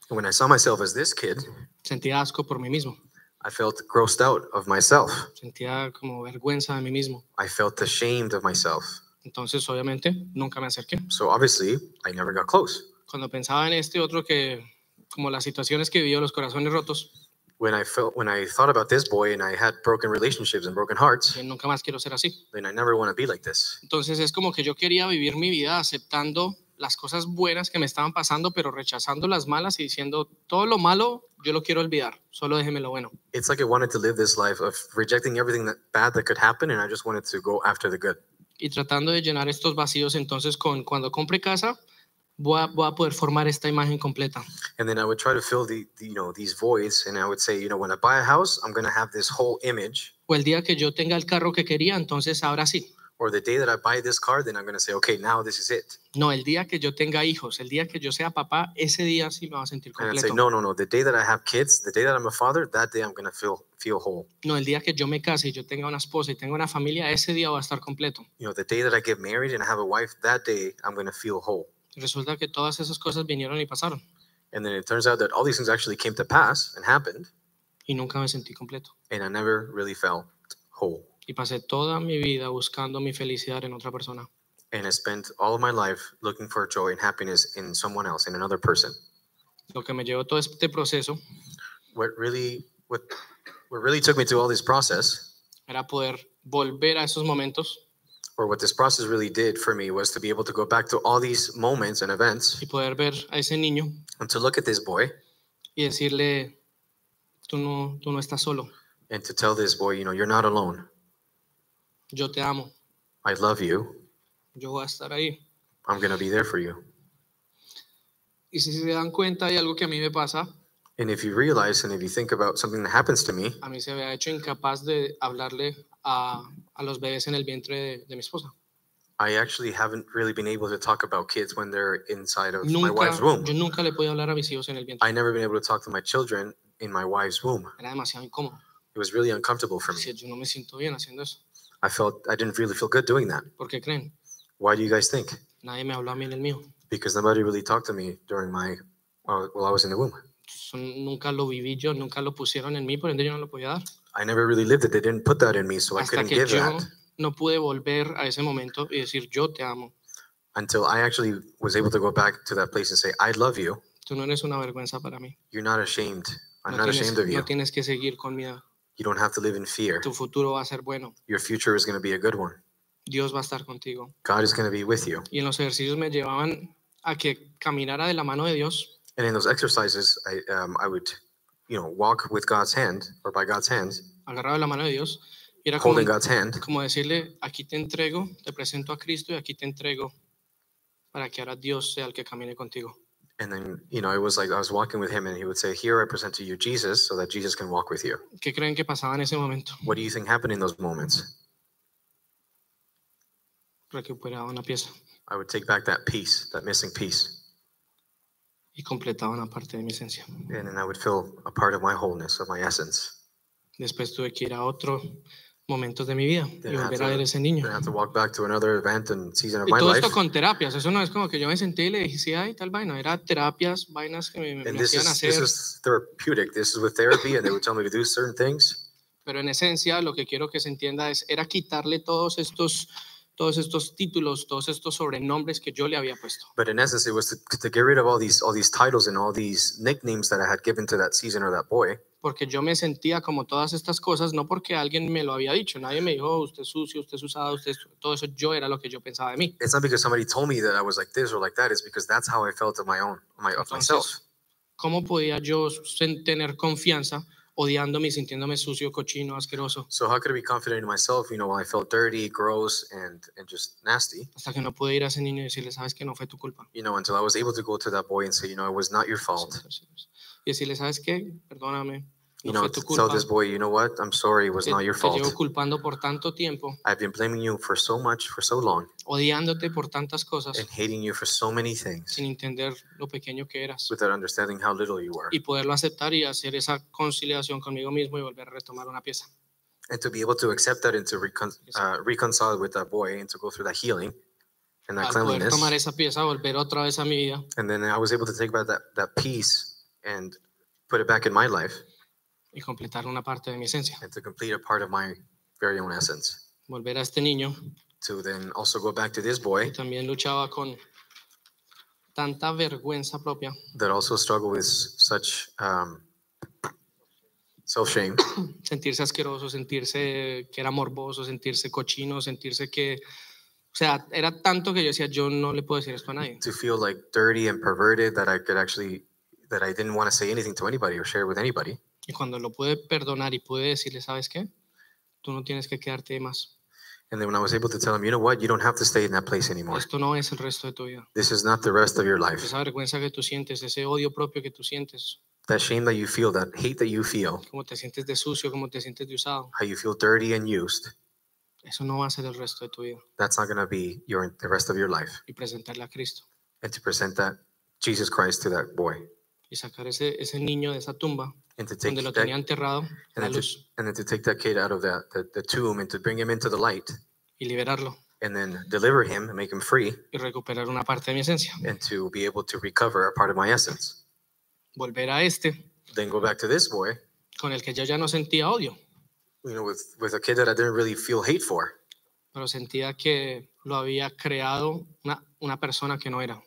[SPEAKER 3] And When I saw myself as this kid,
[SPEAKER 2] sentía asco por mí mismo.
[SPEAKER 3] I felt grossed out of myself.
[SPEAKER 2] Sentía como vergüenza de mí mismo.
[SPEAKER 3] I felt ashamed of myself.
[SPEAKER 2] Entonces, obviamente, nunca me acerqué.
[SPEAKER 3] So obviously, I never got close.
[SPEAKER 2] Cuando pensaba en este otro que, como las situaciones que vivió, los corazones rotos,
[SPEAKER 3] When I felt when I thought about this boy and I had broken relationships and broken hearts,
[SPEAKER 2] que nunca más quiero ser así.
[SPEAKER 3] then I never want to be like this.
[SPEAKER 2] Entonces, es como que yo quería vivir mi vida aceptando las cosas buenas que me estaban pasando, pero rechazando las malas y diciendo, todo lo malo yo lo quiero olvidar, solo déjeme lo bueno.
[SPEAKER 3] It's like I wanted to live this life of rejecting everything that bad that could happen, and I just wanted to go after the good.
[SPEAKER 2] y tratando de llenar estos vacíos entonces con cuando compre casa voy a, voy a poder formar esta imagen completa
[SPEAKER 3] And then I would try to fill the, the you know these voids, and I would say, you know, when I buy a house, I'm going to have this whole image.
[SPEAKER 2] o el día que yo tenga el carro que quería entonces ahora sí
[SPEAKER 3] Or the day that I buy this car, then I'm going to say, okay, now this is it.
[SPEAKER 2] no el día que yo tenga hijos el día que yo sea papá ese día sí me va a sentir
[SPEAKER 3] And I'd say,
[SPEAKER 2] completo no.
[SPEAKER 3] no, no, no. The day that I have kids, the day that I'm a father, that day I'm going to feel feel whole.
[SPEAKER 2] el día que yo me case y yo tenga una esposa y tenga una familia ese día va a estar completo
[SPEAKER 3] You know, the day that I get married and I have a wife, that day I'm going to feel whole.
[SPEAKER 2] Y resulta que todas esas cosas vinieron y pasaron
[SPEAKER 3] And then it turns out that all these things actually came to pass and happened,
[SPEAKER 2] y nunca me sentí completo
[SPEAKER 3] and I never really felt whole.
[SPEAKER 2] y pasé toda mi vida buscando mi felicidad en otra persona
[SPEAKER 3] And I spent all of my life looking for joy and happiness in someone else, in another person.
[SPEAKER 2] lo que me llevó todo este proceso
[SPEAKER 3] What really what what really took me to all this process,
[SPEAKER 2] era poder volver a esos momentos
[SPEAKER 3] or what this process really did for me, was to be able to go back to all these moments and events
[SPEAKER 2] y poder ver a ese niño
[SPEAKER 3] and to look at this boy
[SPEAKER 2] y decirle, tú no, tú no estás solo,
[SPEAKER 3] and to tell this boy, you know, you're not alone.
[SPEAKER 2] yo te amo,
[SPEAKER 3] I love you.
[SPEAKER 2] yo voy a estar ahí.
[SPEAKER 3] I'm gonna be there for you.
[SPEAKER 2] Y si se dan cuenta, hay algo que a mí me pasa,
[SPEAKER 3] And if you realize and if you think about something that happens to me,
[SPEAKER 2] a mí se me ha hecho incapaz de hablarle a, a los bebés en el vientre de, de mi esposa.
[SPEAKER 3] I actually haven't really been able to talk about kids when they're inside of my
[SPEAKER 2] Nunca,
[SPEAKER 3] wife's womb.
[SPEAKER 2] yo nunca le podía hablar a mis hijos en el vientre.
[SPEAKER 3] I never been able to talk to my children in my wife's womb.
[SPEAKER 2] Era demasiado incómodo.
[SPEAKER 3] It was really uncomfortable for me.
[SPEAKER 2] Decía, yo no me siento bien haciendo eso.
[SPEAKER 3] I felt I didn't really feel good doing that.
[SPEAKER 2] ¿Por qué creen?
[SPEAKER 3] Why do you guys think?
[SPEAKER 2] Nadie me habló a mí en el mío.
[SPEAKER 3] Because nobody really talked to me during my uh, while I was in the womb.
[SPEAKER 2] Eso nunca lo viví yo, nunca lo pusieron en mí, por ende yo no lo podía dar.
[SPEAKER 3] I never really lived it. They didn't put that in me, so I
[SPEAKER 2] Hasta
[SPEAKER 3] couldn't
[SPEAKER 2] que
[SPEAKER 3] give
[SPEAKER 2] yo
[SPEAKER 3] that
[SPEAKER 2] no pude volver a ese momento y decir, yo te amo.
[SPEAKER 3] until I actually was able to go back to that place and say, "I love you.
[SPEAKER 2] Tú no eres una vergüenza para mí.
[SPEAKER 3] You're not ashamed. I'm
[SPEAKER 2] Ah, No
[SPEAKER 3] not
[SPEAKER 2] tienes,
[SPEAKER 3] ashamed of
[SPEAKER 2] no
[SPEAKER 3] you.
[SPEAKER 2] tienes que seguir con miedo.
[SPEAKER 3] You don't have to live in fear.
[SPEAKER 2] Tu futuro va a ser bueno.
[SPEAKER 3] Your future is going to be a good one.
[SPEAKER 2] Dios va a estar contigo.
[SPEAKER 3] God is going to be with you."
[SPEAKER 2] Y en los ejercicios me llevaban a que caminara de la mano de Dios
[SPEAKER 3] And in those exercises, I um, I would, you know, walk with God's hand or by God's hand,
[SPEAKER 2] agarrado de la mano de Dios. Y era como,
[SPEAKER 3] holding God's hand.
[SPEAKER 2] como decirle, aquí te entrego, te presento a Cristo y aquí te entrego para que ahora Dios sea el que camine contigo.
[SPEAKER 3] And then, you know, it was like I was walking with him and he would say, Here I present to you Jesus so that Jesus can walk with you.
[SPEAKER 2] ¿Qué creen que pasaba en ese momento?
[SPEAKER 3] What do you think happened in those moments?
[SPEAKER 2] Recuperaba una pieza
[SPEAKER 3] I would take back that piece, that missing piece,
[SPEAKER 2] y completaba una parte de mi esencia.
[SPEAKER 3] and then I would feel a part of my wholeness, of my essence.
[SPEAKER 2] Después tuve que ir a otro momentos de mi vida y
[SPEAKER 3] Then I had
[SPEAKER 2] volver a ver
[SPEAKER 3] to,
[SPEAKER 2] ese
[SPEAKER 3] then
[SPEAKER 2] niño.
[SPEAKER 3] I had to walk back to another event and season of
[SPEAKER 2] Y
[SPEAKER 3] my
[SPEAKER 2] todo
[SPEAKER 3] life.
[SPEAKER 2] esto con terapias, eso no es como que yo me senté y le dije, sí, ay, tal vaina, era terapias, vainas que me, me
[SPEAKER 3] And this
[SPEAKER 2] hacían
[SPEAKER 3] is,
[SPEAKER 2] hacer,
[SPEAKER 3] this is therapeutic. This is with therapy, and they would tell me to do certain things.
[SPEAKER 2] pero en esencia lo que quiero que se entienda es, era quitarle todos estos, todos estos títulos, todos estos sobrenombres que yo le había puesto.
[SPEAKER 3] But in essence, it was to, to get rid of all these all these titles and all these nicknames that I had given to that season or that boy.
[SPEAKER 2] Porque yo me sentía como todas estas cosas, no porque alguien me lo había dicho, nadie me dijo, usted es sucio, usted es usado, usted es- todo eso, yo era lo que yo pensaba de mí.
[SPEAKER 3] It's not because somebody told me that I was like this or like that. It's because that's how I felt of my own, my, of myself.
[SPEAKER 2] Entonces, ¿cómo podía yo sen- tener confianza odiándome y sintiéndome sucio, cochino, asqueroso,
[SPEAKER 3] So how could I be confident in myself, you know, when I felt dirty, gross, and and just nasty,
[SPEAKER 2] hasta que no pude ir a ese niño y decirle, sabes que no fue tu culpa.
[SPEAKER 3] you know, until I was able to go to that boy and say, you know, it was not your fault.
[SPEAKER 2] Y decirle, sabes qué, perdóname,
[SPEAKER 3] You
[SPEAKER 2] no
[SPEAKER 3] know,
[SPEAKER 2] fue
[SPEAKER 3] to
[SPEAKER 2] tu
[SPEAKER 3] tell
[SPEAKER 2] culpa.
[SPEAKER 3] this boy, you know what, I'm sorry, it was
[SPEAKER 2] Te,
[SPEAKER 3] not your
[SPEAKER 2] te llevo
[SPEAKER 3] fault.
[SPEAKER 2] culpando por tanto tiempo,
[SPEAKER 3] I've been blaming you for so much, for so long,
[SPEAKER 2] odiándote por tantas
[SPEAKER 3] and
[SPEAKER 2] cosas,
[SPEAKER 3] hating you for so many things
[SPEAKER 2] sin entender lo pequeño que eras.
[SPEAKER 3] without understanding how little you were.
[SPEAKER 2] y poderlo aceptar y hacer esa conciliación conmigo mismo y volver a retomar una pieza.
[SPEAKER 3] And to be able to accept that and to recon- uh, reconcile with that boy and to go through that healing and that
[SPEAKER 2] Al Ah, poder tomar
[SPEAKER 3] cleanliness.
[SPEAKER 2] esa pieza, volver otra vez a mi vida,
[SPEAKER 3] And then I was able to take back that, that peace and put it back in my life
[SPEAKER 2] y completar una parte de mi esencia.
[SPEAKER 3] and to complete a part of my very own essence.
[SPEAKER 2] Volver a este niño
[SPEAKER 3] To then also go back to this
[SPEAKER 2] que
[SPEAKER 3] boy
[SPEAKER 2] también luchaba con tanta vergüenza propia
[SPEAKER 3] that also struggled with such um, self shame.
[SPEAKER 2] sentirse asqueroso, sentirse que era morboso, sentirse cochino, sentirse que, o sea, era tanto que yo decía, yo no le puedo decir esto a nadie.
[SPEAKER 3] to feel like dirty and perverted that I could actually that I didn't want to say anything to anybody or share with anybody.
[SPEAKER 2] Y cuando lo pude perdonar y pude decirle, ¿sabes qué? Tú no tienes que quedarte más.
[SPEAKER 3] And then when I was able to tell him, you know what, you don't have to stay in that place anymore.
[SPEAKER 2] Esto no es el resto de tu vida.
[SPEAKER 3] This is not the rest of your life.
[SPEAKER 2] esa vergüenza que tú sientes, ese odio propio que tú sientes,
[SPEAKER 3] That shame that you feel, that hate that you feel,
[SPEAKER 2] cómo te sientes de sucio, cómo te sientes de usado,
[SPEAKER 3] how you feel dirty and used,
[SPEAKER 2] eso no va a ser el resto de tu vida.
[SPEAKER 3] that's not going to be your the rest of your life.
[SPEAKER 2] Y presentarle a Cristo
[SPEAKER 3] And to present that Jesus Christ to that boy
[SPEAKER 2] y sacar ese, ese niño de esa tumba
[SPEAKER 3] and to take
[SPEAKER 2] donde lo
[SPEAKER 3] that,
[SPEAKER 2] tenía enterrado a la
[SPEAKER 3] and, then to,
[SPEAKER 2] luz
[SPEAKER 3] and then to take that kid out of that the, the tomb and to bring him into the light
[SPEAKER 2] y liberarlo
[SPEAKER 3] and then deliver him and make him free
[SPEAKER 2] y recuperar una parte de mi esencia.
[SPEAKER 3] and to be able to recover a part of my essence.
[SPEAKER 2] Volver a este
[SPEAKER 3] Then go back to this boy
[SPEAKER 2] con el que yo ya no sentía odio,
[SPEAKER 3] you know, with with a kid that I didn't really feel hate for,
[SPEAKER 2] pero sentía que lo había creado una, una persona que no era.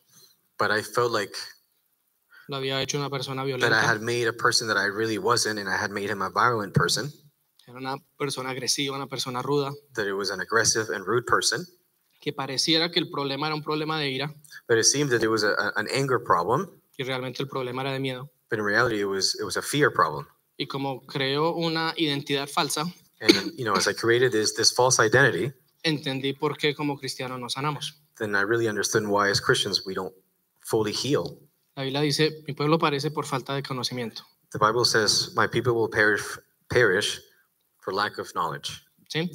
[SPEAKER 3] but I felt like
[SPEAKER 2] Lo había hecho una persona
[SPEAKER 3] that I
[SPEAKER 2] violenta,
[SPEAKER 3] had made a person that I really wasn't, and I had made him a violent person.
[SPEAKER 2] era una persona agresiva, una persona ruda,
[SPEAKER 3] That it was an aggressive and rude person.
[SPEAKER 2] que pareciera que el problema era un problema de ira
[SPEAKER 3] But it seemed that it was a, a- an anger problem,
[SPEAKER 2] y realmente el problema era de miedo.
[SPEAKER 3] but in reality, it was it was a fear problem.
[SPEAKER 2] y como creó una identidad falsa,
[SPEAKER 3] And you know, as I created this this false identity,
[SPEAKER 2] entendí por qué como cristianos nos sanamos.
[SPEAKER 3] then I really understood why, as Christians, we don't fully heal.
[SPEAKER 2] La Biblia dice, mi pueblo parece por falta de conocimiento.
[SPEAKER 3] The Bible says, "My people will perish perish for lack of knowledge."
[SPEAKER 2] ¿sí?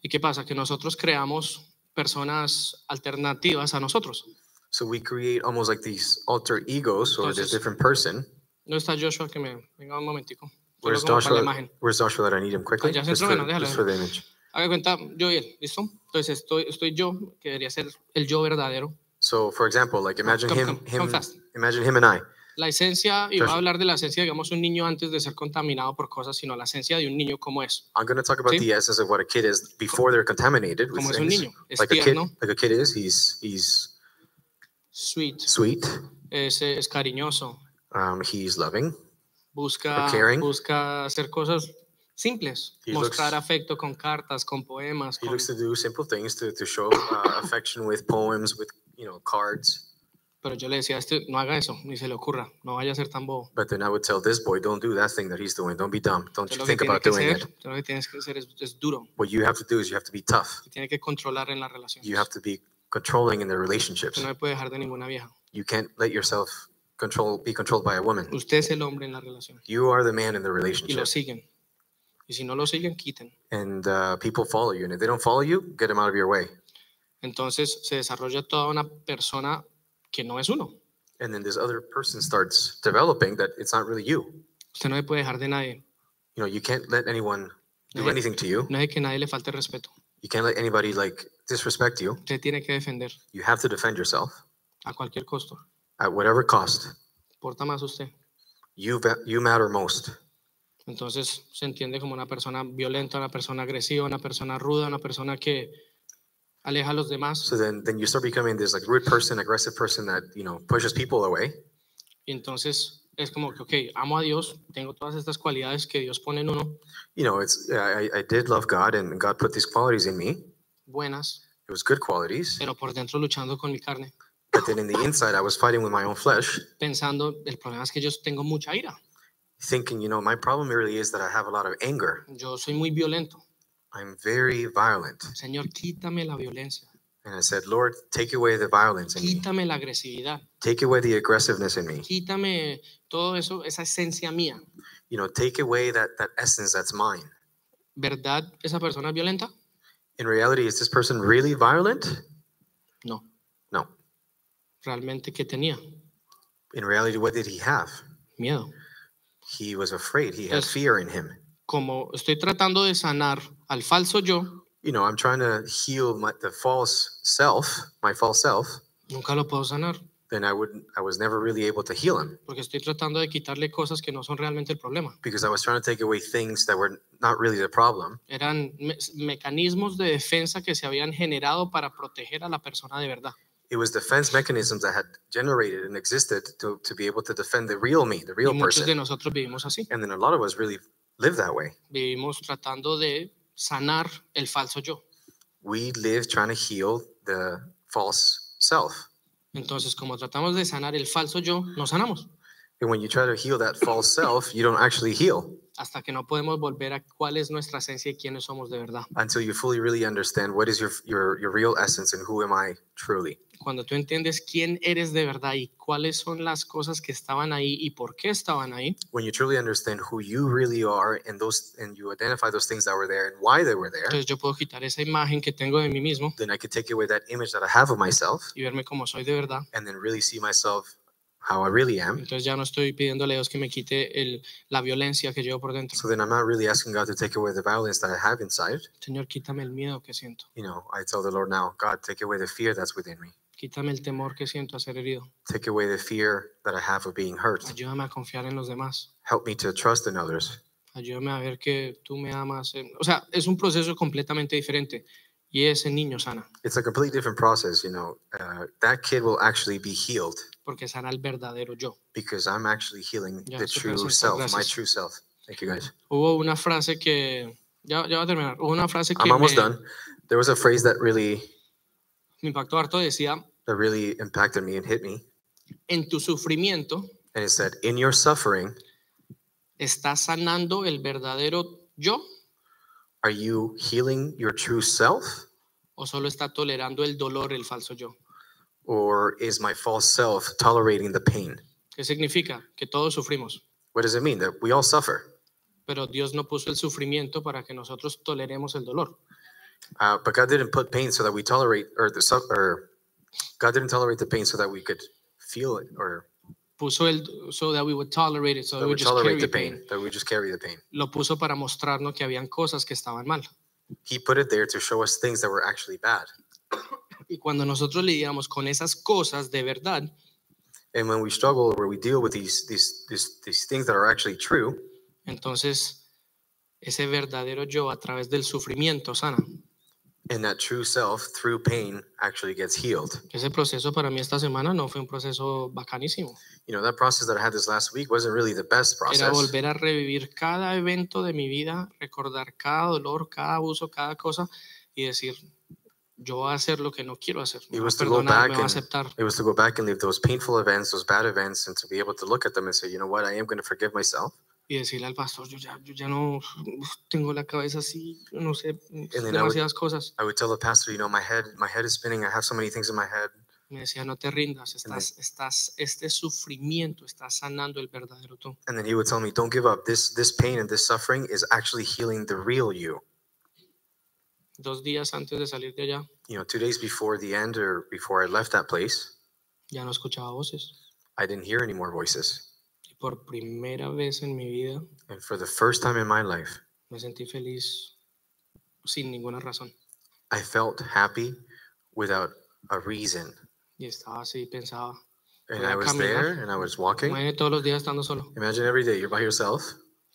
[SPEAKER 2] ¿Y qué pasa? Que nosotros creamos personas alternativas a nosotros.
[SPEAKER 3] So we create almost like these alter egos or this
[SPEAKER 2] Entonces-
[SPEAKER 3] different person.
[SPEAKER 2] ¿No está Joshua? Que me venga un momentico. Solo
[SPEAKER 3] Where's
[SPEAKER 2] como para la
[SPEAKER 3] Pues Joshua?
[SPEAKER 2] imagen.
[SPEAKER 3] Where's Joshua that I need him quickly?
[SPEAKER 2] ya se
[SPEAKER 3] Just
[SPEAKER 2] entró,
[SPEAKER 3] for,
[SPEAKER 2] bueno, déjalo.
[SPEAKER 3] just for the image.
[SPEAKER 2] Haga de cuenta, yo y él, ¿listo? Entonces estoy, estoy yo, que debería ser el yo verdadero.
[SPEAKER 3] So, for example, like imagine
[SPEAKER 2] come,
[SPEAKER 3] him,
[SPEAKER 2] come, come
[SPEAKER 3] him,
[SPEAKER 2] fast.
[SPEAKER 3] imagine him and I.
[SPEAKER 2] La esencia, y voy a
[SPEAKER 3] Joshua.
[SPEAKER 2] hablar de la esencia, digamos, un niño antes de ser contaminado por cosas, sino la esencia de un niño como es.
[SPEAKER 3] I'm going to talk about
[SPEAKER 2] Sí.
[SPEAKER 3] the essence of what a kid is before they're contaminated with
[SPEAKER 2] Como es un
[SPEAKER 3] things.
[SPEAKER 2] niño, es
[SPEAKER 3] Like a kid,
[SPEAKER 2] tierno.
[SPEAKER 3] like a kid is, he's he's
[SPEAKER 2] Sweet,
[SPEAKER 3] sweet,
[SPEAKER 2] es, es cariñoso,
[SPEAKER 3] um, he's loving,
[SPEAKER 2] busca,
[SPEAKER 3] caring.
[SPEAKER 2] busca hacer cosas simples,
[SPEAKER 3] He
[SPEAKER 2] mostrar
[SPEAKER 3] looks-
[SPEAKER 2] afecto con cartas, con poemas,
[SPEAKER 3] he
[SPEAKER 2] con-
[SPEAKER 3] looks to do simple things to to show uh, affection with poems, with you know cards.
[SPEAKER 2] pero yo le decía a este, no haga eso, ni se le ocurra, no vaya a ser tan bobo.
[SPEAKER 3] But then I would tell this boy, don't do that thing that he's doing. Don't be dumb. Don't
[SPEAKER 2] Usted
[SPEAKER 3] you
[SPEAKER 2] lo que,
[SPEAKER 3] think
[SPEAKER 2] tiene
[SPEAKER 3] about
[SPEAKER 2] que
[SPEAKER 3] doing
[SPEAKER 2] ser,
[SPEAKER 3] it.
[SPEAKER 2] usted lo que tienes que hacer es, es duro,
[SPEAKER 3] What you have to do is you have to be tough.
[SPEAKER 2] se tiene que controlar en la relación.
[SPEAKER 3] You have to be controlling in the relationships.
[SPEAKER 2] Usted no le puede dejar de ninguna vieja.
[SPEAKER 3] You can't let yourself control be controlled by a woman.
[SPEAKER 2] Usted es el hombre en la relación
[SPEAKER 3] You are the man in the
[SPEAKER 2] y lo
[SPEAKER 3] relationship,
[SPEAKER 2] siguen. Y si no lo siguen, quiten.
[SPEAKER 3] and uh, people follow you. And if they don't follow you, get them out of your way.
[SPEAKER 2] Entonces se desarrolla toda una persona que no es uno.
[SPEAKER 3] And then this other person starts developing that it's not really you.
[SPEAKER 2] Usted no le puede dejar de nadie.
[SPEAKER 3] You know, you can't let anyone do
[SPEAKER 2] Nadie-
[SPEAKER 3] anything to you.
[SPEAKER 2] No es que nadie le falte respeto.
[SPEAKER 3] You can't let anybody like disrespect you.
[SPEAKER 2] Usted tiene que defender
[SPEAKER 3] You have to defend yourself
[SPEAKER 2] a cualquier costo.
[SPEAKER 3] at whatever cost.
[SPEAKER 2] Porta más usted.
[SPEAKER 3] You va- you matter most.
[SPEAKER 2] Entonces se entiende como una persona violenta, una persona agresiva, una persona ruda, una persona que aleja a los demás.
[SPEAKER 3] So then then you start becoming this like rude person, aggressive person that you know pushes people away.
[SPEAKER 2] Y entonces es como que, ok, amo a Dios, tengo todas estas cualidades que Dios pone en uno,
[SPEAKER 3] You know, it's I, I- I did love God, and God put these qualities in me.
[SPEAKER 2] buenas,
[SPEAKER 3] It was good qualities,
[SPEAKER 2] pero por dentro luchando con mi carne,
[SPEAKER 3] but then in the inside, I was fighting with my own flesh.
[SPEAKER 2] pensando, el problema es que yo tengo mucha ira.
[SPEAKER 3] thinking, you know, my problem really is that I have a lot of anger.
[SPEAKER 2] Yo soy muy violento.
[SPEAKER 3] I'm very violent.
[SPEAKER 2] Señor, quítame la violencia,
[SPEAKER 3] And I said, Lord, take away the violence in me.
[SPEAKER 2] quítame la agresividad,
[SPEAKER 3] Take away the aggressiveness in me.
[SPEAKER 2] quítame todo eso, esa esencia mía.
[SPEAKER 3] You know, take away that, that essence that's mine.
[SPEAKER 2] ¿Verdad esa persona es violenta?
[SPEAKER 3] In reality, is this person really violent?
[SPEAKER 2] No.
[SPEAKER 3] No.
[SPEAKER 2] Realmente, ¿qué tenía?
[SPEAKER 3] In reality, what did he have?
[SPEAKER 2] Miedo.
[SPEAKER 3] He was afraid. He had
[SPEAKER 2] Yes.
[SPEAKER 3] fear in him.
[SPEAKER 2] Como estoy tratando de sanar al falso yo,
[SPEAKER 3] You know, I'm trying to heal my, the false self, my false self.
[SPEAKER 2] nunca lo puedo sanar,
[SPEAKER 3] Then I wouldn't. I was never really able to heal him
[SPEAKER 2] porque estoy tratando de quitarle cosas que no son realmente el problema.
[SPEAKER 3] because I was trying to take away things that were not really the problem.
[SPEAKER 2] Eran me- mecanismos de defensa que se habían generado para proteger a la persona de verdad.
[SPEAKER 3] It was defense mechanisms that had generated and existed to, to be able to defend the real me, the
[SPEAKER 2] Y
[SPEAKER 3] real
[SPEAKER 2] muchos de
[SPEAKER 3] person.
[SPEAKER 2] nosotros vivimos así.
[SPEAKER 3] And then a lot of us really live that way.
[SPEAKER 2] Vivimos tratando de sanar el falso yo.
[SPEAKER 3] We live trying to heal the false self.
[SPEAKER 2] Entonces, como tratamos de sanar el falso yo, no sanamos
[SPEAKER 3] And when you try to heal that false self, you don't actually heal
[SPEAKER 2] hasta que no podemos volver a cuál es nuestra esencia y quiénes somos de verdad.
[SPEAKER 3] until you fully really understand what is your your your real essence and who am I truly.
[SPEAKER 2] Cuando tú entiendes quién eres de verdad y cuáles son las cosas que estaban ahí y por qué estaban ahí,
[SPEAKER 3] When you truly understand who you really are and those and you identify those things that were there and why they were there,
[SPEAKER 2] entonces yo puedo quitar esa imagen que tengo de mí mismo
[SPEAKER 3] then I could take away that image that I have of myself
[SPEAKER 2] y verme como soy de verdad.
[SPEAKER 3] and then really see myself how I really am.
[SPEAKER 2] Entonces ya no estoy pidiéndole a Dios que me quite el- la violencia que llevo por dentro.
[SPEAKER 3] So then I'm not really asking God to take away the violence that I have inside.
[SPEAKER 2] Señor, quítame el miedo que siento,
[SPEAKER 3] You know, I tell the Lord now, God, take away the fear that's within me.
[SPEAKER 2] quítame el temor que siento a ser herido,
[SPEAKER 3] Take away the fear that I have of being hurt.
[SPEAKER 2] ayúdame a confiar en los demás,
[SPEAKER 3] Help me to trust in others.
[SPEAKER 2] ayúdame a ver que tú me amas. eh, O sea, es un proceso completamente diferente y ese niño sana,
[SPEAKER 3] it's a completely different process you know uh, that kid will actually be healed
[SPEAKER 2] porque sana el verdadero yo.
[SPEAKER 3] because i'm actually healing
[SPEAKER 2] Ya,
[SPEAKER 3] the
[SPEAKER 2] súper,
[SPEAKER 3] true
[SPEAKER 2] súper,
[SPEAKER 3] self my
[SPEAKER 2] gracias.
[SPEAKER 3] true self thank you guys
[SPEAKER 2] Hubo una frase que, ya, ya voy a terminar, hubo una frase que
[SPEAKER 3] i'm almost
[SPEAKER 2] me,
[SPEAKER 3] done there was a phrase that really
[SPEAKER 2] me impactó harto, decía,
[SPEAKER 3] that really impacted me and hit me
[SPEAKER 2] en tu sufrimiento
[SPEAKER 3] and it said in your suffering
[SPEAKER 2] estás sanando el verdadero yo
[SPEAKER 3] are you healing your true self
[SPEAKER 2] o solo está tolerando el dolor el falso yo.
[SPEAKER 3] or is my false self tolerating the pain
[SPEAKER 2] ¿Qué significa? Que todos sufrimos,
[SPEAKER 3] what does it mean that we all suffer
[SPEAKER 2] pero Dios no puso el sufrimiento para que nosotros toleremos el dolor.
[SPEAKER 3] uh, but god didn't put pain so that we tolerate or the suf- or god didn't tolerate the pain so that we could feel it or
[SPEAKER 2] Puso el so that we would tolerate it, so that
[SPEAKER 3] that
[SPEAKER 2] we
[SPEAKER 3] we
[SPEAKER 2] just carry
[SPEAKER 3] tolerate the
[SPEAKER 2] the
[SPEAKER 3] pain
[SPEAKER 2] pain.
[SPEAKER 3] that we just carry the pain
[SPEAKER 2] Lo puso para mostrarnos que habían cosas que estaban mal.
[SPEAKER 3] he put it there to show us things that were actually bad.
[SPEAKER 2] Y cuando nosotros lidiamos con esas cosas de verdad,
[SPEAKER 3] And when we struggle or we deal with these these these, these things that are actually true,
[SPEAKER 2] entonces ese verdadero yo a través del sufrimiento sana.
[SPEAKER 3] and that true self through pain actually gets healed.
[SPEAKER 2] Ese proceso para mí esta semana no fue un proceso bacanísimo.
[SPEAKER 3] You know, that process that I had this last week wasn't really the best
[SPEAKER 2] Era
[SPEAKER 3] process.
[SPEAKER 2] volver a revivir cada evento de mi vida, recordar cada dolor, cada abuso, cada cosa y decir, yo voy a hacer lo que no quiero hacer. Me voy
[SPEAKER 3] It
[SPEAKER 2] a
[SPEAKER 3] was to go
[SPEAKER 2] perdonar,
[SPEAKER 3] back
[SPEAKER 2] me voy a
[SPEAKER 3] and
[SPEAKER 2] aceptar.
[SPEAKER 3] it was to go back and leave those painful events, those bad events, and to be able to look at them and say, you know what, I am going to forgive myself.
[SPEAKER 2] Y decirle al pastor, yo ya, yo ya no uf, tengo la cabeza así, yo no sé,
[SPEAKER 3] then I would-
[SPEAKER 2] demasiadas cosas.
[SPEAKER 3] I would tell the pastor, you know, my head, my head is spinning. I have so many things in my head.
[SPEAKER 2] Me decía, no te rindas, estás, estás, este sufrimiento está sanando el verdadero tú.
[SPEAKER 3] And then he would tell me, don't give up. This this pain and this suffering is actually healing the real you.
[SPEAKER 2] Dos días antes de salir de allá,
[SPEAKER 3] You know, two days before the end or before I left that place,
[SPEAKER 2] ya no escuchaba voces.
[SPEAKER 3] I didn't hear any more voices.
[SPEAKER 2] Y por primera vez en mi vida
[SPEAKER 3] And for the first time in my life,
[SPEAKER 2] me sentí feliz sin ninguna razón.
[SPEAKER 3] I felt happy without a reason.
[SPEAKER 2] Y estaba así, pensaba.
[SPEAKER 3] And
[SPEAKER 2] Voy a
[SPEAKER 3] I was
[SPEAKER 2] caminar.
[SPEAKER 3] there and I was walking.
[SPEAKER 2] Imagínate todos los días estando solo.
[SPEAKER 3] Imagine every day you're by yourself.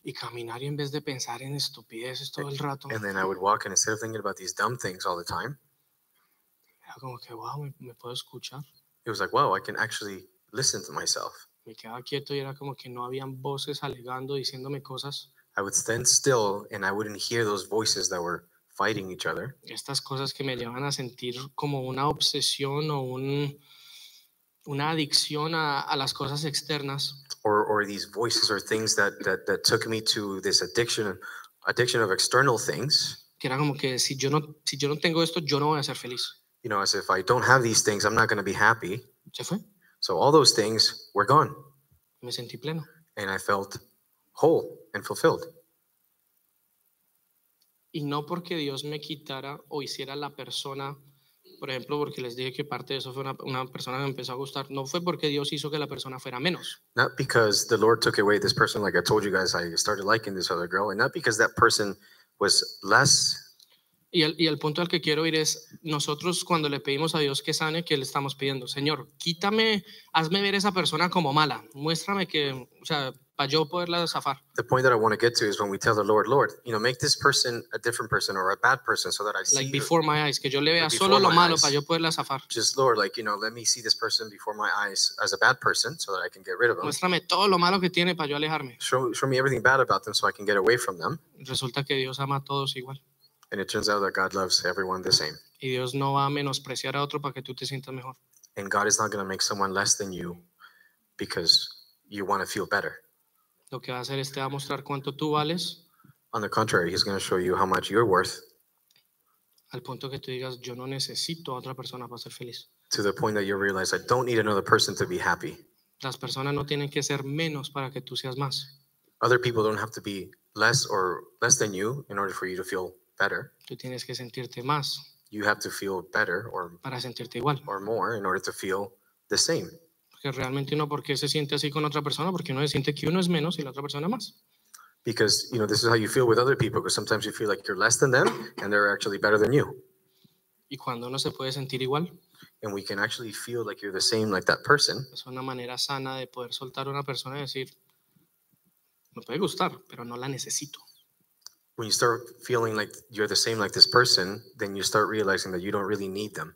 [SPEAKER 2] Y caminar y en vez de pensar en estupideces todo el rato,
[SPEAKER 3] And then I would walk, and instead of thinking about these dumb things all the time,
[SPEAKER 2] era como que, wow, me, me puedo escuchar.
[SPEAKER 3] it was like, wow, I can actually listen to myself.
[SPEAKER 2] Me quedaba quieto y era como que no habían voces alegando, diciéndome cosas.
[SPEAKER 3] I would stand still and I wouldn't hear those voices that were fighting each other.
[SPEAKER 2] Estas cosas que me llevan a sentir como una obsesión o un, una adicción a, a las cosas externas.
[SPEAKER 3] or or these voices or things that that that took me to this addiction addiction of external things.
[SPEAKER 2] que era como que si yo no, si yo no tengo esto, yo no voy a ser feliz.
[SPEAKER 3] You know, as if I don't have these things, I'm not going to be happy.
[SPEAKER 2] Se fue.
[SPEAKER 3] So all those things were gone,
[SPEAKER 2] Me sentí pleno.
[SPEAKER 3] and I felt whole and fulfilled.
[SPEAKER 2] Y no porque Dios me quitara o hiciera la persona, por ejemplo, porque les dije que parte de eso fue una, una persona que me empezó a gustar, no fue porque Dios hizo que la persona fuera menos.
[SPEAKER 3] Not because the Lord took away this person, like I told you guys, I started liking this other girl, and not because that person was less.
[SPEAKER 2] Y el, y el punto al que quiero ir es, nosotros cuando le pedimos a Dios que sane, que le estamos pidiendo, Señor, quítame, hazme ver esa persona como mala, muéstrame que, o sea, para yo poderla zafar.
[SPEAKER 3] The point that I want to get to is when we tell the Lord, Lord, you know, make this person a different person or a bad person, so that I see
[SPEAKER 2] Like
[SPEAKER 3] you."
[SPEAKER 2] before my eyes, que yo le vea
[SPEAKER 3] Like
[SPEAKER 2] solo
[SPEAKER 3] before
[SPEAKER 2] lo
[SPEAKER 3] my
[SPEAKER 2] malo
[SPEAKER 3] eyes.
[SPEAKER 2] para yo poderla zafar.
[SPEAKER 3] just Lord, like you know, let me see this person before my eyes as a bad person, so that I can get rid of them.
[SPEAKER 2] Muéstrame todo lo malo que tiene para yo alejarme.
[SPEAKER 3] Show, show me everything bad about them, so I can get away from them.
[SPEAKER 2] Resulta que Dios ama a todos igual.
[SPEAKER 3] And it turns out that God loves everyone the same,
[SPEAKER 2] Y Dios no va a menospreciar a otro para que tú te sientas mejor.
[SPEAKER 3] and God is not going to make someone less than you because you want to feel better.
[SPEAKER 2] Lo que va a hacer es te va a mostrar cuánto tú vales
[SPEAKER 3] On the contrary, He's going to show you how much you're worth
[SPEAKER 2] al punto que tú digas, yo no necesito a otra persona para ser feliz.
[SPEAKER 3] to the point that you realize I don't need another person to be happy.
[SPEAKER 2] Las personas no tienen que ser menos para que tú seas más.
[SPEAKER 3] Other people don't have to be less or less than you in order for you to feel better.
[SPEAKER 2] Tú tienes que sentirte más
[SPEAKER 3] You have to feel better or
[SPEAKER 2] para sentirte igual.
[SPEAKER 3] or more in order to feel the same.
[SPEAKER 2] Porque realmente uno, ¿por qué se siente así con otra persona? Porque uno se siente que uno es menos y la otra persona más.
[SPEAKER 3] because you know this is how you feel with other people because sometimes you feel like you're less than them and they're actually better than you
[SPEAKER 2] Y cuando uno se puede sentir igual,
[SPEAKER 3] and we can actually feel like you're the same like that person
[SPEAKER 2] es una manera sana de poder soltar a una persona y decir, me puede gustar, pero no la necesito.
[SPEAKER 3] when you start feeling like you're the same like this person then you start realizing that you don't really need them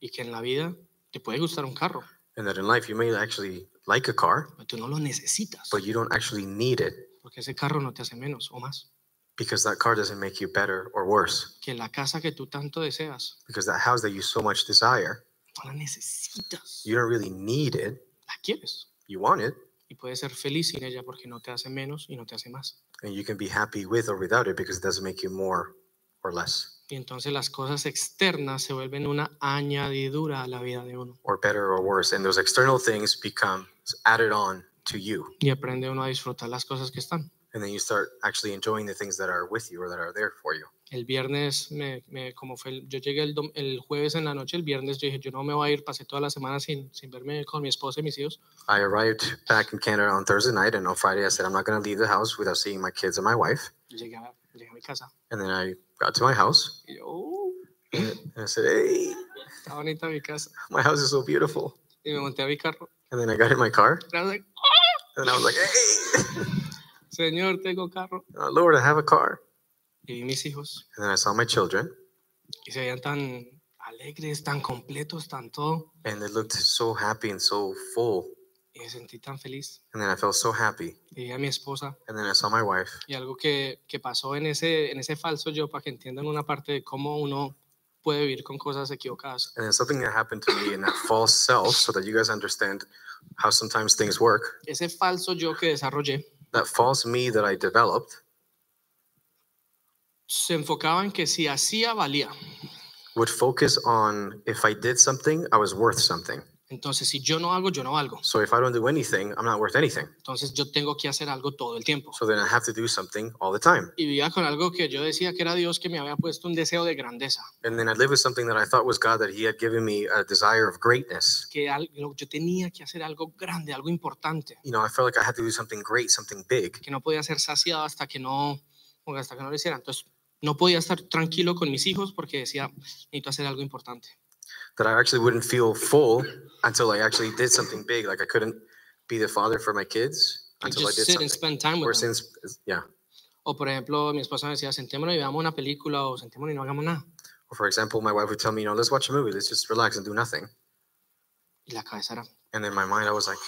[SPEAKER 2] Y que en la vida te puede gustar un carro,
[SPEAKER 3] and that in life you may actually like a car
[SPEAKER 2] pero tú no lo necesitas.
[SPEAKER 3] but you don't actually need it
[SPEAKER 2] porque ese carro no te hace menos o más.
[SPEAKER 3] because that car doesn't make you better or worse
[SPEAKER 2] Que la casa que tú tanto deseas,
[SPEAKER 3] because that house that you so much desire
[SPEAKER 2] no la necesitas,
[SPEAKER 3] you don't really need it
[SPEAKER 2] la quieres.
[SPEAKER 3] you want it
[SPEAKER 2] Y puedes ser feliz sin ella porque no te hace menos y no te hace más.
[SPEAKER 3] and you can be happy with or without it because it doesn't make you more or less
[SPEAKER 2] Y entonces las cosas externas se vuelven una añadidura a la vida de uno.
[SPEAKER 3] or better or worse and those external things become added on to you
[SPEAKER 2] Y aprende uno a disfrutar las cosas que están.
[SPEAKER 3] and then you start actually enjoying the things that are with you or that are there for you
[SPEAKER 2] El viernes, me, me- como fue, el- yo llegué el, dom- el jueves en la noche, el viernes yo dije, yo no me voy a ir, pasé toda la semana sin, sin verme con mi esposa y mis hijos.
[SPEAKER 3] i arrived back in canada on thursday night and on friday i said i'm not going to leave the house without seeing my kids and my wife
[SPEAKER 2] Llegué a, llegué a mi casa.
[SPEAKER 3] and then i got to my house
[SPEAKER 2] Y yo, "Uh,
[SPEAKER 3] and i said hey
[SPEAKER 2] está bonita mi casa.
[SPEAKER 3] my house is so beautiful
[SPEAKER 2] Y me monté a mi carro.
[SPEAKER 3] and then i got in my car
[SPEAKER 2] Era de-
[SPEAKER 3] and i was like hey
[SPEAKER 2] Señor, tengo carro.
[SPEAKER 3] Uh, lord i have a car
[SPEAKER 2] Y vi mis hijos
[SPEAKER 3] and then i saw my children
[SPEAKER 2] y se veían tan alegres, tan completos, tan todo.
[SPEAKER 3] and they looked so happy and so full
[SPEAKER 2] Y me sentí tan feliz.
[SPEAKER 3] and then i felt so happy
[SPEAKER 2] Y vi a mi esposa.
[SPEAKER 3] and then i saw my wife
[SPEAKER 2] Y algo que, que pasó en ese, en ese falso yo, para que entiendan una parte de cómo uno puede vivir con cosas equivocadas.
[SPEAKER 3] And then something that happened to me in that false self, so that you guys understand how sometimes things work.
[SPEAKER 2] Ese falso yo que desarrollé
[SPEAKER 3] That false me that I developed
[SPEAKER 2] se enfocaba en que si hacía, valía.
[SPEAKER 3] would focus on if I did something, I was worth something.
[SPEAKER 2] Entonces, si yo no hago, yo no valgo.
[SPEAKER 3] So if I don't do anything, I'm not worth anything.
[SPEAKER 2] Entonces, yo tengo que hacer algo todo el tiempo.
[SPEAKER 3] So then I have to do something all the time.
[SPEAKER 2] Y vivía con algo que yo decía que era Dios que me había puesto un deseo de grandeza,
[SPEAKER 3] And then I live with something that I thought was God, that He had given me a desire of greatness.
[SPEAKER 2] que algo- yo tenía que hacer algo grande, algo importante.
[SPEAKER 3] You know, I felt like I had to do something great, something big.
[SPEAKER 2] que no podía ser saciado hasta que no, o hasta que no lo hiciera. Entonces, no podía estar tranquilo con mis hijos porque decía, necesito hacer algo importante.
[SPEAKER 3] that I actually wouldn't feel full until I actually did something big. Like I couldn't be the father for my kids
[SPEAKER 2] Like,
[SPEAKER 3] until Ah, I
[SPEAKER 2] just
[SPEAKER 3] did
[SPEAKER 2] sit and
[SPEAKER 3] something.
[SPEAKER 2] spend time with
[SPEAKER 3] Or
[SPEAKER 2] them.
[SPEAKER 3] since, yeah.
[SPEAKER 2] O, por ejemplo, mi esposa me decía, sentémonos y veamos una película o sentémonos y no hagamos nada.
[SPEAKER 3] Or for example, my wife would tell me, you know, let's watch a movie, let's just relax and do nothing.
[SPEAKER 2] Y la cabeza era,
[SPEAKER 3] And in my mind, I was like,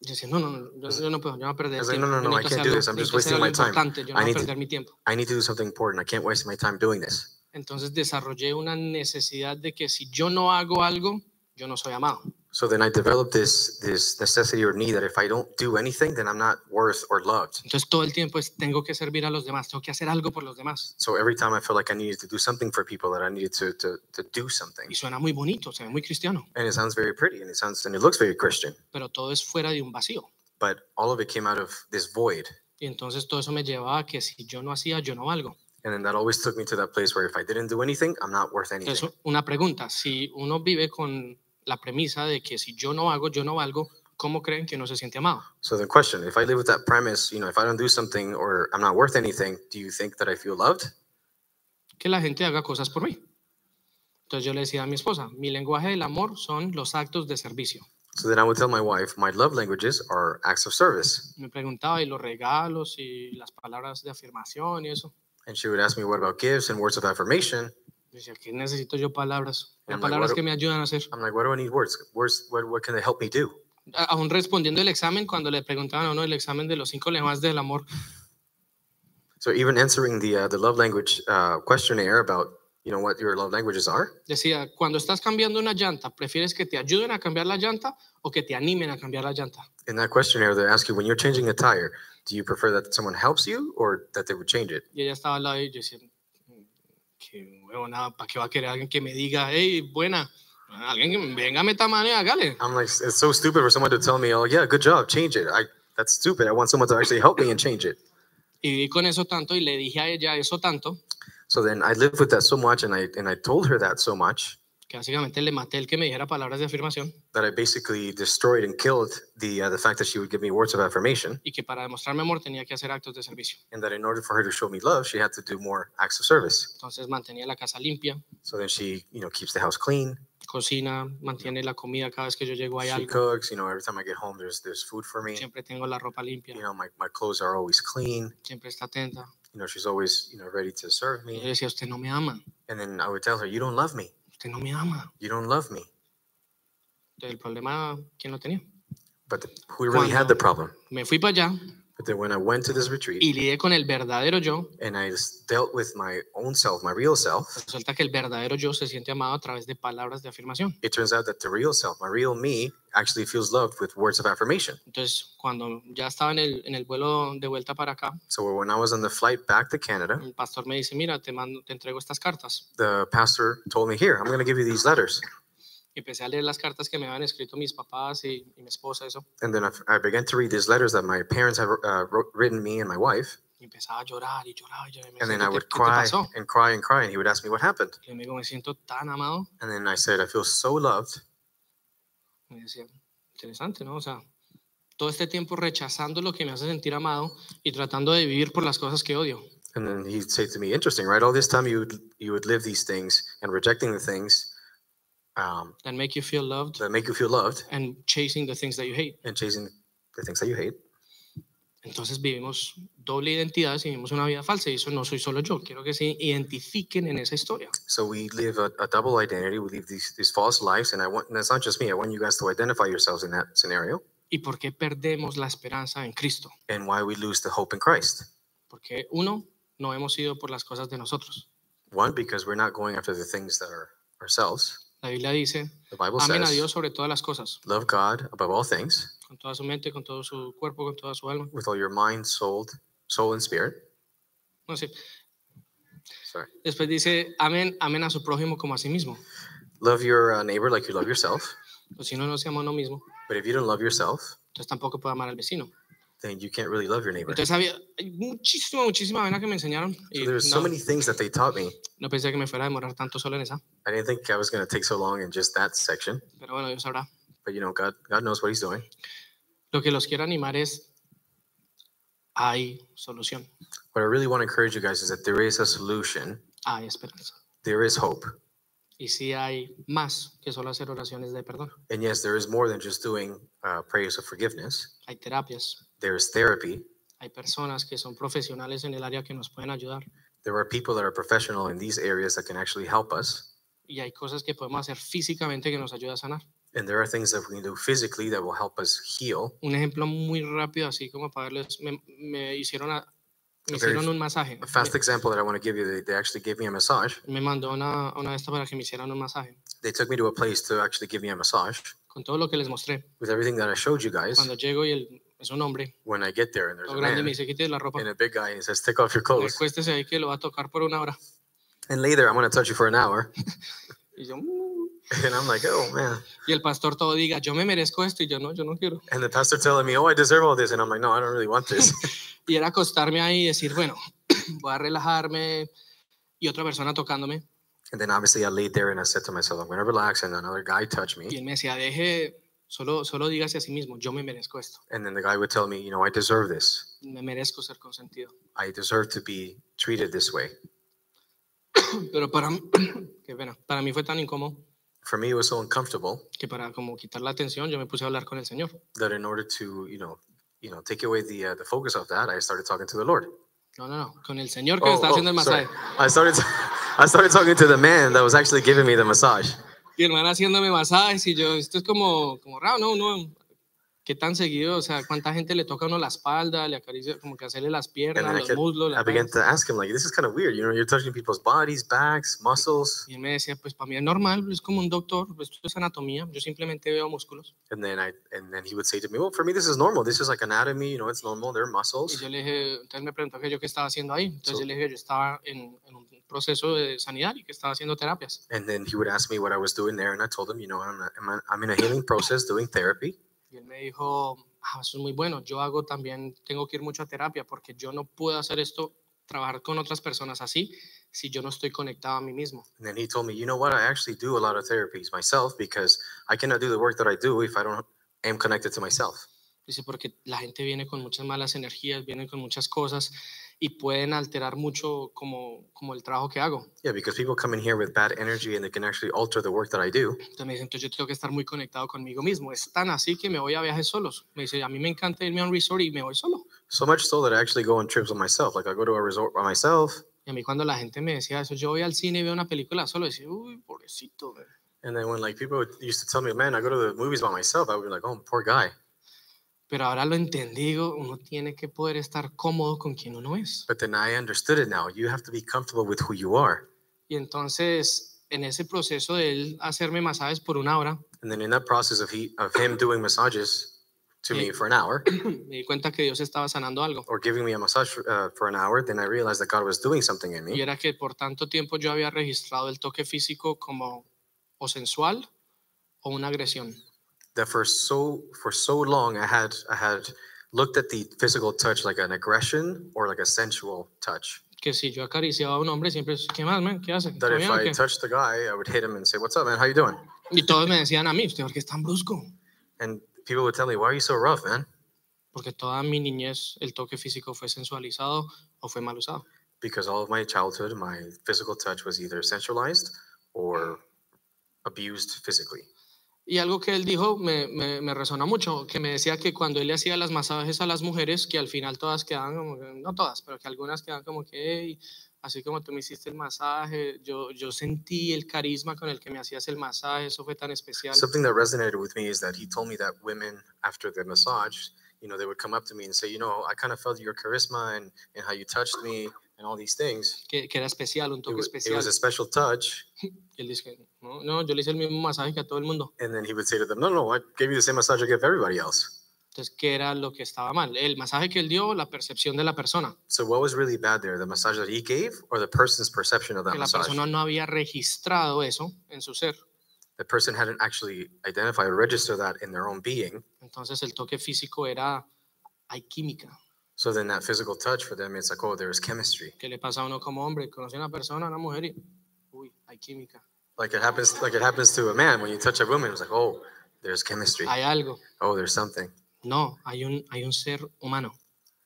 [SPEAKER 2] yo decía, no, no, no, yo, yo no puedo, yo no voy a perder
[SPEAKER 3] I was
[SPEAKER 2] el
[SPEAKER 3] like,
[SPEAKER 2] tiempo. yo
[SPEAKER 3] no, no, no,
[SPEAKER 2] necesito hacer algo-
[SPEAKER 3] I can't do this, I'm just
[SPEAKER 2] necesito hacer
[SPEAKER 3] wasting
[SPEAKER 2] algo
[SPEAKER 3] my time.
[SPEAKER 2] importante, Yo no voy
[SPEAKER 3] I
[SPEAKER 2] a
[SPEAKER 3] need to-
[SPEAKER 2] perder mi tiempo.
[SPEAKER 3] I need to do something important. I can't waste my time doing this.
[SPEAKER 2] Entonces desarrollé una necesidad de que si yo no hago algo, yo no soy amado.
[SPEAKER 3] So then I developed this this necessity or need that if I don't do anything, then I'm not worth or loved.
[SPEAKER 2] Entonces todo el tiempo es, tengo que servir a los demás, tengo que hacer algo por los demás.
[SPEAKER 3] So every time I felt like I needed to do something for people, that I needed to to, to do something,
[SPEAKER 2] Y suena muy bonito, se ve muy cristiano,
[SPEAKER 3] and it sounds very pretty, and it sounds and it looks very Christian,
[SPEAKER 2] pero todo es fuera de un vacío.
[SPEAKER 3] but all of it came out of this void,
[SPEAKER 2] Y entonces todo eso me llevaba a que si yo no hacía, yo no valgo.
[SPEAKER 3] and then that always took me to that place where if I didn't do anything, I'm not worth anything.
[SPEAKER 2] Entonces, una pregunta, si uno vive con la premisa de que si yo no hago, yo no valgo, ¿cómo creen que uno se siente amado?
[SPEAKER 3] So then, question: If I live with that premise, you know, if I don't do something or I'm not worth anything, do you think that I feel loved?
[SPEAKER 2] que la gente haga cosas por mí. Entonces yo le decía a mi esposa, mi lenguaje del amor son los actos de servicio.
[SPEAKER 3] So then I would tell my wife my love languages are acts of service,
[SPEAKER 2] Me preguntaba, ¿y los regalos y las palabras de afirmación y eso?
[SPEAKER 3] and she would ask me what about gifts and words of affirmation.
[SPEAKER 2] Yo decía, ¿qué necesito yo palabras?
[SPEAKER 3] Amor,
[SPEAKER 2] palabras
[SPEAKER 3] bueno.
[SPEAKER 2] que me ayudan a hacer.
[SPEAKER 3] I'm like, what do I need words? Words, what, what can they help me do?
[SPEAKER 2] A- Aún respondiendo el examen, cuando le preguntaban a uno el examen de los cinco lenguajes del amor,
[SPEAKER 3] So even answering the uh, the love language uh, questionnaire about you know what your love languages are,
[SPEAKER 2] decía, cuando estás cambiando una llanta, ¿prefieres que te ayuden a cambiar la llanta o que te animen a cambiar la llanta?
[SPEAKER 3] in that questionnaire they ask you when you're changing a tire, do you prefer that someone helps you or that they would change it?
[SPEAKER 2] Y ella estaba al lado y yo decía, "Mm, qué huevona, ¿para qué va a querer alguien que me diga, hey, buena? Alguien que venga, meta mano y hágale.
[SPEAKER 3] I'm like, it's so stupid for someone to tell me, oh yeah, good job, change it. I that's stupid. I want someone to actually help me and change it.
[SPEAKER 2] Y viví con eso tanto y le dije a ella eso tanto,
[SPEAKER 3] So then I lived with that so much, and I and I told her that so much
[SPEAKER 2] que básicamente le maté el que me dijera palabras de afirmación
[SPEAKER 3] that I basically destroyed and killed the uh, the fact that she would give me words of affirmation,
[SPEAKER 2] y que para demostrarme amor tenía que hacer actos de servicio.
[SPEAKER 3] and that in order for her to show me love, she had to do more acts of service.
[SPEAKER 2] Entonces mantenía la casa limpia,
[SPEAKER 3] So then she, you know, keeps the house clean.
[SPEAKER 2] cocina, mantiene la comida cada vez que yo llego hay
[SPEAKER 3] She
[SPEAKER 2] algo,
[SPEAKER 3] cooks. You know, every time I get home, there's there's food for me.
[SPEAKER 2] siempre tengo la ropa limpia,
[SPEAKER 3] You know, my, my clothes are always clean.
[SPEAKER 2] siempre está atenta.
[SPEAKER 3] You know, she's always you know ready to serve
[SPEAKER 2] Y yo
[SPEAKER 3] me.
[SPEAKER 2] decía, usted no me ama,
[SPEAKER 3] And then I would tell her, you don't love me.
[SPEAKER 2] usted no me ama.
[SPEAKER 3] You don't love me.
[SPEAKER 2] Entonces el problema, ¿quién lo tenía?
[SPEAKER 3] But the, we really had the problem.
[SPEAKER 2] Me fui para allá
[SPEAKER 3] But then when I went to this retreat
[SPEAKER 2] y lidié con el verdadero yo.
[SPEAKER 3] and I just dealt with my own self, my real self,
[SPEAKER 2] Resulta que el verdadero yo se siente amado a través de palabras de afirmación.
[SPEAKER 3] it turns out that the real self, my real me, actually feels loved with words of affirmation.
[SPEAKER 2] Entonces, cuando ya estaba en el, en el vuelo de vuelta para acá,
[SPEAKER 3] So when I was on the flight back to Canada,
[SPEAKER 2] el pastor me dice, mira, te, mando, te entrego estas cartas.
[SPEAKER 3] the pastor told me, Here, I'm going to give you these letters.
[SPEAKER 2] Y empecé a leer las cartas que me habían escrito mis papás y, y mi esposa, eso.
[SPEAKER 3] And then I, f- I began to read these letters that my parents have uh, wrote, written me and my wife.
[SPEAKER 2] Y empezaba a llorar y llorar. Y llorar. Y me
[SPEAKER 3] And
[SPEAKER 2] decía,
[SPEAKER 3] then I
[SPEAKER 2] "¿Qué te-
[SPEAKER 3] would
[SPEAKER 2] ¿Qué te
[SPEAKER 3] cry
[SPEAKER 2] pasó?
[SPEAKER 3] and cry and cry. And he would ask me, What happened?
[SPEAKER 2] Y me digo, me siento tan amado.
[SPEAKER 3] And then I said, I feel so loved.
[SPEAKER 2] Me decía, interesante, ¿no? O sea, todo este tiempo rechazando lo que me hace sentir amado y tratando de vivir por las cosas que odio.
[SPEAKER 3] And then he'd say to me, Interesting, right? All this time you would, you would live these things and rejecting the things um,
[SPEAKER 2] That make you feel loved
[SPEAKER 3] that make you feel loved
[SPEAKER 2] and chasing the things that you hate.
[SPEAKER 3] and chasing the things that you hate.
[SPEAKER 2] Entonces vivimos doble identidad, si vivimos una vida falsa y eso no soy solo yo. Quiero que se identifiquen en esa historia.
[SPEAKER 3] So we live a, a double identity. We live these, these false lives, and I want and that's not just me. I want you guys to identify yourselves in that scenario
[SPEAKER 2] ¿Y por qué perdemos la esperanza en Cristo?
[SPEAKER 3] and why we lose the hope in Christ.
[SPEAKER 2] Porque uno, no hemos ido por las cosas de nosotros.
[SPEAKER 3] One, because we're not going after the things that are ourselves.
[SPEAKER 2] La Biblia dice,
[SPEAKER 3] The Bible
[SPEAKER 2] amen a
[SPEAKER 3] says,
[SPEAKER 2] Dios sobre todas las cosas,
[SPEAKER 3] "Love God above all things,
[SPEAKER 2] con toda su mente, con todo su cuerpo, con toda su alma.
[SPEAKER 3] with all your mind, soul, soul and spirit."
[SPEAKER 2] No sé.
[SPEAKER 3] Sorry.
[SPEAKER 2] Después dice, amen, amen a su prójimo como a sí mismo.
[SPEAKER 3] Love your uh, neighbor like you love yourself.
[SPEAKER 2] Pues si uno no se ama a uno mismo,
[SPEAKER 3] But if you don't love yourself,
[SPEAKER 2] entonces tampoco puede amar al vecino.
[SPEAKER 3] then you can't really love your neighbor.
[SPEAKER 2] Entonces había hay muchísima, muchísima vaina que me enseñaron. Y
[SPEAKER 3] So there's so
[SPEAKER 2] no-
[SPEAKER 3] many things that they taught me.
[SPEAKER 2] no pensé que me fuera a demorar tanto solo en esa,
[SPEAKER 3] I didn't think I was going to take so long in just that section.
[SPEAKER 2] pero bueno, Dios sabrá.
[SPEAKER 3] But you know, God, God knows what He's doing.
[SPEAKER 2] Lo que los quiero animar es, hay solución,
[SPEAKER 3] What I really want to encourage you guys is that there is a solution.
[SPEAKER 2] hay esperanza.
[SPEAKER 3] There is hope.
[SPEAKER 2] Y sí hay más que solo hacer oraciones de perdón.
[SPEAKER 3] And yes, there is more than just doing uh, prayers of forgiveness.
[SPEAKER 2] Hay terapias,
[SPEAKER 3] There is therapy.
[SPEAKER 2] hay personas que son profesionales en el área que nos pueden ayudar
[SPEAKER 3] There are people that are professional in these areas that can actually help us.
[SPEAKER 2] y hay cosas que podemos hacer físicamente que nos ayuda a sanar.
[SPEAKER 3] And there are things that we can do physically that will help us heal.
[SPEAKER 2] Un ejemplo muy rápido, así como para verles, me, me hicieron, a- me
[SPEAKER 3] Very
[SPEAKER 2] hicieron
[SPEAKER 3] f-
[SPEAKER 2] un masaje.
[SPEAKER 3] A fast example that I want to give you, they, they actually gave me a massage.
[SPEAKER 2] Me, me mandó una, una de estas para que me hicieran un masaje.
[SPEAKER 3] They took me to a place to actually give me a massage.
[SPEAKER 2] con todo lo que les mostré.
[SPEAKER 3] with everything that I showed you guys.
[SPEAKER 2] Cuando llego y él es un hombre,
[SPEAKER 3] When I get there and there's
[SPEAKER 2] lo
[SPEAKER 3] a
[SPEAKER 2] grande, me
[SPEAKER 3] man
[SPEAKER 2] dice, quítese la ropa,
[SPEAKER 3] and a big guy and he says, "Take off your clothes,"
[SPEAKER 2] recuéstese ahí que lo va a tocar por una hora.
[SPEAKER 3] and later I'm gonna touch you for an hour, [laughs]
[SPEAKER 2] Y yo, "Mm".
[SPEAKER 3] and I'm like, "Oh man."
[SPEAKER 2] y el pastor todo diga, yo me merezco esto, y yo no, yo no quiero.
[SPEAKER 3] And the pastor telling me, "Oh, I deserve all this," and I'm like, "No, I don't really
[SPEAKER 2] [laughs]
[SPEAKER 3] want this."
[SPEAKER 2] Y era acostarme ahí y decir, bueno, [clears throat] voy a relajarme, y otra persona tocándome,
[SPEAKER 3] and then obviously I laid there and I said to myself, "I'm gonna relax," and another guy touched
[SPEAKER 2] y
[SPEAKER 3] me,
[SPEAKER 2] él me decía, deje, solo, solo dígase a sí mismo, yo me merezco esto,
[SPEAKER 3] and then the guy would tell me, "You know, I deserve this.
[SPEAKER 2] me merezco ser consentido.
[SPEAKER 3] I deserve to be treated this way."
[SPEAKER 2] Pero para mí, [clears throat] qué pena, para mí fue tan incómodo
[SPEAKER 3] For me, it was so uncomfortable
[SPEAKER 2] que para como quitar la atención yo me puse a hablar con el Señor.
[SPEAKER 3] that in order to, you know, you know, take away the uh, the focus of that, I started talking to the Lord.
[SPEAKER 2] No, no, no, con el Señor que me
[SPEAKER 3] Oh,
[SPEAKER 2] está
[SPEAKER 3] oh,
[SPEAKER 2] haciendo el
[SPEAKER 3] sorry.
[SPEAKER 2] masaje.
[SPEAKER 3] I started [laughs] I started talking to the man that was actually giving me the massage.
[SPEAKER 2] Y el man haciéndome masajes y yo, esto es como, como raro, ¿no? Uno, ¿qué tan seguido? O sea, ¿cuánta gente le toca a uno la espalda, le acaricia, como que hacerle las
[SPEAKER 3] And
[SPEAKER 2] piernas,
[SPEAKER 3] then I,
[SPEAKER 2] los
[SPEAKER 3] kept,
[SPEAKER 2] muslos? la
[SPEAKER 3] I began
[SPEAKER 2] panza?
[SPEAKER 3] to ask him, like, this is kind of weird. You know, you're touching people's bodies, backs, muscles.
[SPEAKER 2] Y él me decía, pues para mí es normal, es como un doctor, pues, esto es anatomía, yo simplemente veo músculos.
[SPEAKER 3] And then I, and then he would say to me, well, for me, this is normal. This is like anatomy. You know, it's normal. They're
[SPEAKER 2] Y
[SPEAKER 3] muscles.
[SPEAKER 2] yo le dije, entonces me preguntó que yo qué estaba haciendo ahí. Entonces
[SPEAKER 3] So-
[SPEAKER 2] yo le dije, yo estaba en, en un proceso de sanidad y que estaba haciendo terapias.
[SPEAKER 3] And then he would ask me what I was doing there. And I told him, you know, I'm, a, I'm, a, I'm in a healing process doing therapy.
[SPEAKER 2] Y él me dijo, "Ah, eso es muy bueno, yo hago también, tengo que ir mucho a terapia porque yo no puedo hacer esto, trabajar con otras personas así, si yo no estoy conectado a mí mismo.
[SPEAKER 3] And then he told me, you know what? I actually do a lot of therapies myself because I cannot do the work that I do if I don't am connected to myself.
[SPEAKER 2] Dice, porque la gente viene con muchas malas energías, viene con muchas cosas y pueden alterar mucho como, como el trabajo que hago.
[SPEAKER 3] Yeah, because people come in here with bad energy and they can actually alter the work that I do.
[SPEAKER 2] Entonces me dice, entonces yo tengo que estar muy conectado conmigo mismo. Es tan así que me voy a viajes solos. Me dice, a mí me encanta irme a un resort y me voy solo.
[SPEAKER 3] So much so that I actually go on trips with myself. Like I go to a resort by myself,
[SPEAKER 2] Y a mí cuando la gente me decía eso, yo voy al cine y veo una película solo, decía, uy, pobrecito. güey".
[SPEAKER 3] and then when like people would- used to tell me, "Man, I go to the movies by myself," I would be like, "Oh, poor guy."
[SPEAKER 2] Pero ahora lo entendí, digo, uno tiene que poder estar cómodo con quien uno es.
[SPEAKER 3] But then I understood it now. You have to be comfortable with who you are.
[SPEAKER 2] Y entonces, en ese proceso de él hacerme masajes por una hora, [clears throat]
[SPEAKER 3] And then in that process of he of him doing massages to me
[SPEAKER 2] Yeah.
[SPEAKER 3] for an hour
[SPEAKER 2] me di cuenta que Dios estaba sanando algo.
[SPEAKER 3] or giving me a massage for, uh, for an hour, then I realized that God was doing something in
[SPEAKER 2] Y
[SPEAKER 3] me.
[SPEAKER 2] era que por tanto tiempo yo había registrado el toque físico como o sensual o una agresión.
[SPEAKER 3] That for so for so long I had I had looked at the physical touch like an aggression or like a sensual touch.
[SPEAKER 2] Que si yo acariciaba a un hombre, siempre es, ¿qué más, man? ¿Qué hace? ¿Está
[SPEAKER 3] That if
[SPEAKER 2] bien o
[SPEAKER 3] I
[SPEAKER 2] qué?"
[SPEAKER 3] touched the guy, I would hit him and say, "What's up, man? How you doing?"
[SPEAKER 2] Y todos me decían a mí, ¿usted por qué es tan brusco?
[SPEAKER 3] And people would tell me, "Why are you so rough, man?"
[SPEAKER 2] Porque toda mi niñez el toque físico fue sensualizado o fue mal usado.
[SPEAKER 3] because all of my childhood, my physical touch was either sensualized or abused physically.
[SPEAKER 2] Y algo que él dijo me, me, me resonó mucho, que me decía que cuando él le hacía las masajes a las mujeres, que al final todas quedaban como, que- no todas, pero que algunas quedaban como que, "Ey, así como tú me hiciste el masaje, yo, yo sentí el carisma con el que me hacías el masaje, eso fue tan especial.
[SPEAKER 3] Something that resonated with me is that he told me that women, after the massage, you know, they would come up to me and say, you know, I kind of felt your charisma and, and how you touched me and all these things.
[SPEAKER 2] que, que era especial, un
[SPEAKER 3] It,
[SPEAKER 2] toque
[SPEAKER 3] wa- it
[SPEAKER 2] especial.
[SPEAKER 3] was a special touch.
[SPEAKER 2] Y él dice, que, no, no, yo le hice el mismo masaje que a todo el mundo.
[SPEAKER 3] And then he would say to them, no, no, I gave you the same massage I gave everybody else.
[SPEAKER 2] Entonces, ¿qué era lo que estaba mal? El masaje que él dio, o la percepción de la persona,
[SPEAKER 3] So what was really bad there, the massage that he gave or the person's perception of that
[SPEAKER 2] que la
[SPEAKER 3] massage?
[SPEAKER 2] persona no había registrado eso en su ser.
[SPEAKER 3] The person hadn't actually identified or registered that in their own being.
[SPEAKER 2] Entonces, el toque físico era, hay química.
[SPEAKER 3] So then that physical touch for them, it's like, oh, there's chemistry.
[SPEAKER 2] que le pasa a uno como hombre, conoce a una persona, a una mujer y, uy, hay química,
[SPEAKER 3] Like it happens, like it happens to a man when you touch a woman. It's like, oh, there's chemistry.
[SPEAKER 2] hay algo.
[SPEAKER 3] Oh, there's something.
[SPEAKER 2] No, hay un, hay un ser humano.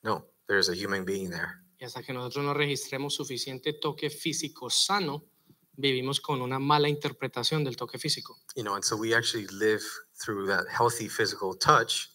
[SPEAKER 3] No, there's a human being there.
[SPEAKER 2] Y hasta que nosotros no registremos suficiente toque físico sano, vivimos con una mala interpretación del toque físico.
[SPEAKER 3] You know, and so we actually live through that healthy physical touch,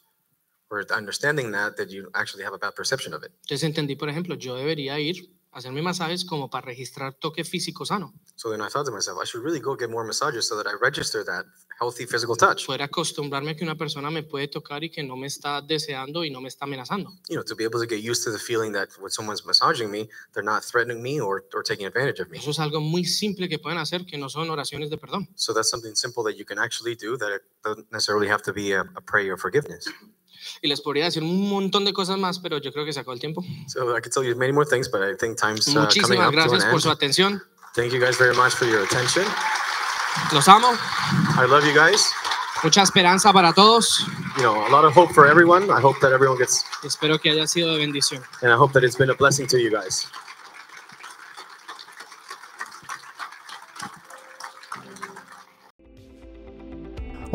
[SPEAKER 3] or understanding that that you actually have a bad perception of it.
[SPEAKER 2] Entonces entendí, por ejemplo, yo debería ir hacerme masajes como para registrar toque físico sano.
[SPEAKER 3] So then I thought to myself, I should really go get more massages so that I register that healthy physical touch.
[SPEAKER 2] Poder acostumbrarme a que una persona me puede tocar y que no me está deseando y no me está amenazando.
[SPEAKER 3] You know, to be able to get used to the feeling that when someone's massaging me, they're not threatening me or, or taking advantage of me.
[SPEAKER 2] Eso es algo muy simple que pueden hacer que no son oraciones de perdón.
[SPEAKER 3] So that's something simple that you can actually do that it doesn't necessarily have to be a, a prayer of forgiveness.
[SPEAKER 2] Y les podría decir un montón de cosas más, pero yo creo que se acabó el tiempo.
[SPEAKER 3] So I could tell you many more things, but I think time's uh, coming
[SPEAKER 2] Muchísimas
[SPEAKER 3] up to
[SPEAKER 2] gracias
[SPEAKER 3] an
[SPEAKER 2] por
[SPEAKER 3] end.
[SPEAKER 2] su atención.
[SPEAKER 3] Thank you guys very much for your attention.
[SPEAKER 2] Los amo.
[SPEAKER 3] I love you guys.
[SPEAKER 2] Mucha esperanza para todos.
[SPEAKER 3] You know, a lot of hope for everyone. I hope that everyone gets,
[SPEAKER 2] Espero que haya sido de bendición.
[SPEAKER 3] and I hope that it's been a blessing to you guys.